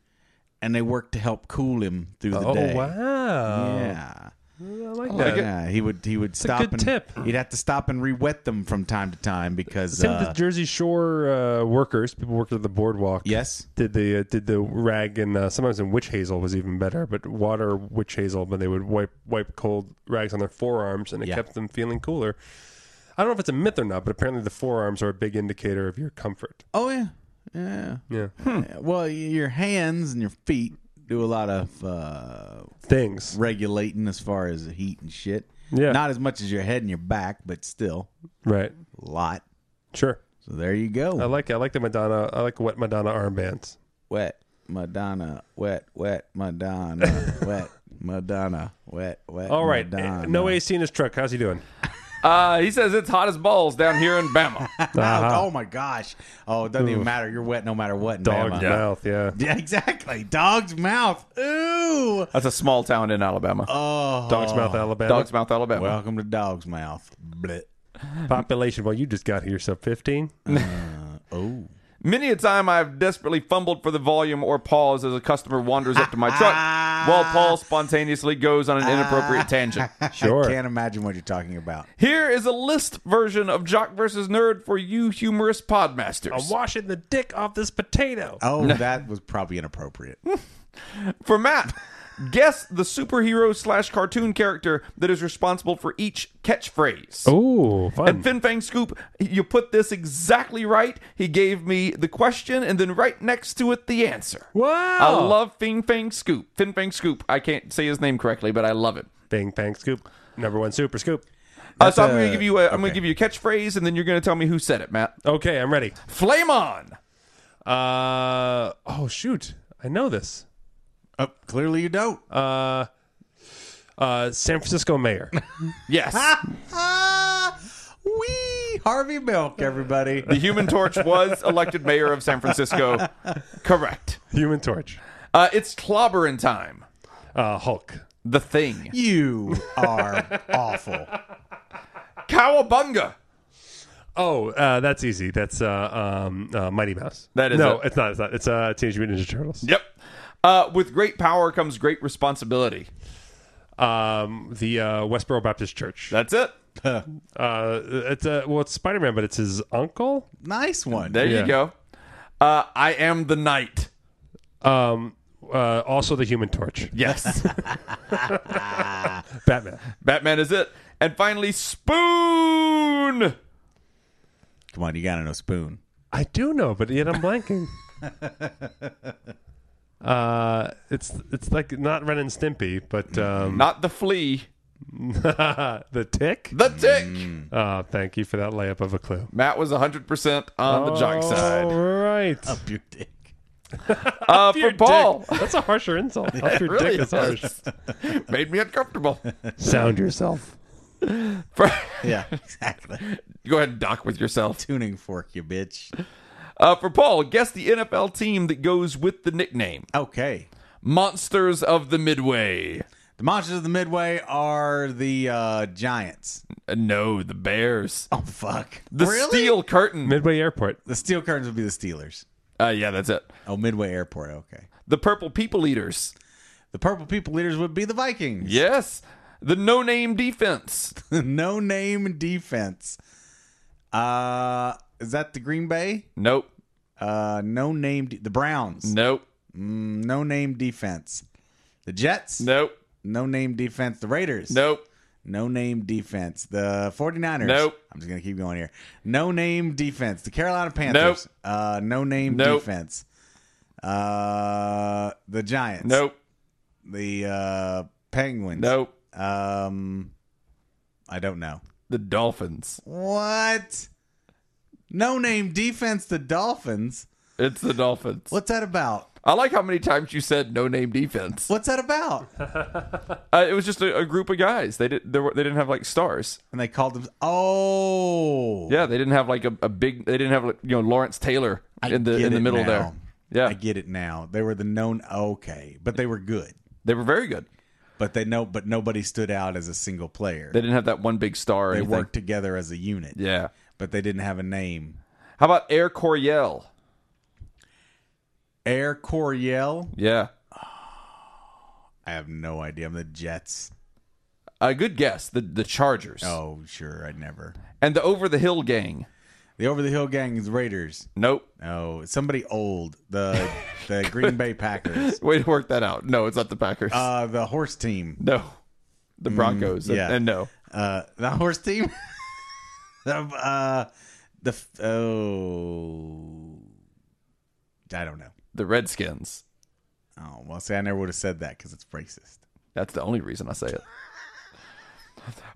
Speaker 6: and they work to help cool him through the
Speaker 5: oh
Speaker 6: day.
Speaker 5: wow.
Speaker 6: Yeah. Oh,
Speaker 5: I like
Speaker 3: like
Speaker 5: that.
Speaker 3: it.
Speaker 6: Yeah, he would he would stop
Speaker 5: good
Speaker 6: and
Speaker 5: tip.
Speaker 6: he'd have to stop and re-wet them from time to time because
Speaker 5: Same with
Speaker 6: uh,
Speaker 5: the Jersey Shore uh, workers. People worked at the boardwalk.
Speaker 6: yes,
Speaker 5: Did the uh, did the rag and uh, sometimes in witch hazel was even better, but water witch hazel. But they would wipe wipe cold rags on their forearms, and it
Speaker 6: Yeah.
Speaker 5: kept them feeling cooler. I don't know if it's a myth or not, but apparently the forearms are a big indicator of your comfort.
Speaker 6: Oh yeah, yeah.
Speaker 5: Yeah,
Speaker 6: Yeah, Well, y- your hands and your feet do a lot of uh,
Speaker 5: things.
Speaker 6: regulating as far as the heat and shit.
Speaker 5: Yeah.
Speaker 6: Not as much as your head and your back, but still
Speaker 5: Right.
Speaker 6: a lot.
Speaker 5: Sure.
Speaker 6: So there you
Speaker 5: I
Speaker 6: go.
Speaker 5: like I like the Madonna. I like wet Madonna armbands.
Speaker 6: Wet Madonna, wet, wet
Speaker 5: <laughs>
Speaker 6: Madonna, wet Madonna, wet, wet.
Speaker 5: All right.
Speaker 6: Madonna.
Speaker 5: No
Speaker 6: <laughs>
Speaker 5: AC in his truck. How's he doing?
Speaker 3: Uh, he says it's hot as balls down here in
Speaker 5: <laughs>
Speaker 3: Bama.
Speaker 6: Oh,
Speaker 5: Uh-huh.
Speaker 6: oh my gosh. Oh, it doesn't even matter. You're wet no matter what. in
Speaker 5: Dog
Speaker 6: Bama.
Speaker 5: mouth. Yeah.
Speaker 6: <laughs> Yeah, exactly. Dog's mouth. Ooh.
Speaker 3: That's a small town in Alabama.
Speaker 5: Uh,
Speaker 6: Oh.
Speaker 5: Dog's mouth, Alabama.
Speaker 3: Dog's Mouth, Alabama.
Speaker 6: Welcome to dog's mouth. Blit.
Speaker 5: population. Well, you just got here, sub fifteen.
Speaker 6: Oh.
Speaker 3: Many a time I've desperately fumbled for the volume or pause as a customer wanders up to my truck while Paul spontaneously goes on an inappropriate tangent.
Speaker 5: Sure.
Speaker 6: <laughs> I can't imagine what you're talking about.
Speaker 3: Here is a list version of Jock versus Nerd for you humorous podmasters.
Speaker 5: washing the dick off this potato.
Speaker 6: Oh, that was
Speaker 5: <laughs>
Speaker 6: probably inappropriate.
Speaker 3: For Matt, guess the superhero slash cartoon character that is responsible for each catchphrase.
Speaker 5: Oh, fun.
Speaker 3: And Fin Fang Scoop, you put this exactly right. He gave me the question and then right next to it the answer.
Speaker 5: wow.
Speaker 3: I love Fin Fang Scoop. Fin Fang Scoop. I can't say his name correctly, but I love it.
Speaker 5: Bang Bang Scoop. Number one super scoop.
Speaker 3: Uh, so I'm going
Speaker 6: a-
Speaker 3: to give you a, I'm going
Speaker 6: okay.
Speaker 3: to give you a catchphrase, and then you're going to tell me who said it, Matt.
Speaker 5: Okay, I'm ready.
Speaker 3: Flame on.
Speaker 5: Uh oh shoot. I know this.
Speaker 6: Oh, clearly you don't.
Speaker 5: Uh uh San Francisco
Speaker 6: <laughs>
Speaker 5: mayor.
Speaker 3: Yes.
Speaker 6: Ah, wee Harvey Milk, everybody.
Speaker 3: the Human Torch was elected mayor of San Francisco. Correct.
Speaker 5: Human torch.
Speaker 3: Uh, it's clobbering time.
Speaker 5: Uh Hulk.
Speaker 3: The thing.
Speaker 6: You are <laughs> awful.
Speaker 3: Cowabunga.
Speaker 5: Oh, uh, that's easy. That's uh, um, uh, Mighty Mouse.
Speaker 3: That is
Speaker 5: no,
Speaker 3: it.
Speaker 5: it's not. It's not. It's uh, Teenage Mutant Ninja Turtles.
Speaker 3: Yep. Uh, with great power comes great responsibility.
Speaker 5: Um, the uh, Westboro Baptist Church.
Speaker 3: That's it.
Speaker 5: Uh, it's uh, well, it's Spider Man, but it's his uncle.
Speaker 6: Nice one.
Speaker 3: There
Speaker 5: Yeah.
Speaker 3: you go. Uh, I am the knight.
Speaker 5: Um, uh, also the Human Torch.
Speaker 3: Yes.
Speaker 5: Batman.
Speaker 3: <laughs> Batman is it. And finally, Spoon.
Speaker 6: Come on, you gotta know spoon.
Speaker 5: I do know, but yet
Speaker 3: <laughs>
Speaker 5: I'm blanking. uh, it's it's like not Ren and Stimpy, but um,
Speaker 3: Not the flea.
Speaker 5: <laughs> the Tick.
Speaker 3: The tick.
Speaker 5: Oh, thank you for that layup of a clue.
Speaker 3: Matt was 100% on the jock
Speaker 5: All
Speaker 3: side.
Speaker 5: right.
Speaker 6: Up your dick.
Speaker 3: Uh, for Paul.
Speaker 5: That's a
Speaker 3: <laughs>
Speaker 5: harsher insult. Up your
Speaker 3: really
Speaker 5: dick is harsh.
Speaker 3: <laughs> Made me uncomfortable. <laughs>
Speaker 5: Sound yourself.
Speaker 3: For-
Speaker 5: <laughs>
Speaker 6: Yeah, exactly.
Speaker 3: Go ahead and dock with yourself.
Speaker 6: Tuning fork, you bitch.
Speaker 3: Uh, for Paul, guess the NFL team that goes with the nickname
Speaker 6: Okay.
Speaker 3: Monsters of the Midway.
Speaker 6: The monsters of the Midway are the uh, giants.
Speaker 3: Uh, no, the Bears.
Speaker 6: Oh fuck.
Speaker 3: The
Speaker 6: really?
Speaker 3: Steel Curtain.
Speaker 5: Midway Airport.
Speaker 6: the steel curtains would be the Steelers.
Speaker 3: uh, yeah, that's it.
Speaker 6: Oh, Midway Airport. Okay.
Speaker 3: The Purple People Eaters.
Speaker 6: The purple people leaders would be the Vikings.
Speaker 3: Yes. The No Name Defense.
Speaker 6: <laughs> no name defense. Uh, is that the Green Bay?
Speaker 3: Nope.
Speaker 6: Uh, no name. De- the Browns. Mm,
Speaker 3: Nope.
Speaker 6: No name defense. The Jets.
Speaker 3: Nope.
Speaker 6: No name defense. The Raiders.
Speaker 3: Nope.
Speaker 6: No name defense. The 49ers.
Speaker 3: Nope.
Speaker 6: I'm just going to keep going here. No name defense. The Carolina Panthers. Nope. Uh, no name
Speaker 3: Nope.
Speaker 6: defense. Uh, the Giants.
Speaker 3: Nope.
Speaker 6: The uh, Penguins.
Speaker 3: Nope.
Speaker 6: Um, I don't know.
Speaker 3: The Dolphins.
Speaker 6: What? No name defense. The Dolphins.
Speaker 3: It's the Dolphins.
Speaker 6: What's that about?
Speaker 3: I like how many times you said no name defense.
Speaker 6: What's that about?
Speaker 3: Uh, it was just a, a group of guys. They didn't. They, were, they didn't have like stars.
Speaker 6: And they called them. Oh,
Speaker 3: Yeah, they didn't have like a, a big. They didn't have like, you know Lawrence Taylor in the
Speaker 6: get
Speaker 3: in the
Speaker 6: it
Speaker 3: middle
Speaker 6: now.
Speaker 3: there. Yeah,
Speaker 6: I get it now. They were the known. Okay, but they were good.
Speaker 3: they were very good.
Speaker 6: But they know. But nobody stood out as a single player.
Speaker 3: They didn't have that one big star. Or
Speaker 6: They
Speaker 3: anything.
Speaker 6: worked together as a unit.
Speaker 3: Yeah.
Speaker 6: But they didn't have a name.
Speaker 3: How about Air Coryell?
Speaker 6: Air Coryell.
Speaker 3: Yeah,
Speaker 6: I have no idea. I'm the Jets.
Speaker 3: a good guess. The the Chargers
Speaker 6: Oh, sure. I never.
Speaker 3: and the Over the Hill Gang.
Speaker 6: The Over the Hill Gang is Raiders.
Speaker 3: Nope.
Speaker 6: No, somebody old. The the Green
Speaker 3: <laughs>
Speaker 6: Bay Packers.
Speaker 3: Way to work that out. No, it's not the Packers.
Speaker 6: Uh, the horse team.
Speaker 3: no, the Broncos. and-
Speaker 6: yeah.
Speaker 3: and, no,
Speaker 6: Uh, <laughs> the horse team. uh, the f- oh, I don't know.
Speaker 3: The Redskins.
Speaker 6: Oh well, see, I never would have said that because it's racist.
Speaker 3: That's the only reason I say it.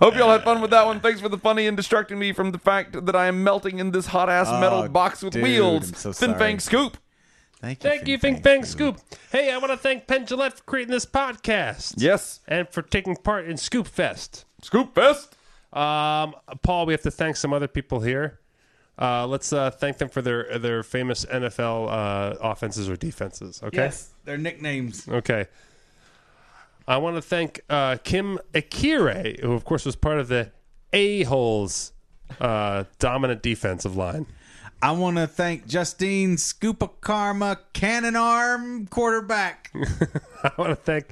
Speaker 3: Hope y'all had fun with that one. Thanks for the funny and distracting me from the fact that I am melting in this hot ass metal
Speaker 6: Oh,
Speaker 3: box with
Speaker 6: dude,
Speaker 3: wheels.
Speaker 6: I'm so
Speaker 3: Fin
Speaker 6: sorry.
Speaker 3: Fang Scoop.
Speaker 6: Thank you.
Speaker 5: Thank you, Fink Fang Scoop. Hey, I want to thank Penn Gillette for creating this podcast.
Speaker 3: Yes.
Speaker 5: And for taking part in Scoop Fest.
Speaker 3: Scoop Fest.
Speaker 5: Um, Paul, we have to thank some other people here. Uh, let's uh, thank them for their their famous NFL uh, offenses or defenses. Okay.
Speaker 6: Yes, their nicknames.
Speaker 5: Okay. I want to thank uh, Kim Akire, who of course was part of the a holes uh, dominant defensive line. <laughs>
Speaker 6: I want to thank Justine Scoopa Karma Cannon Arm quarterback.
Speaker 5: I want to thank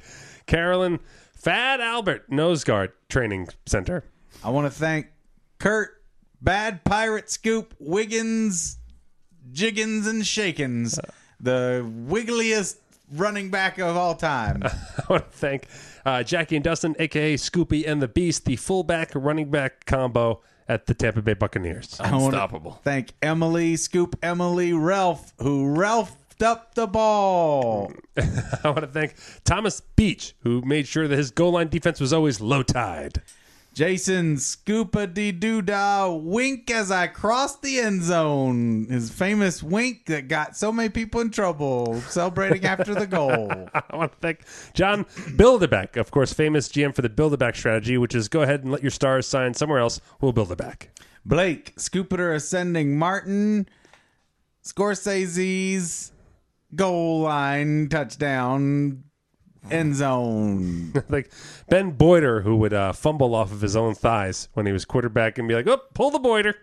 Speaker 5: Carolyn Fat Albert Nose Guard Training Center.
Speaker 6: I want to thank Kurt Bad Pirate Scoop Wiggins Jiggins and Shakins, the wiggliest running back of all time.
Speaker 5: I <laughs> want to thank uh, Jackie and Dustin, aka Scoopy and the Beast, the fullback running back combo at the Tampa Bay Buccaneers.
Speaker 6: I wanna
Speaker 3: Unstoppable.
Speaker 6: Thank Emily Scoop Emily Ralph who Ralphed up the ball.
Speaker 5: I want to thank Thomas Beach, who made sure that his goal line defense was always low tide. <laughs>
Speaker 6: Jason Scoopa de Doodah wink as I crossed the end zone. His famous wink that got so many people in trouble celebrating after
Speaker 5: <laughs>
Speaker 6: the goal.
Speaker 5: I want to thank John Bilderbeck, of course, famous GM for the Bilderbeck strategy, which is go ahead and let your stars sign somewhere else. We'll build it back. <laughs>
Speaker 6: Blake, Scoopiter ascending Martin, Scorsese's goal line touchdown end zone.
Speaker 5: like Ben Boyder, who would uh, fumble off of his own thighs when he was quarterback and be like, oh, pull the Boyder.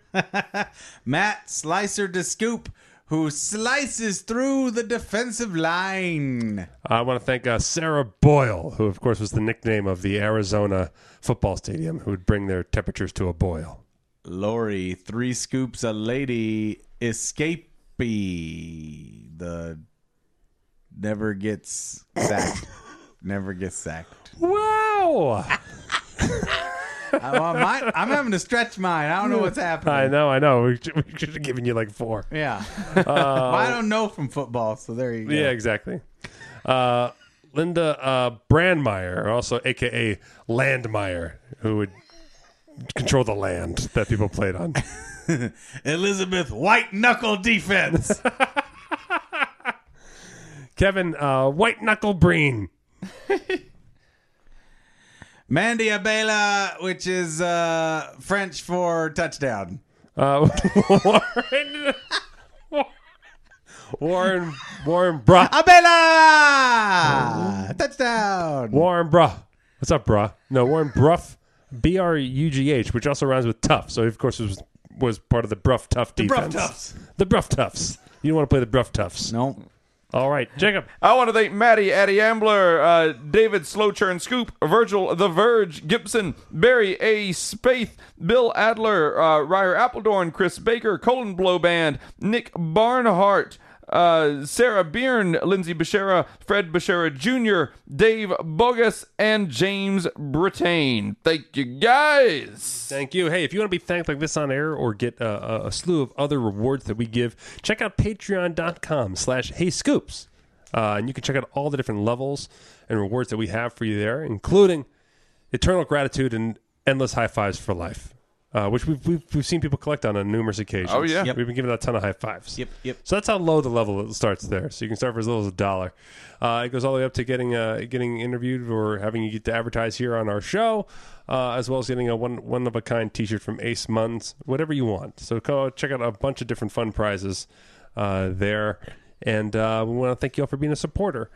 Speaker 6: Matt Slicer to Scoop, who slices through the defensive line.
Speaker 5: I want to thank uh, Sarah Boyle, who, of course, was the nickname of the Arizona football stadium, who would bring their temperatures to a boil.
Speaker 6: Lori, three scoops a lady, escapee. The never gets
Speaker 5: <laughs>
Speaker 6: sacked. never gets sacked.
Speaker 5: Wow.
Speaker 6: I, well, mine- I'm having to stretch mine. I don't know what's happening.
Speaker 5: I know, I know. <laughs> We should, we should have given you like four. <laughs>
Speaker 6: Yeah. well, I don't know from football, so there you go.
Speaker 5: Yeah, exactly. Uh, Linda uh, Brandmeier, also AKA Landmeyer, who would control the land that people played <laughs> on.
Speaker 6: Elizabeth White Knuckle Defense.
Speaker 5: Kevin uh, White Knuckle Breen.
Speaker 6: Mandy Abela, which is uh, French for touchdown.
Speaker 5: Uh, <laughs> Warren, Warren, Warren, bruh.
Speaker 6: Abela! Touchdown.
Speaker 5: Warren Bruh. What's up, bruh? No, Warren Bruff, B R U G H, which also rhymes with tough. So, he, of course, was was part of the Bruff Tough defense.
Speaker 6: Tuffs.
Speaker 5: The Bruff Toughs. You don't want to play the Bruff Toughs.
Speaker 6: No.
Speaker 5: All right, Jacob.
Speaker 3: I want to thank Maddie, Addie Ambler, uh, David Slowchurn Scoop, Virgil The Verge, Gibson, Barry A. Spaith, Bill Adler, uh, Ryer Appledorn, Chris Baker, Colin Blowband, Nick Barnhart, uh, Sarah Byrne, Lindsay Bechera, Fred Bechera Jr., Dave Bogus, and James Brittain. Thank you guys.
Speaker 5: Thank you. Hey, if you want to be thanked like this on air or get uh, a, a slew of other rewards that we give, check out patreon.com slash hey scoops. Uh, and you can check out all the different levels and rewards that we have for you there, including eternal gratitude and endless high fives for life, uh, which we've, we've, we've seen people collect on on numerous occasions.
Speaker 3: Oh, yeah.
Speaker 6: Yep.
Speaker 5: We've been giving out a ton of high fives.
Speaker 6: Yep, yep.
Speaker 5: So that's how low the level starts there. So you can start for as little as a dollar. Uh, it goes all the way up to getting uh, getting interviewed or having you get to advertise here on our show, uh, as well as getting a one one of a kind T shirt from Ace Muns, whatever you want. So go check out a bunch of different fun prizes uh, there, and uh, we want to thank you all for being a supporter.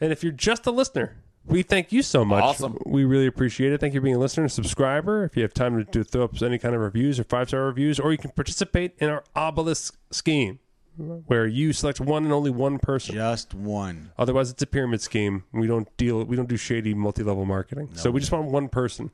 Speaker 5: And if you're just a listener. We thank you so much.
Speaker 3: Awesome.
Speaker 5: We really appreciate it. Thank you for being a listener and subscriber. If you have time to, do throw up any kind of reviews or five star reviews, or you can participate in our obelisk scheme where you select one and only one person.
Speaker 6: Just one.
Speaker 5: Otherwise, it's a pyramid scheme. We don't deal. We don't do shady multi-level marketing. So we just want one person,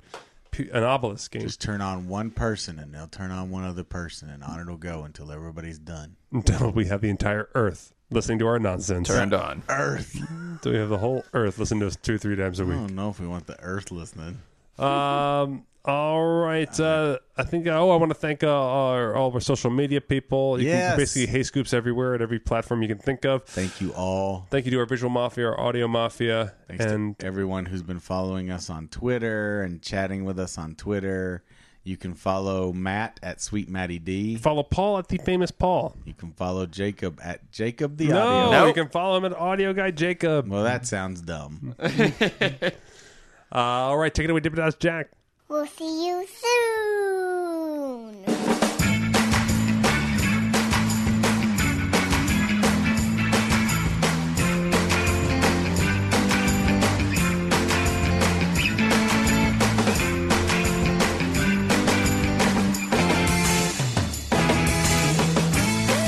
Speaker 5: P- an obelisk scheme
Speaker 6: Just turn on one person and they'll turn on one other person and on it'll go until everybody's done.
Speaker 5: <laughs> until we have the entire Earth listening to our nonsense.
Speaker 3: Turned on.
Speaker 6: Earth.
Speaker 5: So we have the whole Earth listening to us two, three times a
Speaker 6: I
Speaker 5: week.
Speaker 6: don't know if we want the earth listening.
Speaker 5: Um, all right. Uh, I think. Oh, I want to thank uh, our, all of our social media people. You
Speaker 6: Yes.
Speaker 5: can basically hey scoops everywhere at every platform you can think of.
Speaker 6: Thank you all.
Speaker 5: Thank you to our visual mafia, our audio mafia,
Speaker 6: Thanks
Speaker 5: and
Speaker 6: to everyone who's been following us on Twitter and chatting with us on Twitter. You can follow Matt at Sweet Matty D.
Speaker 5: follow Paul at the famous Paul.
Speaker 6: You can follow Jacob at Jacob the
Speaker 5: No,
Speaker 6: Audio.
Speaker 5: you can follow him at Audio Guy Jacob.
Speaker 6: Well, that sounds dumb.
Speaker 5: Uh, all right, take it away, Dippin' Jack.
Speaker 2: We'll see you soon.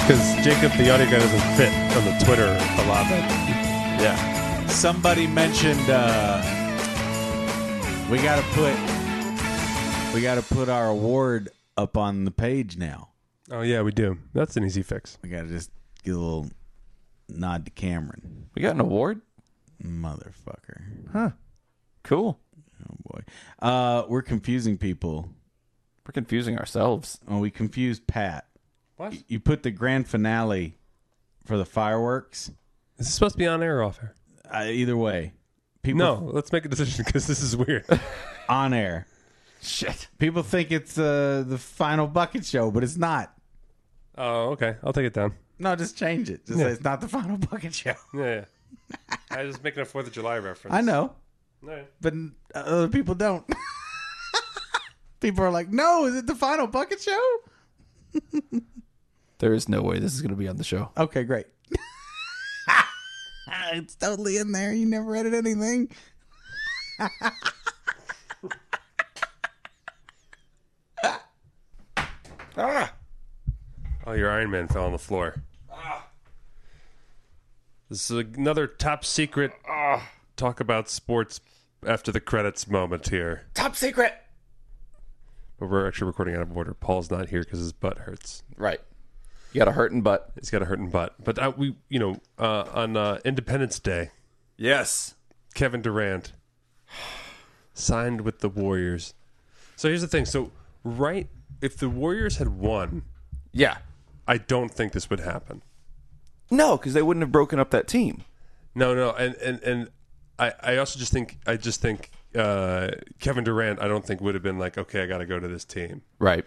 Speaker 5: Because Jacob, the audio guy, doesn't fit on the Twitter a lot. Yeah.
Speaker 6: Somebody mentioned uh, we gotta put we gotta put our award up on the page now.
Speaker 5: Oh, yeah, we do. That's an easy fix.
Speaker 6: We gotta just give a little nod to Cameron,
Speaker 3: We got an award.
Speaker 6: motherfucker.
Speaker 3: Cool.
Speaker 6: Oh boy, uh, we're confusing people.
Speaker 3: We're confusing ourselves.
Speaker 6: Oh, we confused Pat.
Speaker 5: What? Is
Speaker 6: You put the grand finale for the fireworks.
Speaker 5: this supposed to be on air or off air?
Speaker 6: Uh, either way, people
Speaker 5: No, <laughs> let's make a decision because this is weird.
Speaker 6: on air.
Speaker 3: Shit.
Speaker 6: People think it's uh, the final bucket show, but it's not.
Speaker 5: <laughs> oh, okay. I'll take it down.
Speaker 6: No, just change it. Just say it's not the final <laughs> bucket show.
Speaker 5: Yeah. yeah. <laughs> I was making a Fourth of July reference.
Speaker 6: I know,
Speaker 5: No.
Speaker 6: but n- uh, other people don't. <laughs> people are like, "No, is it the final bucket show?"
Speaker 3: There is no way this is going to be on the show.
Speaker 6: Okay, great. <laughs> it's totally in there. You never edit anything.
Speaker 5: Oh, your Iron Man fell on the floor. Ah. This is another top secret talk about sports after the credits moment here.
Speaker 3: Top secret.
Speaker 5: But we're actually recording out of order. Paul's not here because his butt hurts.
Speaker 3: Right. You got a hurting butt.
Speaker 5: He's got a hurting butt. But uh, we, you know, uh, on uh, Independence Day,
Speaker 3: Yes.
Speaker 5: Kevin Durant signed with the Warriors. So here's the thing. So right, if the Warriors had won,
Speaker 3: Yeah.
Speaker 5: I don't think this would happen.
Speaker 3: No, because they wouldn't have broken up that team.
Speaker 5: No, no, and and and I, I also just think I just think uh, Kevin Durant I don't think would have been like okay I got to go to this team.
Speaker 3: Right.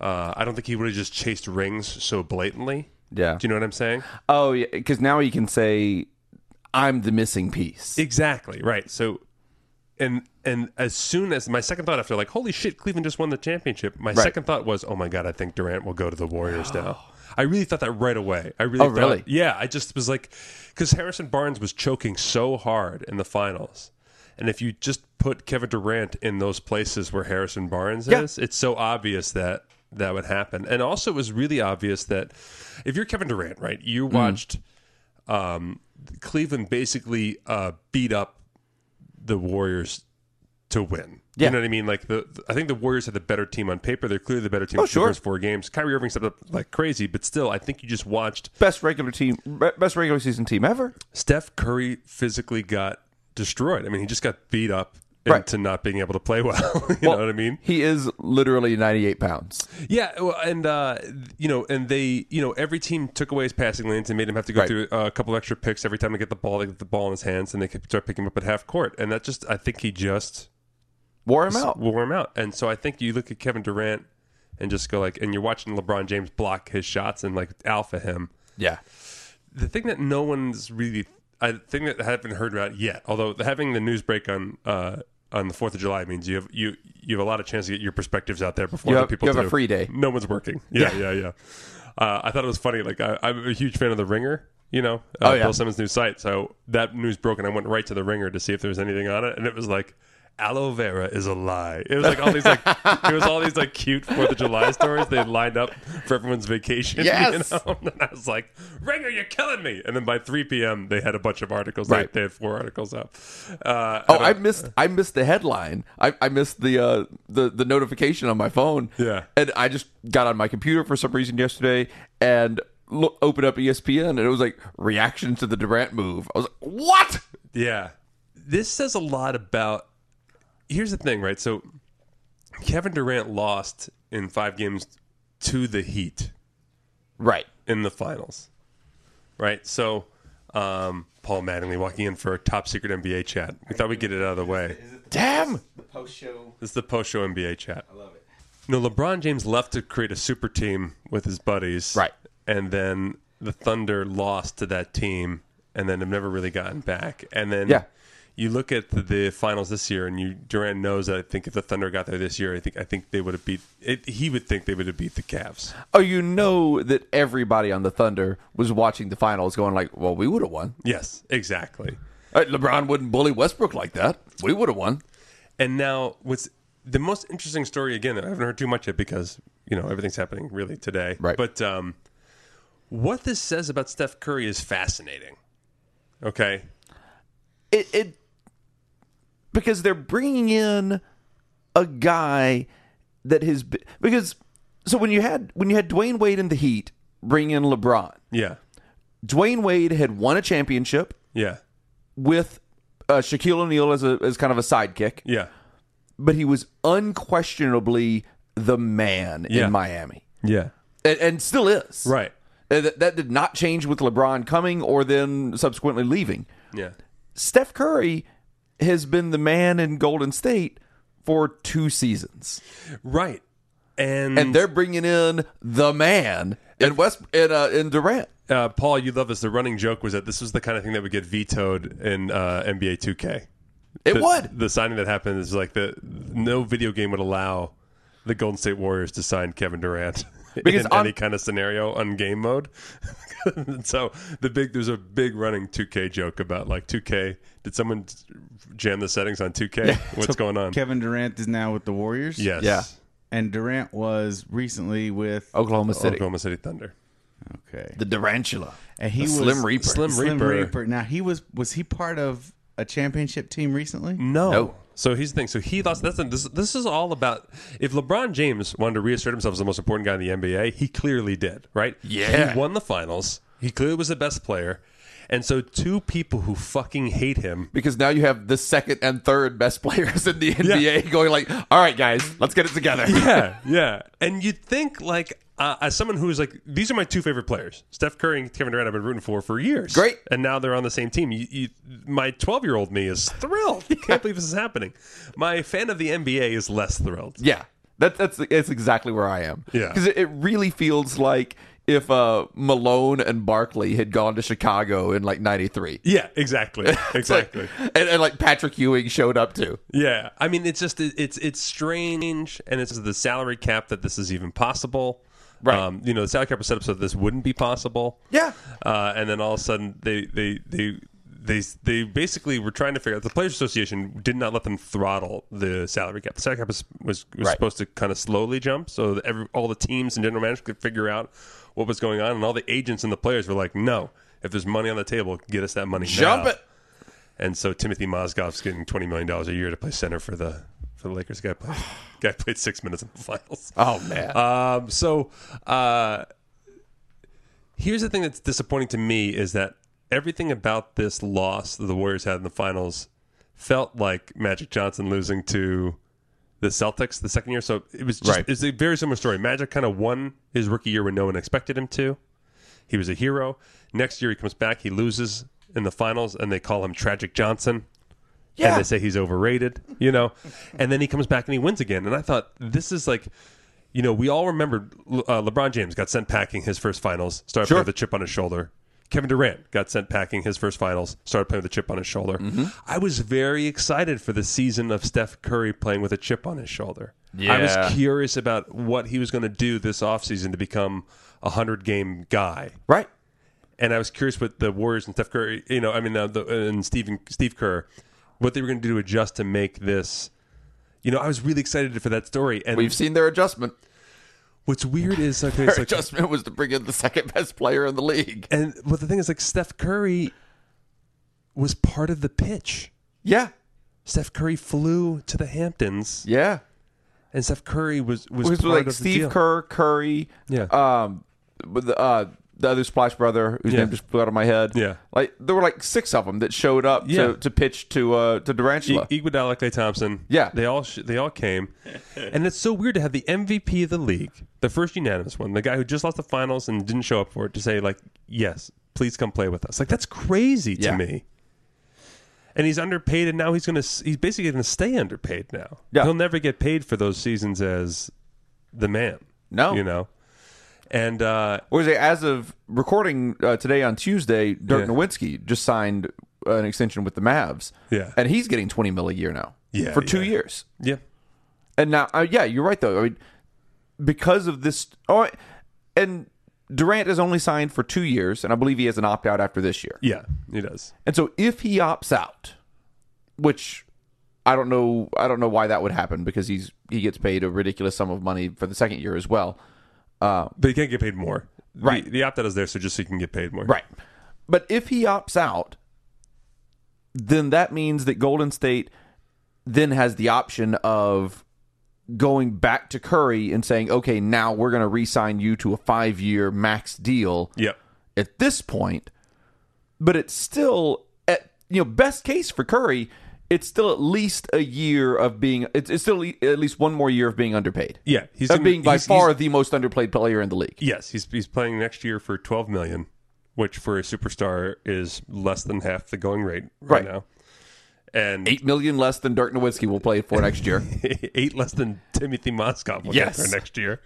Speaker 5: Uh, I don't think he would have just chased rings so blatantly.
Speaker 3: Yeah.
Speaker 5: Do you know what I'm saying?
Speaker 3: Oh, yeah. Because now you can say, I'm the missing piece.
Speaker 5: Exactly right. So, and and as soon as my second thought after like holy shit Cleveland just won the championship, my second thought was oh my god I think Durant will go to
Speaker 3: <gasps>
Speaker 5: the Warriors now. I really thought that right away. I really
Speaker 3: Oh,
Speaker 5: thought,
Speaker 3: really?
Speaker 5: yeah. I just was like because Harrison Barnes was choking so hard in the finals. And if you just put Kevin Durant in those places where Harrison Barnes is, it's so obvious that that would happen. And also, it was really obvious that if you're Kevin Durant, right, you
Speaker 3: Mm.
Speaker 5: watched um, Cleveland basically uh, beat up the Warriors to win.
Speaker 3: Yeah.
Speaker 5: You know what I mean? Like the, I think the Warriors had the better team on paper. They're clearly the better team.
Speaker 3: Oh,
Speaker 5: for
Speaker 3: sure.
Speaker 5: The first four games. Kyrie Irving stepped up like crazy, but still, I think you just watched
Speaker 3: Best regular team, re- best regular season team ever.
Speaker 5: Steph Curry physically got destroyed. I mean, he just got beat up
Speaker 3: Right.
Speaker 5: into not being able to play well. <laughs> you know what I mean?
Speaker 3: He is literally 98 pounds.
Speaker 5: Yeah, well, and uh, you know, and they, you know, every team took away his passing lanes and made him have to go
Speaker 3: Right.
Speaker 5: through uh, a couple extra picks every time they get the ball. They get the ball in his hands, and they could start picking him up at half court. And that just, I think he just
Speaker 3: Wore him out.
Speaker 5: wore him out. And so I think you look at Kevin Durant and just go like, and you're watching LeBron James block his shots and like alpha him.
Speaker 3: Yeah.
Speaker 5: The thing that no one's really, I think that I haven't heard about yet. Although having the news break on uh, on the Fourth of July means you have you you have a lot of chance to get your perspectives out there before
Speaker 3: You
Speaker 5: other
Speaker 3: have-
Speaker 5: people.
Speaker 3: you have a
Speaker 5: do.
Speaker 3: free day.
Speaker 5: No one's working. Yeah, yeah, yeah. Uh, I thought it was funny. Like I, I'm a huge fan of The Ringer. You know, uh,
Speaker 3: Oh, yeah.
Speaker 5: Bill Simmons' new site. So that news broke, and I went right to The Ringer to see if there was anything on it, and it was like. Aloe vera is a lie. It was like all
Speaker 3: <laughs>
Speaker 5: these like it was all these like cute Fourth of July stories they lined up for everyone's vacation. <laughs>
Speaker 3: Yes.
Speaker 5: You know? And I was like, Ringer, you're killing me. And then by 3 p.m., they had a bunch of articles.
Speaker 3: Right.
Speaker 5: They, they had four articles up. Uh,
Speaker 3: Oh,
Speaker 5: and
Speaker 3: I missed. I missed the headline. I, I missed the uh, the the notification on my phone.
Speaker 5: Yeah.
Speaker 3: and I just got on my computer for some reason yesterday and look, opened up E ESPN, and it was like reaction to the Durant move. I was like, what?
Speaker 5: Yeah. This says a lot about here's the thing, right? So Kevin Durant lost in five games to the Heat
Speaker 3: Right.
Speaker 5: in the finals, right? So um, Paul Mattingly walking in for a top secret NBA chat. We thought we'd get it out of the way.
Speaker 3: Damn.
Speaker 6: The post show.
Speaker 5: This is the post show NBA chat. I
Speaker 6: love it.
Speaker 5: No, LeBron James left to create a super team with his buddies.
Speaker 3: Right.
Speaker 5: And then the Thunder lost to that team and then have never really gotten back. And then
Speaker 3: Yeah.
Speaker 5: you look at the, the finals this year and you Durant knows that I think if the Thunder got there this year, I think I think they would have beat it, he would think they would have beat the Cavs.
Speaker 3: Oh, you know that everybody on the Thunder was watching the finals, going like, "Well, we would have won.
Speaker 5: Yes, exactly.
Speaker 3: Uh, LeBron wouldn't bully Westbrook like that. We would have won."
Speaker 5: And now, what's the most interesting story again? that I haven't heard too much yet because you know everything's happening really today.
Speaker 3: Right.
Speaker 5: But um, what this says about Steph Curry is fascinating. Okay.
Speaker 3: it, it because they're bringing in a guy that has been, because so when you had when you had Dwayne Wade in the Heat, bring in LeBron.
Speaker 5: Yeah.
Speaker 3: Dwayne Wade had won a championship
Speaker 5: Yeah.
Speaker 3: with uh, Shaquille O'Neal as a as kind of a sidekick,
Speaker 5: Yeah.
Speaker 3: but he was unquestionably the man
Speaker 5: Yeah.
Speaker 3: in Miami,
Speaker 5: Yeah.
Speaker 3: and, and still is.
Speaker 5: Right.
Speaker 3: Uh, That, that did not change with LeBron coming or then subsequently leaving.
Speaker 5: Yeah.
Speaker 3: Steph Curry has been the man in Golden State for two seasons,
Speaker 5: Right. And,
Speaker 3: and they're bringing in the man in West in uh, in Durant.
Speaker 5: uh, Paul, you love this. The running joke was that this was the kind of thing that would get vetoed in uh, NBA 2K.
Speaker 3: It
Speaker 5: The-
Speaker 3: would.
Speaker 5: The signing that happened is like the no video game would allow the Golden State Warriors to sign Kevin Durant <laughs>
Speaker 3: Because
Speaker 5: in
Speaker 3: on-
Speaker 5: any kind of scenario on game mode. <laughs> And so the big there's a big running 2K joke about like 2K. Did someone jam the settings on 2K?
Speaker 3: <laughs>
Speaker 5: What's going on?
Speaker 6: Kevin Durant is now with the Warriors.
Speaker 5: yes.
Speaker 3: Um, Yeah.
Speaker 6: And Durant was recently with
Speaker 3: Oklahoma City,
Speaker 5: Oklahoma City Thunder.
Speaker 6: okay,
Speaker 3: Oh, the Durantula,
Speaker 6: and he
Speaker 3: the
Speaker 6: was
Speaker 3: Slim Reaper.
Speaker 5: Slim
Speaker 6: Slim
Speaker 5: Reaper.
Speaker 6: Reaper. Now he was was he part of a championship team recently?
Speaker 3: Mm.
Speaker 5: No.
Speaker 3: No.
Speaker 5: So here's the thing. So he lost. That's this. This is all about. If LeBron James wanted to reassert himself as the most important guy in the NBA, he clearly did. Right.
Speaker 3: Yeah.
Speaker 5: He won the finals. He clearly was the best player. And so two people who fucking hate
Speaker 3: <laughs>
Speaker 5: him.
Speaker 3: because now you have the second and third best players in the NBA going like, all right, guys, let's get it together.
Speaker 5: Yeah. yeah. And you'd think like. Uh, as someone who's like, these are my two favorite players, Steph Curry and Kevin Durant. I've been rooting for for years.
Speaker 3: Great.
Speaker 5: and now they're on the same team. You, you, my twelve-year-old me is
Speaker 3: <laughs>
Speaker 5: thrilled. Can't believe this is happening. My fan of the NBA is less thrilled.
Speaker 3: Yeah, that, that's that's exactly where I am.
Speaker 5: Yeah.
Speaker 3: because it, it really feels like if uh, Malone and Barkley had gone to Chicago in like '93,
Speaker 5: Yeah,
Speaker 3: <laughs>
Speaker 5: exactly, exactly.
Speaker 3: and, and like Patrick Ewing showed up too.
Speaker 5: Yeah, I mean, it's just it- it's it's strange, and it's the salary cap that this is even possible.
Speaker 3: Right.
Speaker 5: Um, you know, the salary cap was set up so this wouldn't be possible.
Speaker 3: Yeah.
Speaker 5: Uh, and then all of a sudden, they they they. They, they basically were trying to figure out the players association did not let them throttle the salary cap. The salary cap was was, was
Speaker 3: Right.
Speaker 5: supposed to kind of slowly jump, so that every, all the teams and general managers could figure out what was going on, and all the agents and the players were like, "No, if there's money on the table, get us that money."
Speaker 3: Jump
Speaker 5: now."
Speaker 3: it.
Speaker 5: And so Timothy Mozgov's getting twenty million dollars a year to play center for the for the Lakers. Guy played <sighs> guy played six minutes in the finals.
Speaker 3: Oh man.
Speaker 5: <laughs> Um, so uh, here's the thing that's disappointing to me is that everything about this loss that the Warriors had in the finals felt like Magic Johnson losing to the Celtics the second year. So it was just
Speaker 3: Right.
Speaker 5: it's a very similar story. Magic kind of won his rookie year when no one expected him to. He was a hero. Next year he comes back, he loses in the finals, and they call him Tragic Johnson
Speaker 3: yeah.
Speaker 5: and they say he's overrated, you know, and then he comes back and he wins again. And I thought this is like, you know, we all remembered Le- uh, LeBron James got sent packing his first finals, started
Speaker 3: Sure.
Speaker 5: playing with a chip on his shoulder. Kevin Durant got sent packing his first finals, started playing with a chip on his shoulder.
Speaker 3: Mm-hmm.
Speaker 5: I was very excited for the season of Steph Curry playing with a chip on his shoulder. I
Speaker 3: Yeah.
Speaker 5: was curious about what he was going to do this offseason to become a 100 game guy
Speaker 3: right.
Speaker 5: and I was curious what the Warriors and Steph Curry, you know, I mean, uh, the, and Stephen Steve Kerr, what they were going to do to adjust to make this. You know, I was really excited for that story. And
Speaker 3: We've seen their adjustment.
Speaker 5: what's weird is okay,
Speaker 3: Their
Speaker 5: it's like,
Speaker 3: adjustment was to bring in the second best player in the league.
Speaker 5: and but the thing is, like Steph Curry was part of the pitch.
Speaker 3: Yeah.
Speaker 5: Steph Curry flew to the Hamptons,
Speaker 3: Yeah.
Speaker 5: and Steph Curry was was,
Speaker 3: It was
Speaker 5: part
Speaker 3: like
Speaker 5: of the
Speaker 3: Steve
Speaker 5: deal.
Speaker 3: Kerr, Curry,
Speaker 5: Yeah.
Speaker 3: um, with the, uh,
Speaker 2: the other Splash brother whose
Speaker 5: Yeah.
Speaker 2: name just flew out of my head.
Speaker 5: Yeah.
Speaker 2: like there were like six of them that showed up
Speaker 5: Yeah.
Speaker 2: to, to pitch to uh to Durantula.
Speaker 5: I- E- Iguodala, Clay Thompson.
Speaker 2: Yeah.
Speaker 5: they all sh- they all came, and it's so weird to have the MVP of the league, the first unanimous one, the guy who just lost the finals and didn't show up for it, to say like, "Yes, please come play with us." Like that's crazy to
Speaker 2: Yeah.
Speaker 5: me. And he's underpaid, and now he's gonna s- he's basically gonna stay underpaid now.
Speaker 2: Yeah.
Speaker 5: he'll never get paid for those seasons as the man.
Speaker 2: No.
Speaker 5: you know, and uh,
Speaker 2: Or is it as of recording uh, today on Tuesday? Dirk
Speaker 5: Yeah.
Speaker 2: Nowitzki just signed an extension with the Mavs.
Speaker 5: Yeah.
Speaker 2: and he's getting twenty mil a year now.
Speaker 5: Yeah,
Speaker 2: for two
Speaker 5: yeah.
Speaker 2: years.
Speaker 5: yeah,
Speaker 2: And now, uh, yeah, you're right though. I mean, because of this, oh, and Durant is only signed for two years, and I believe he has an opt out after this year.
Speaker 5: yeah, he does.
Speaker 2: And so, if he opts out, which I don't know, I don't know why that would happen because he's he gets paid a ridiculous sum of money for the second year as well.
Speaker 5: But he can't get paid more.
Speaker 2: Right.
Speaker 5: The, the opt out is there, so just so you can get paid more.
Speaker 2: Right. But if he opts out, then that means that Golden State then has the option of going back to Curry and saying, okay, now we're going to re sign you to a five year max deal
Speaker 5: Yep.
Speaker 2: at this point. But it's still, at you know, best case for Curry, it's still at least a year of being, it's, it's still at least one more year of being underpaid.
Speaker 5: Yeah, he's
Speaker 2: Of
Speaker 5: gonna-
Speaker 2: being by
Speaker 5: he's-
Speaker 2: far
Speaker 5: he's-
Speaker 2: the most underplayed player in the league.
Speaker 5: Yes, he's he's playing next year for twelve million, which for a superstar is less than half the going rate
Speaker 2: Right.
Speaker 5: right, now, and
Speaker 2: Eight million less than Dirk Nowitzki will play for next year.
Speaker 5: <laughs> eight less than Timothy Mozgov will
Speaker 2: Yes.
Speaker 5: get for next year.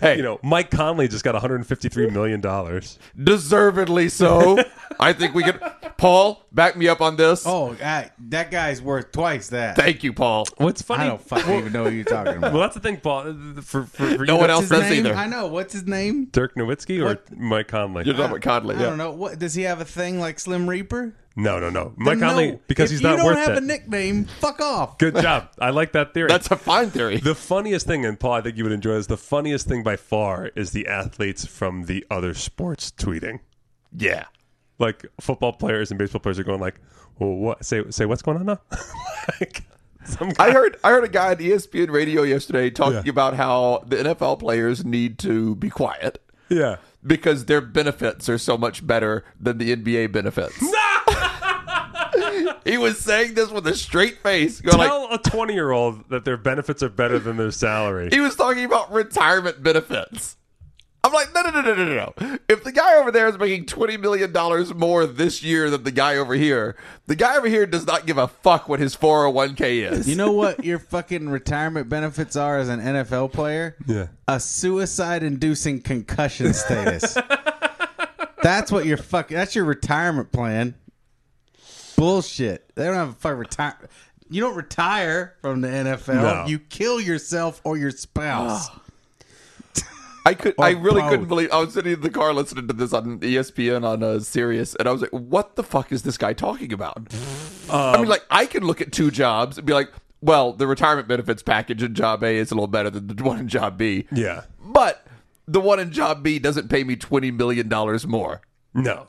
Speaker 2: Hey,
Speaker 5: You know, Mike Conley just got one hundred fifty three million dollars.
Speaker 2: deservedly
Speaker 6: <laughs>
Speaker 2: so. I think we could. Paul, back me up on this.
Speaker 6: Oh, I, that guy's worth twice that.
Speaker 2: Thank you, Paul.
Speaker 5: What's funny?
Speaker 6: I don't fucking even know who you're talking <laughs> about.
Speaker 5: well, that's the thing, Paul. uh, For, for, for
Speaker 2: No
Speaker 5: you,
Speaker 2: one
Speaker 5: that's
Speaker 2: else
Speaker 6: His
Speaker 5: his-
Speaker 2: does
Speaker 6: name?
Speaker 2: either.
Speaker 6: I know. What's his name?
Speaker 5: Dirk Nowitzki or
Speaker 6: What?
Speaker 5: Mike Conley?
Speaker 2: You're talking about Conley.
Speaker 6: I don't know. What does he have a thing like Slim Reaper?
Speaker 5: No, no, no. Mike
Speaker 6: Then
Speaker 5: Conley
Speaker 6: no.
Speaker 5: because
Speaker 6: If
Speaker 5: he's
Speaker 6: you
Speaker 5: not
Speaker 6: don't
Speaker 5: worth
Speaker 6: have
Speaker 5: that.
Speaker 6: a nickname. Fuck off.
Speaker 5: Good job. I like that theory.
Speaker 2: That's a fine theory.
Speaker 5: The funniest thing, and Paul, I think you would enjoy this. The funniest thing by far is the athletes from the other sports tweeting.
Speaker 2: yeah.
Speaker 5: Like football players and baseball players are going like, "Well, what? Say, say what's going on now?" <laughs> like, some guy,
Speaker 2: I heard I heard a guy on E ESPN radio yesterday talking
Speaker 5: Yeah.
Speaker 2: about how the NFL players need to be quiet
Speaker 5: yeah,
Speaker 2: because their benefits are so much better than the NBA
Speaker 6: <laughs>
Speaker 2: benefits. <laughs> he was saying this with a straight face. Going like,
Speaker 5: tell a twenty-year-old that their benefits are better than
Speaker 2: <laughs>
Speaker 5: their salary.
Speaker 2: he was talking about retirement benefits. I'm like, no, no, no, no, no, no, no. If the guy over there is making twenty million dollars more this year than the guy over here, the guy over here does not give a fuck what his 401k is.
Speaker 6: You know what your fucking retirement benefits are as an NFL player?
Speaker 5: Yeah.
Speaker 6: A suicide inducing concussion status.
Speaker 3: <laughs>
Speaker 6: that's what your fucking that's your retirement plan. Bullshit. They don't have a fucking retire you don't retire from the NFL.
Speaker 5: No.
Speaker 6: You kill yourself or your
Speaker 3: <gasps>
Speaker 6: spouse. <laughs>
Speaker 2: I could, I really
Speaker 6: both.
Speaker 2: couldn't believe. I was sitting in the car listening to this on ESPN on uh, Sirius, and I was like, what the fuck is this guy talking about?
Speaker 6: Uh,
Speaker 2: I mean, like, I can look at two jobs and be like, well, the retirement benefits package in job A is a little better than the one in job B.
Speaker 5: yeah,
Speaker 2: But the one in job B doesn't pay me twenty million dollars more. <laughs>
Speaker 5: no,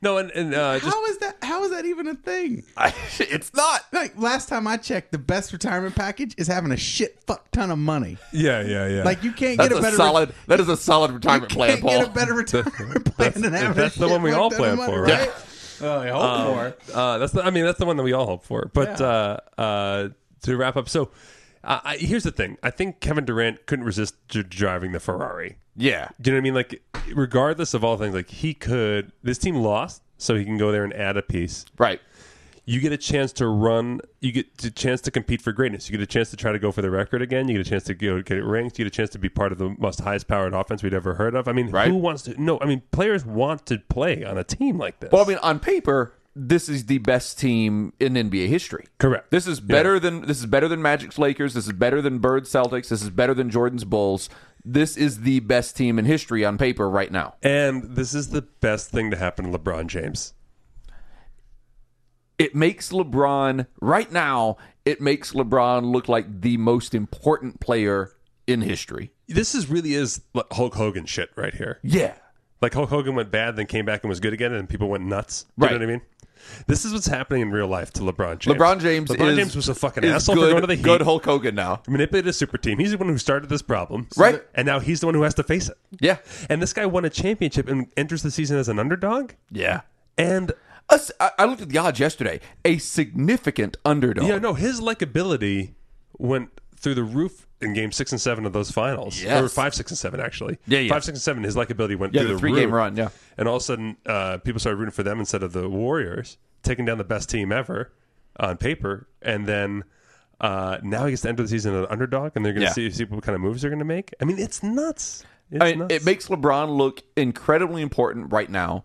Speaker 5: no, and, and uh, just
Speaker 6: how is that how is that even a thing?
Speaker 2: I, it's not.
Speaker 6: Like last time I checked, the best retirement package is having a shit fuck ton of money.
Speaker 5: yeah, yeah, yeah.
Speaker 6: Like you can't
Speaker 2: That's
Speaker 6: get a
Speaker 2: a,
Speaker 6: better
Speaker 2: solid. that is a solid retirement plan,
Speaker 6: can't
Speaker 2: Paul.
Speaker 6: get a
Speaker 2: <laughs>
Speaker 6: better retirement plan than having
Speaker 5: that's
Speaker 6: a
Speaker 5: the
Speaker 6: shit
Speaker 5: one we all
Speaker 6: fuck ton of
Speaker 5: plan for,
Speaker 6: money,
Speaker 5: right?
Speaker 6: right? Oh, I hope
Speaker 2: Um,
Speaker 6: for.
Speaker 5: Uh, that's the, I mean that's the one that we all hope for. But uh, uh, to wrap up, so uh, I, here's the thing: I think Kevin Durant couldn't resist j- driving the Ferrari.
Speaker 2: yeah,
Speaker 5: Do you know what I mean? Like, regardless of all things, like he could. This team lost, so he can go there and add a piece.
Speaker 2: right.
Speaker 5: You get a chance to run. You get a chance to compete for greatness. You get a chance to try to go for the record again. You get a chance to go get it ranked. You get a chance to be part of the most highest powered offense we'd ever heard of. I mean,
Speaker 2: Right.
Speaker 5: who wants to? No, I mean, players want to play on a team like this.
Speaker 2: Well, I mean, on paper, this is the best team in NBA history.
Speaker 5: Correct.
Speaker 2: This is better than this is better than Magic's Lakers. This is better than Bird Celtics. This is better than Jordan's Bulls. This is the best team in history on paper right now.
Speaker 5: and this is the best thing to happen to LeBron James.
Speaker 2: It makes LeBron right now. It makes LeBron look like the most important player in history.
Speaker 5: This is really is like Hulk Hogan shit right here.
Speaker 2: Yeah.
Speaker 5: Like Hulk Hogan went bad, then came back and was good again, and people went nuts. Do You know
Speaker 2: Right.
Speaker 5: what I mean? This is what's happening in real life to LeBron James.
Speaker 2: LeBron James
Speaker 5: LeBron
Speaker 2: is-
Speaker 5: James was a fucking
Speaker 2: is
Speaker 5: asshole
Speaker 2: good,
Speaker 5: for going to the Heat.
Speaker 2: good Hulk Hogan now.
Speaker 5: manipulated a super team. He's the one who started this problem,
Speaker 2: Right.
Speaker 5: And now he's the one who has to face it.
Speaker 2: Yeah.
Speaker 5: And this guy won a championship and enters the season as an underdog.
Speaker 2: Yeah.
Speaker 5: And
Speaker 2: Us, I, I looked at the odds yesterday. A significant underdog.
Speaker 5: yeah, no, his likability went through the roof in game six and seven of those finals.
Speaker 2: Yes.
Speaker 5: Or five, six, and seven actually.
Speaker 2: Yeah, yeah.
Speaker 5: Five, six, and seven, his likability went
Speaker 2: Yeah,
Speaker 5: through
Speaker 2: the
Speaker 5: the,
Speaker 2: three-game
Speaker 5: roof.
Speaker 2: run, yeah.
Speaker 5: And all of a sudden, uh, people started rooting for them instead of the Warriors, taking down the best team ever on paper. And then uh, now he gets to enter the season as an underdog, and they're going to
Speaker 2: Yeah.
Speaker 5: see, see what kind of moves they're going to make. I mean, it's nuts. It's
Speaker 2: I mean,
Speaker 5: nuts.
Speaker 2: it makes LeBron look incredibly important right now.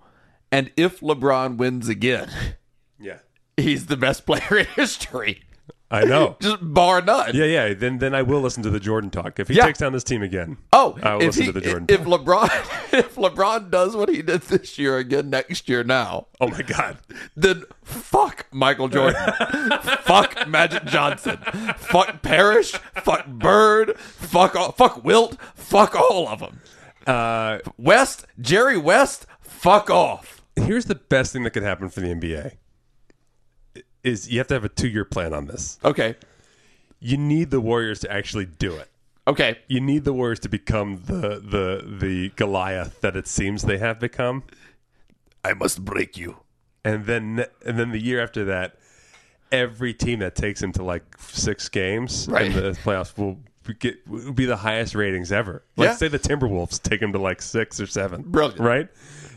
Speaker 2: And if LeBron wins again, <laughs>
Speaker 5: yeah.
Speaker 2: he's the best player in history.
Speaker 5: I know.
Speaker 2: Just bar none.
Speaker 5: Yeah, yeah. Then then I will listen to the Jordan talk if he
Speaker 2: Yeah.
Speaker 5: takes down this team again.
Speaker 2: Oh,
Speaker 5: I will
Speaker 2: if,
Speaker 5: listen
Speaker 2: he-
Speaker 5: to the Jordan.
Speaker 2: if
Speaker 5: talk.
Speaker 2: LeBron <laughs> if LeBron does what he did this year again next year now,
Speaker 5: Oh my god,
Speaker 2: then fuck Michael Jordan. fuck Magic Johnson. Fuck Parrish. Fuck Bird. Fuck all, fuck Wilt. Fuck all of them.
Speaker 5: uh,
Speaker 2: West, Jerry West, fuck off.
Speaker 5: here's the best thing that could happen for the NBA is you have to have a two year plan on this.
Speaker 2: Okay.
Speaker 5: You need the Warriors to actually do it.
Speaker 2: Okay.
Speaker 5: You need the Warriors to become the the the Goliath that it seems they have become,
Speaker 2: I must break you.
Speaker 5: and then and then the year after that, every team that takes him to like six games
Speaker 2: Right.
Speaker 5: in the playoffs will. Get, will be the highest ratings ever. Let's
Speaker 2: Yeah.
Speaker 5: say the Timberwolves take him to like six or seven.
Speaker 2: Brilliant.
Speaker 5: right?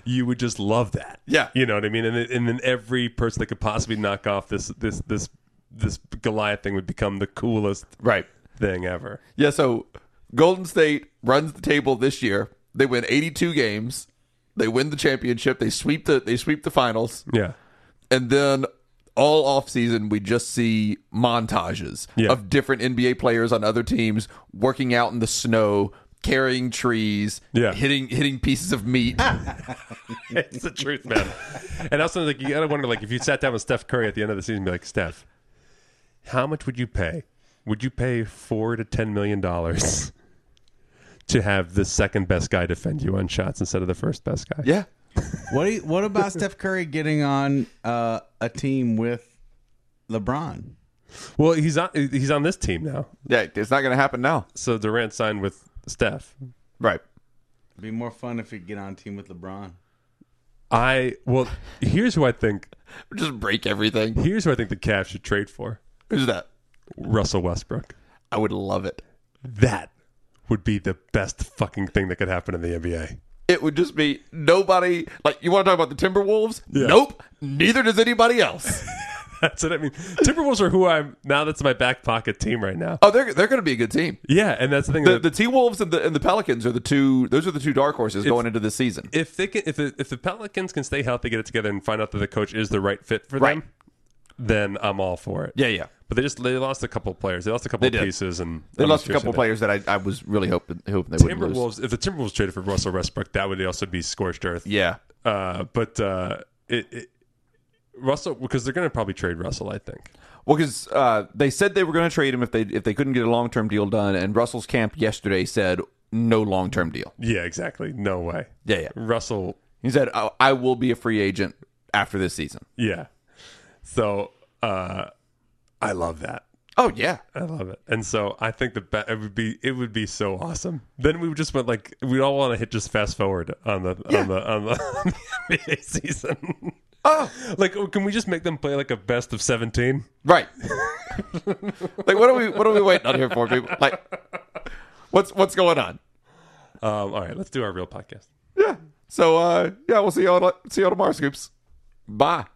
Speaker 5: You would just love that.
Speaker 2: Yeah.
Speaker 5: you know what I mean. And, then- and then every person that could possibly knock off this this this this Goliath thing would become the coolest
Speaker 2: Right.
Speaker 5: thing ever.
Speaker 2: Yeah, so Golden State runs the table this year. They win 82 games. They win the championship. They sweep the they sweep the finals.
Speaker 5: Yeah,
Speaker 2: And then all offseason we just see montages
Speaker 5: Yeah.
Speaker 2: of different NBA players on other teams working out in the snow, carrying trees,
Speaker 5: Yeah.
Speaker 2: hitting hitting pieces of meat.
Speaker 5: <laughs> it's the truth, man. And also, like, you gotta wonder, like, if you sat down with Steph Curry at the end of the season, and be like, Steph, how much would you pay? Would you pay four to ten million dollars <laughs> to have the second best guy defend you on shots instead of the first best guy?
Speaker 2: yeah.
Speaker 6: What do you- what about Steph Curry getting on uh, a team with LeBron?
Speaker 5: Well, he's on he's on this team now,
Speaker 2: Yeah, it's not going to happen now.
Speaker 5: so Durant signed with Steph.
Speaker 2: Right.
Speaker 6: It'd be more fun if you get on a team with LeBron.
Speaker 5: I well, here's who I think.
Speaker 2: Just break everything.
Speaker 5: Here's who I think the Cavs should trade for:
Speaker 2: Who's that?
Speaker 5: Russell Westbrook.
Speaker 2: I would love it.
Speaker 5: That would be the best fucking thing that could happen in the NBA.
Speaker 2: It would just be nobody. Like you want to talk about the Timberwolves? Nope. Neither does anybody
Speaker 5: <laughs>
Speaker 2: else.
Speaker 5: <laughs> That's what I mean. Timberwolves are who I'm now. That's my back pocket team right now.
Speaker 2: oh, they're they're going to be a good team.
Speaker 5: Yeah, and that's the thing.
Speaker 2: The,
Speaker 5: that-
Speaker 2: the T Wolves and the and the Pelicans are the two. Those are the two dark horses going into this season.
Speaker 5: if they can, if the, if the Pelicans can stay healthy, get it together, and find out that the coach is the right fit for
Speaker 2: Right.
Speaker 5: them, then I'm all for it.
Speaker 2: Yeah, yeah.
Speaker 5: But they just they lost a couple of players. They lost a couple
Speaker 2: They
Speaker 5: of
Speaker 2: did.
Speaker 5: pieces, and
Speaker 2: They
Speaker 5: I'm
Speaker 2: lost a
Speaker 5: curious
Speaker 2: couple
Speaker 5: about-
Speaker 2: players that I, I was really hoping hoping they wouldn't lose.
Speaker 5: Timberwolves. If the Timberwolves traded for Russell Westbrook, that would also be scorched earth.
Speaker 2: Yeah,
Speaker 5: Uh, but uh, it, it Russell because they're going to probably trade Russell. I think.
Speaker 2: well, because uh, they said they were going to trade him if they if they couldn't get a long term deal done, and Russell's camp yesterday said no long term deal.
Speaker 5: Yeah, exactly. No way.
Speaker 2: Yeah, yeah.
Speaker 5: Russell.
Speaker 2: He said I, I will be a free agent after this season.
Speaker 5: Yeah. So uh, I love that.
Speaker 2: Oh yeah,
Speaker 5: I love it. And so I think the be- it would be it would be so awesome. Then we would just went like we all want to hit just fast forward on the on the <laughs> on the, the NBA season.
Speaker 2: Oh.
Speaker 5: like can we just make them play like a best of seventeen?
Speaker 2: right. <laughs> like what are we what are we waiting on here for, people? Like what's what's going on?
Speaker 5: Um, all right, let's do our real podcast.
Speaker 2: Yeah. So uh, yeah, we'll see y'all see y'all tomorrow, scoops. Bye.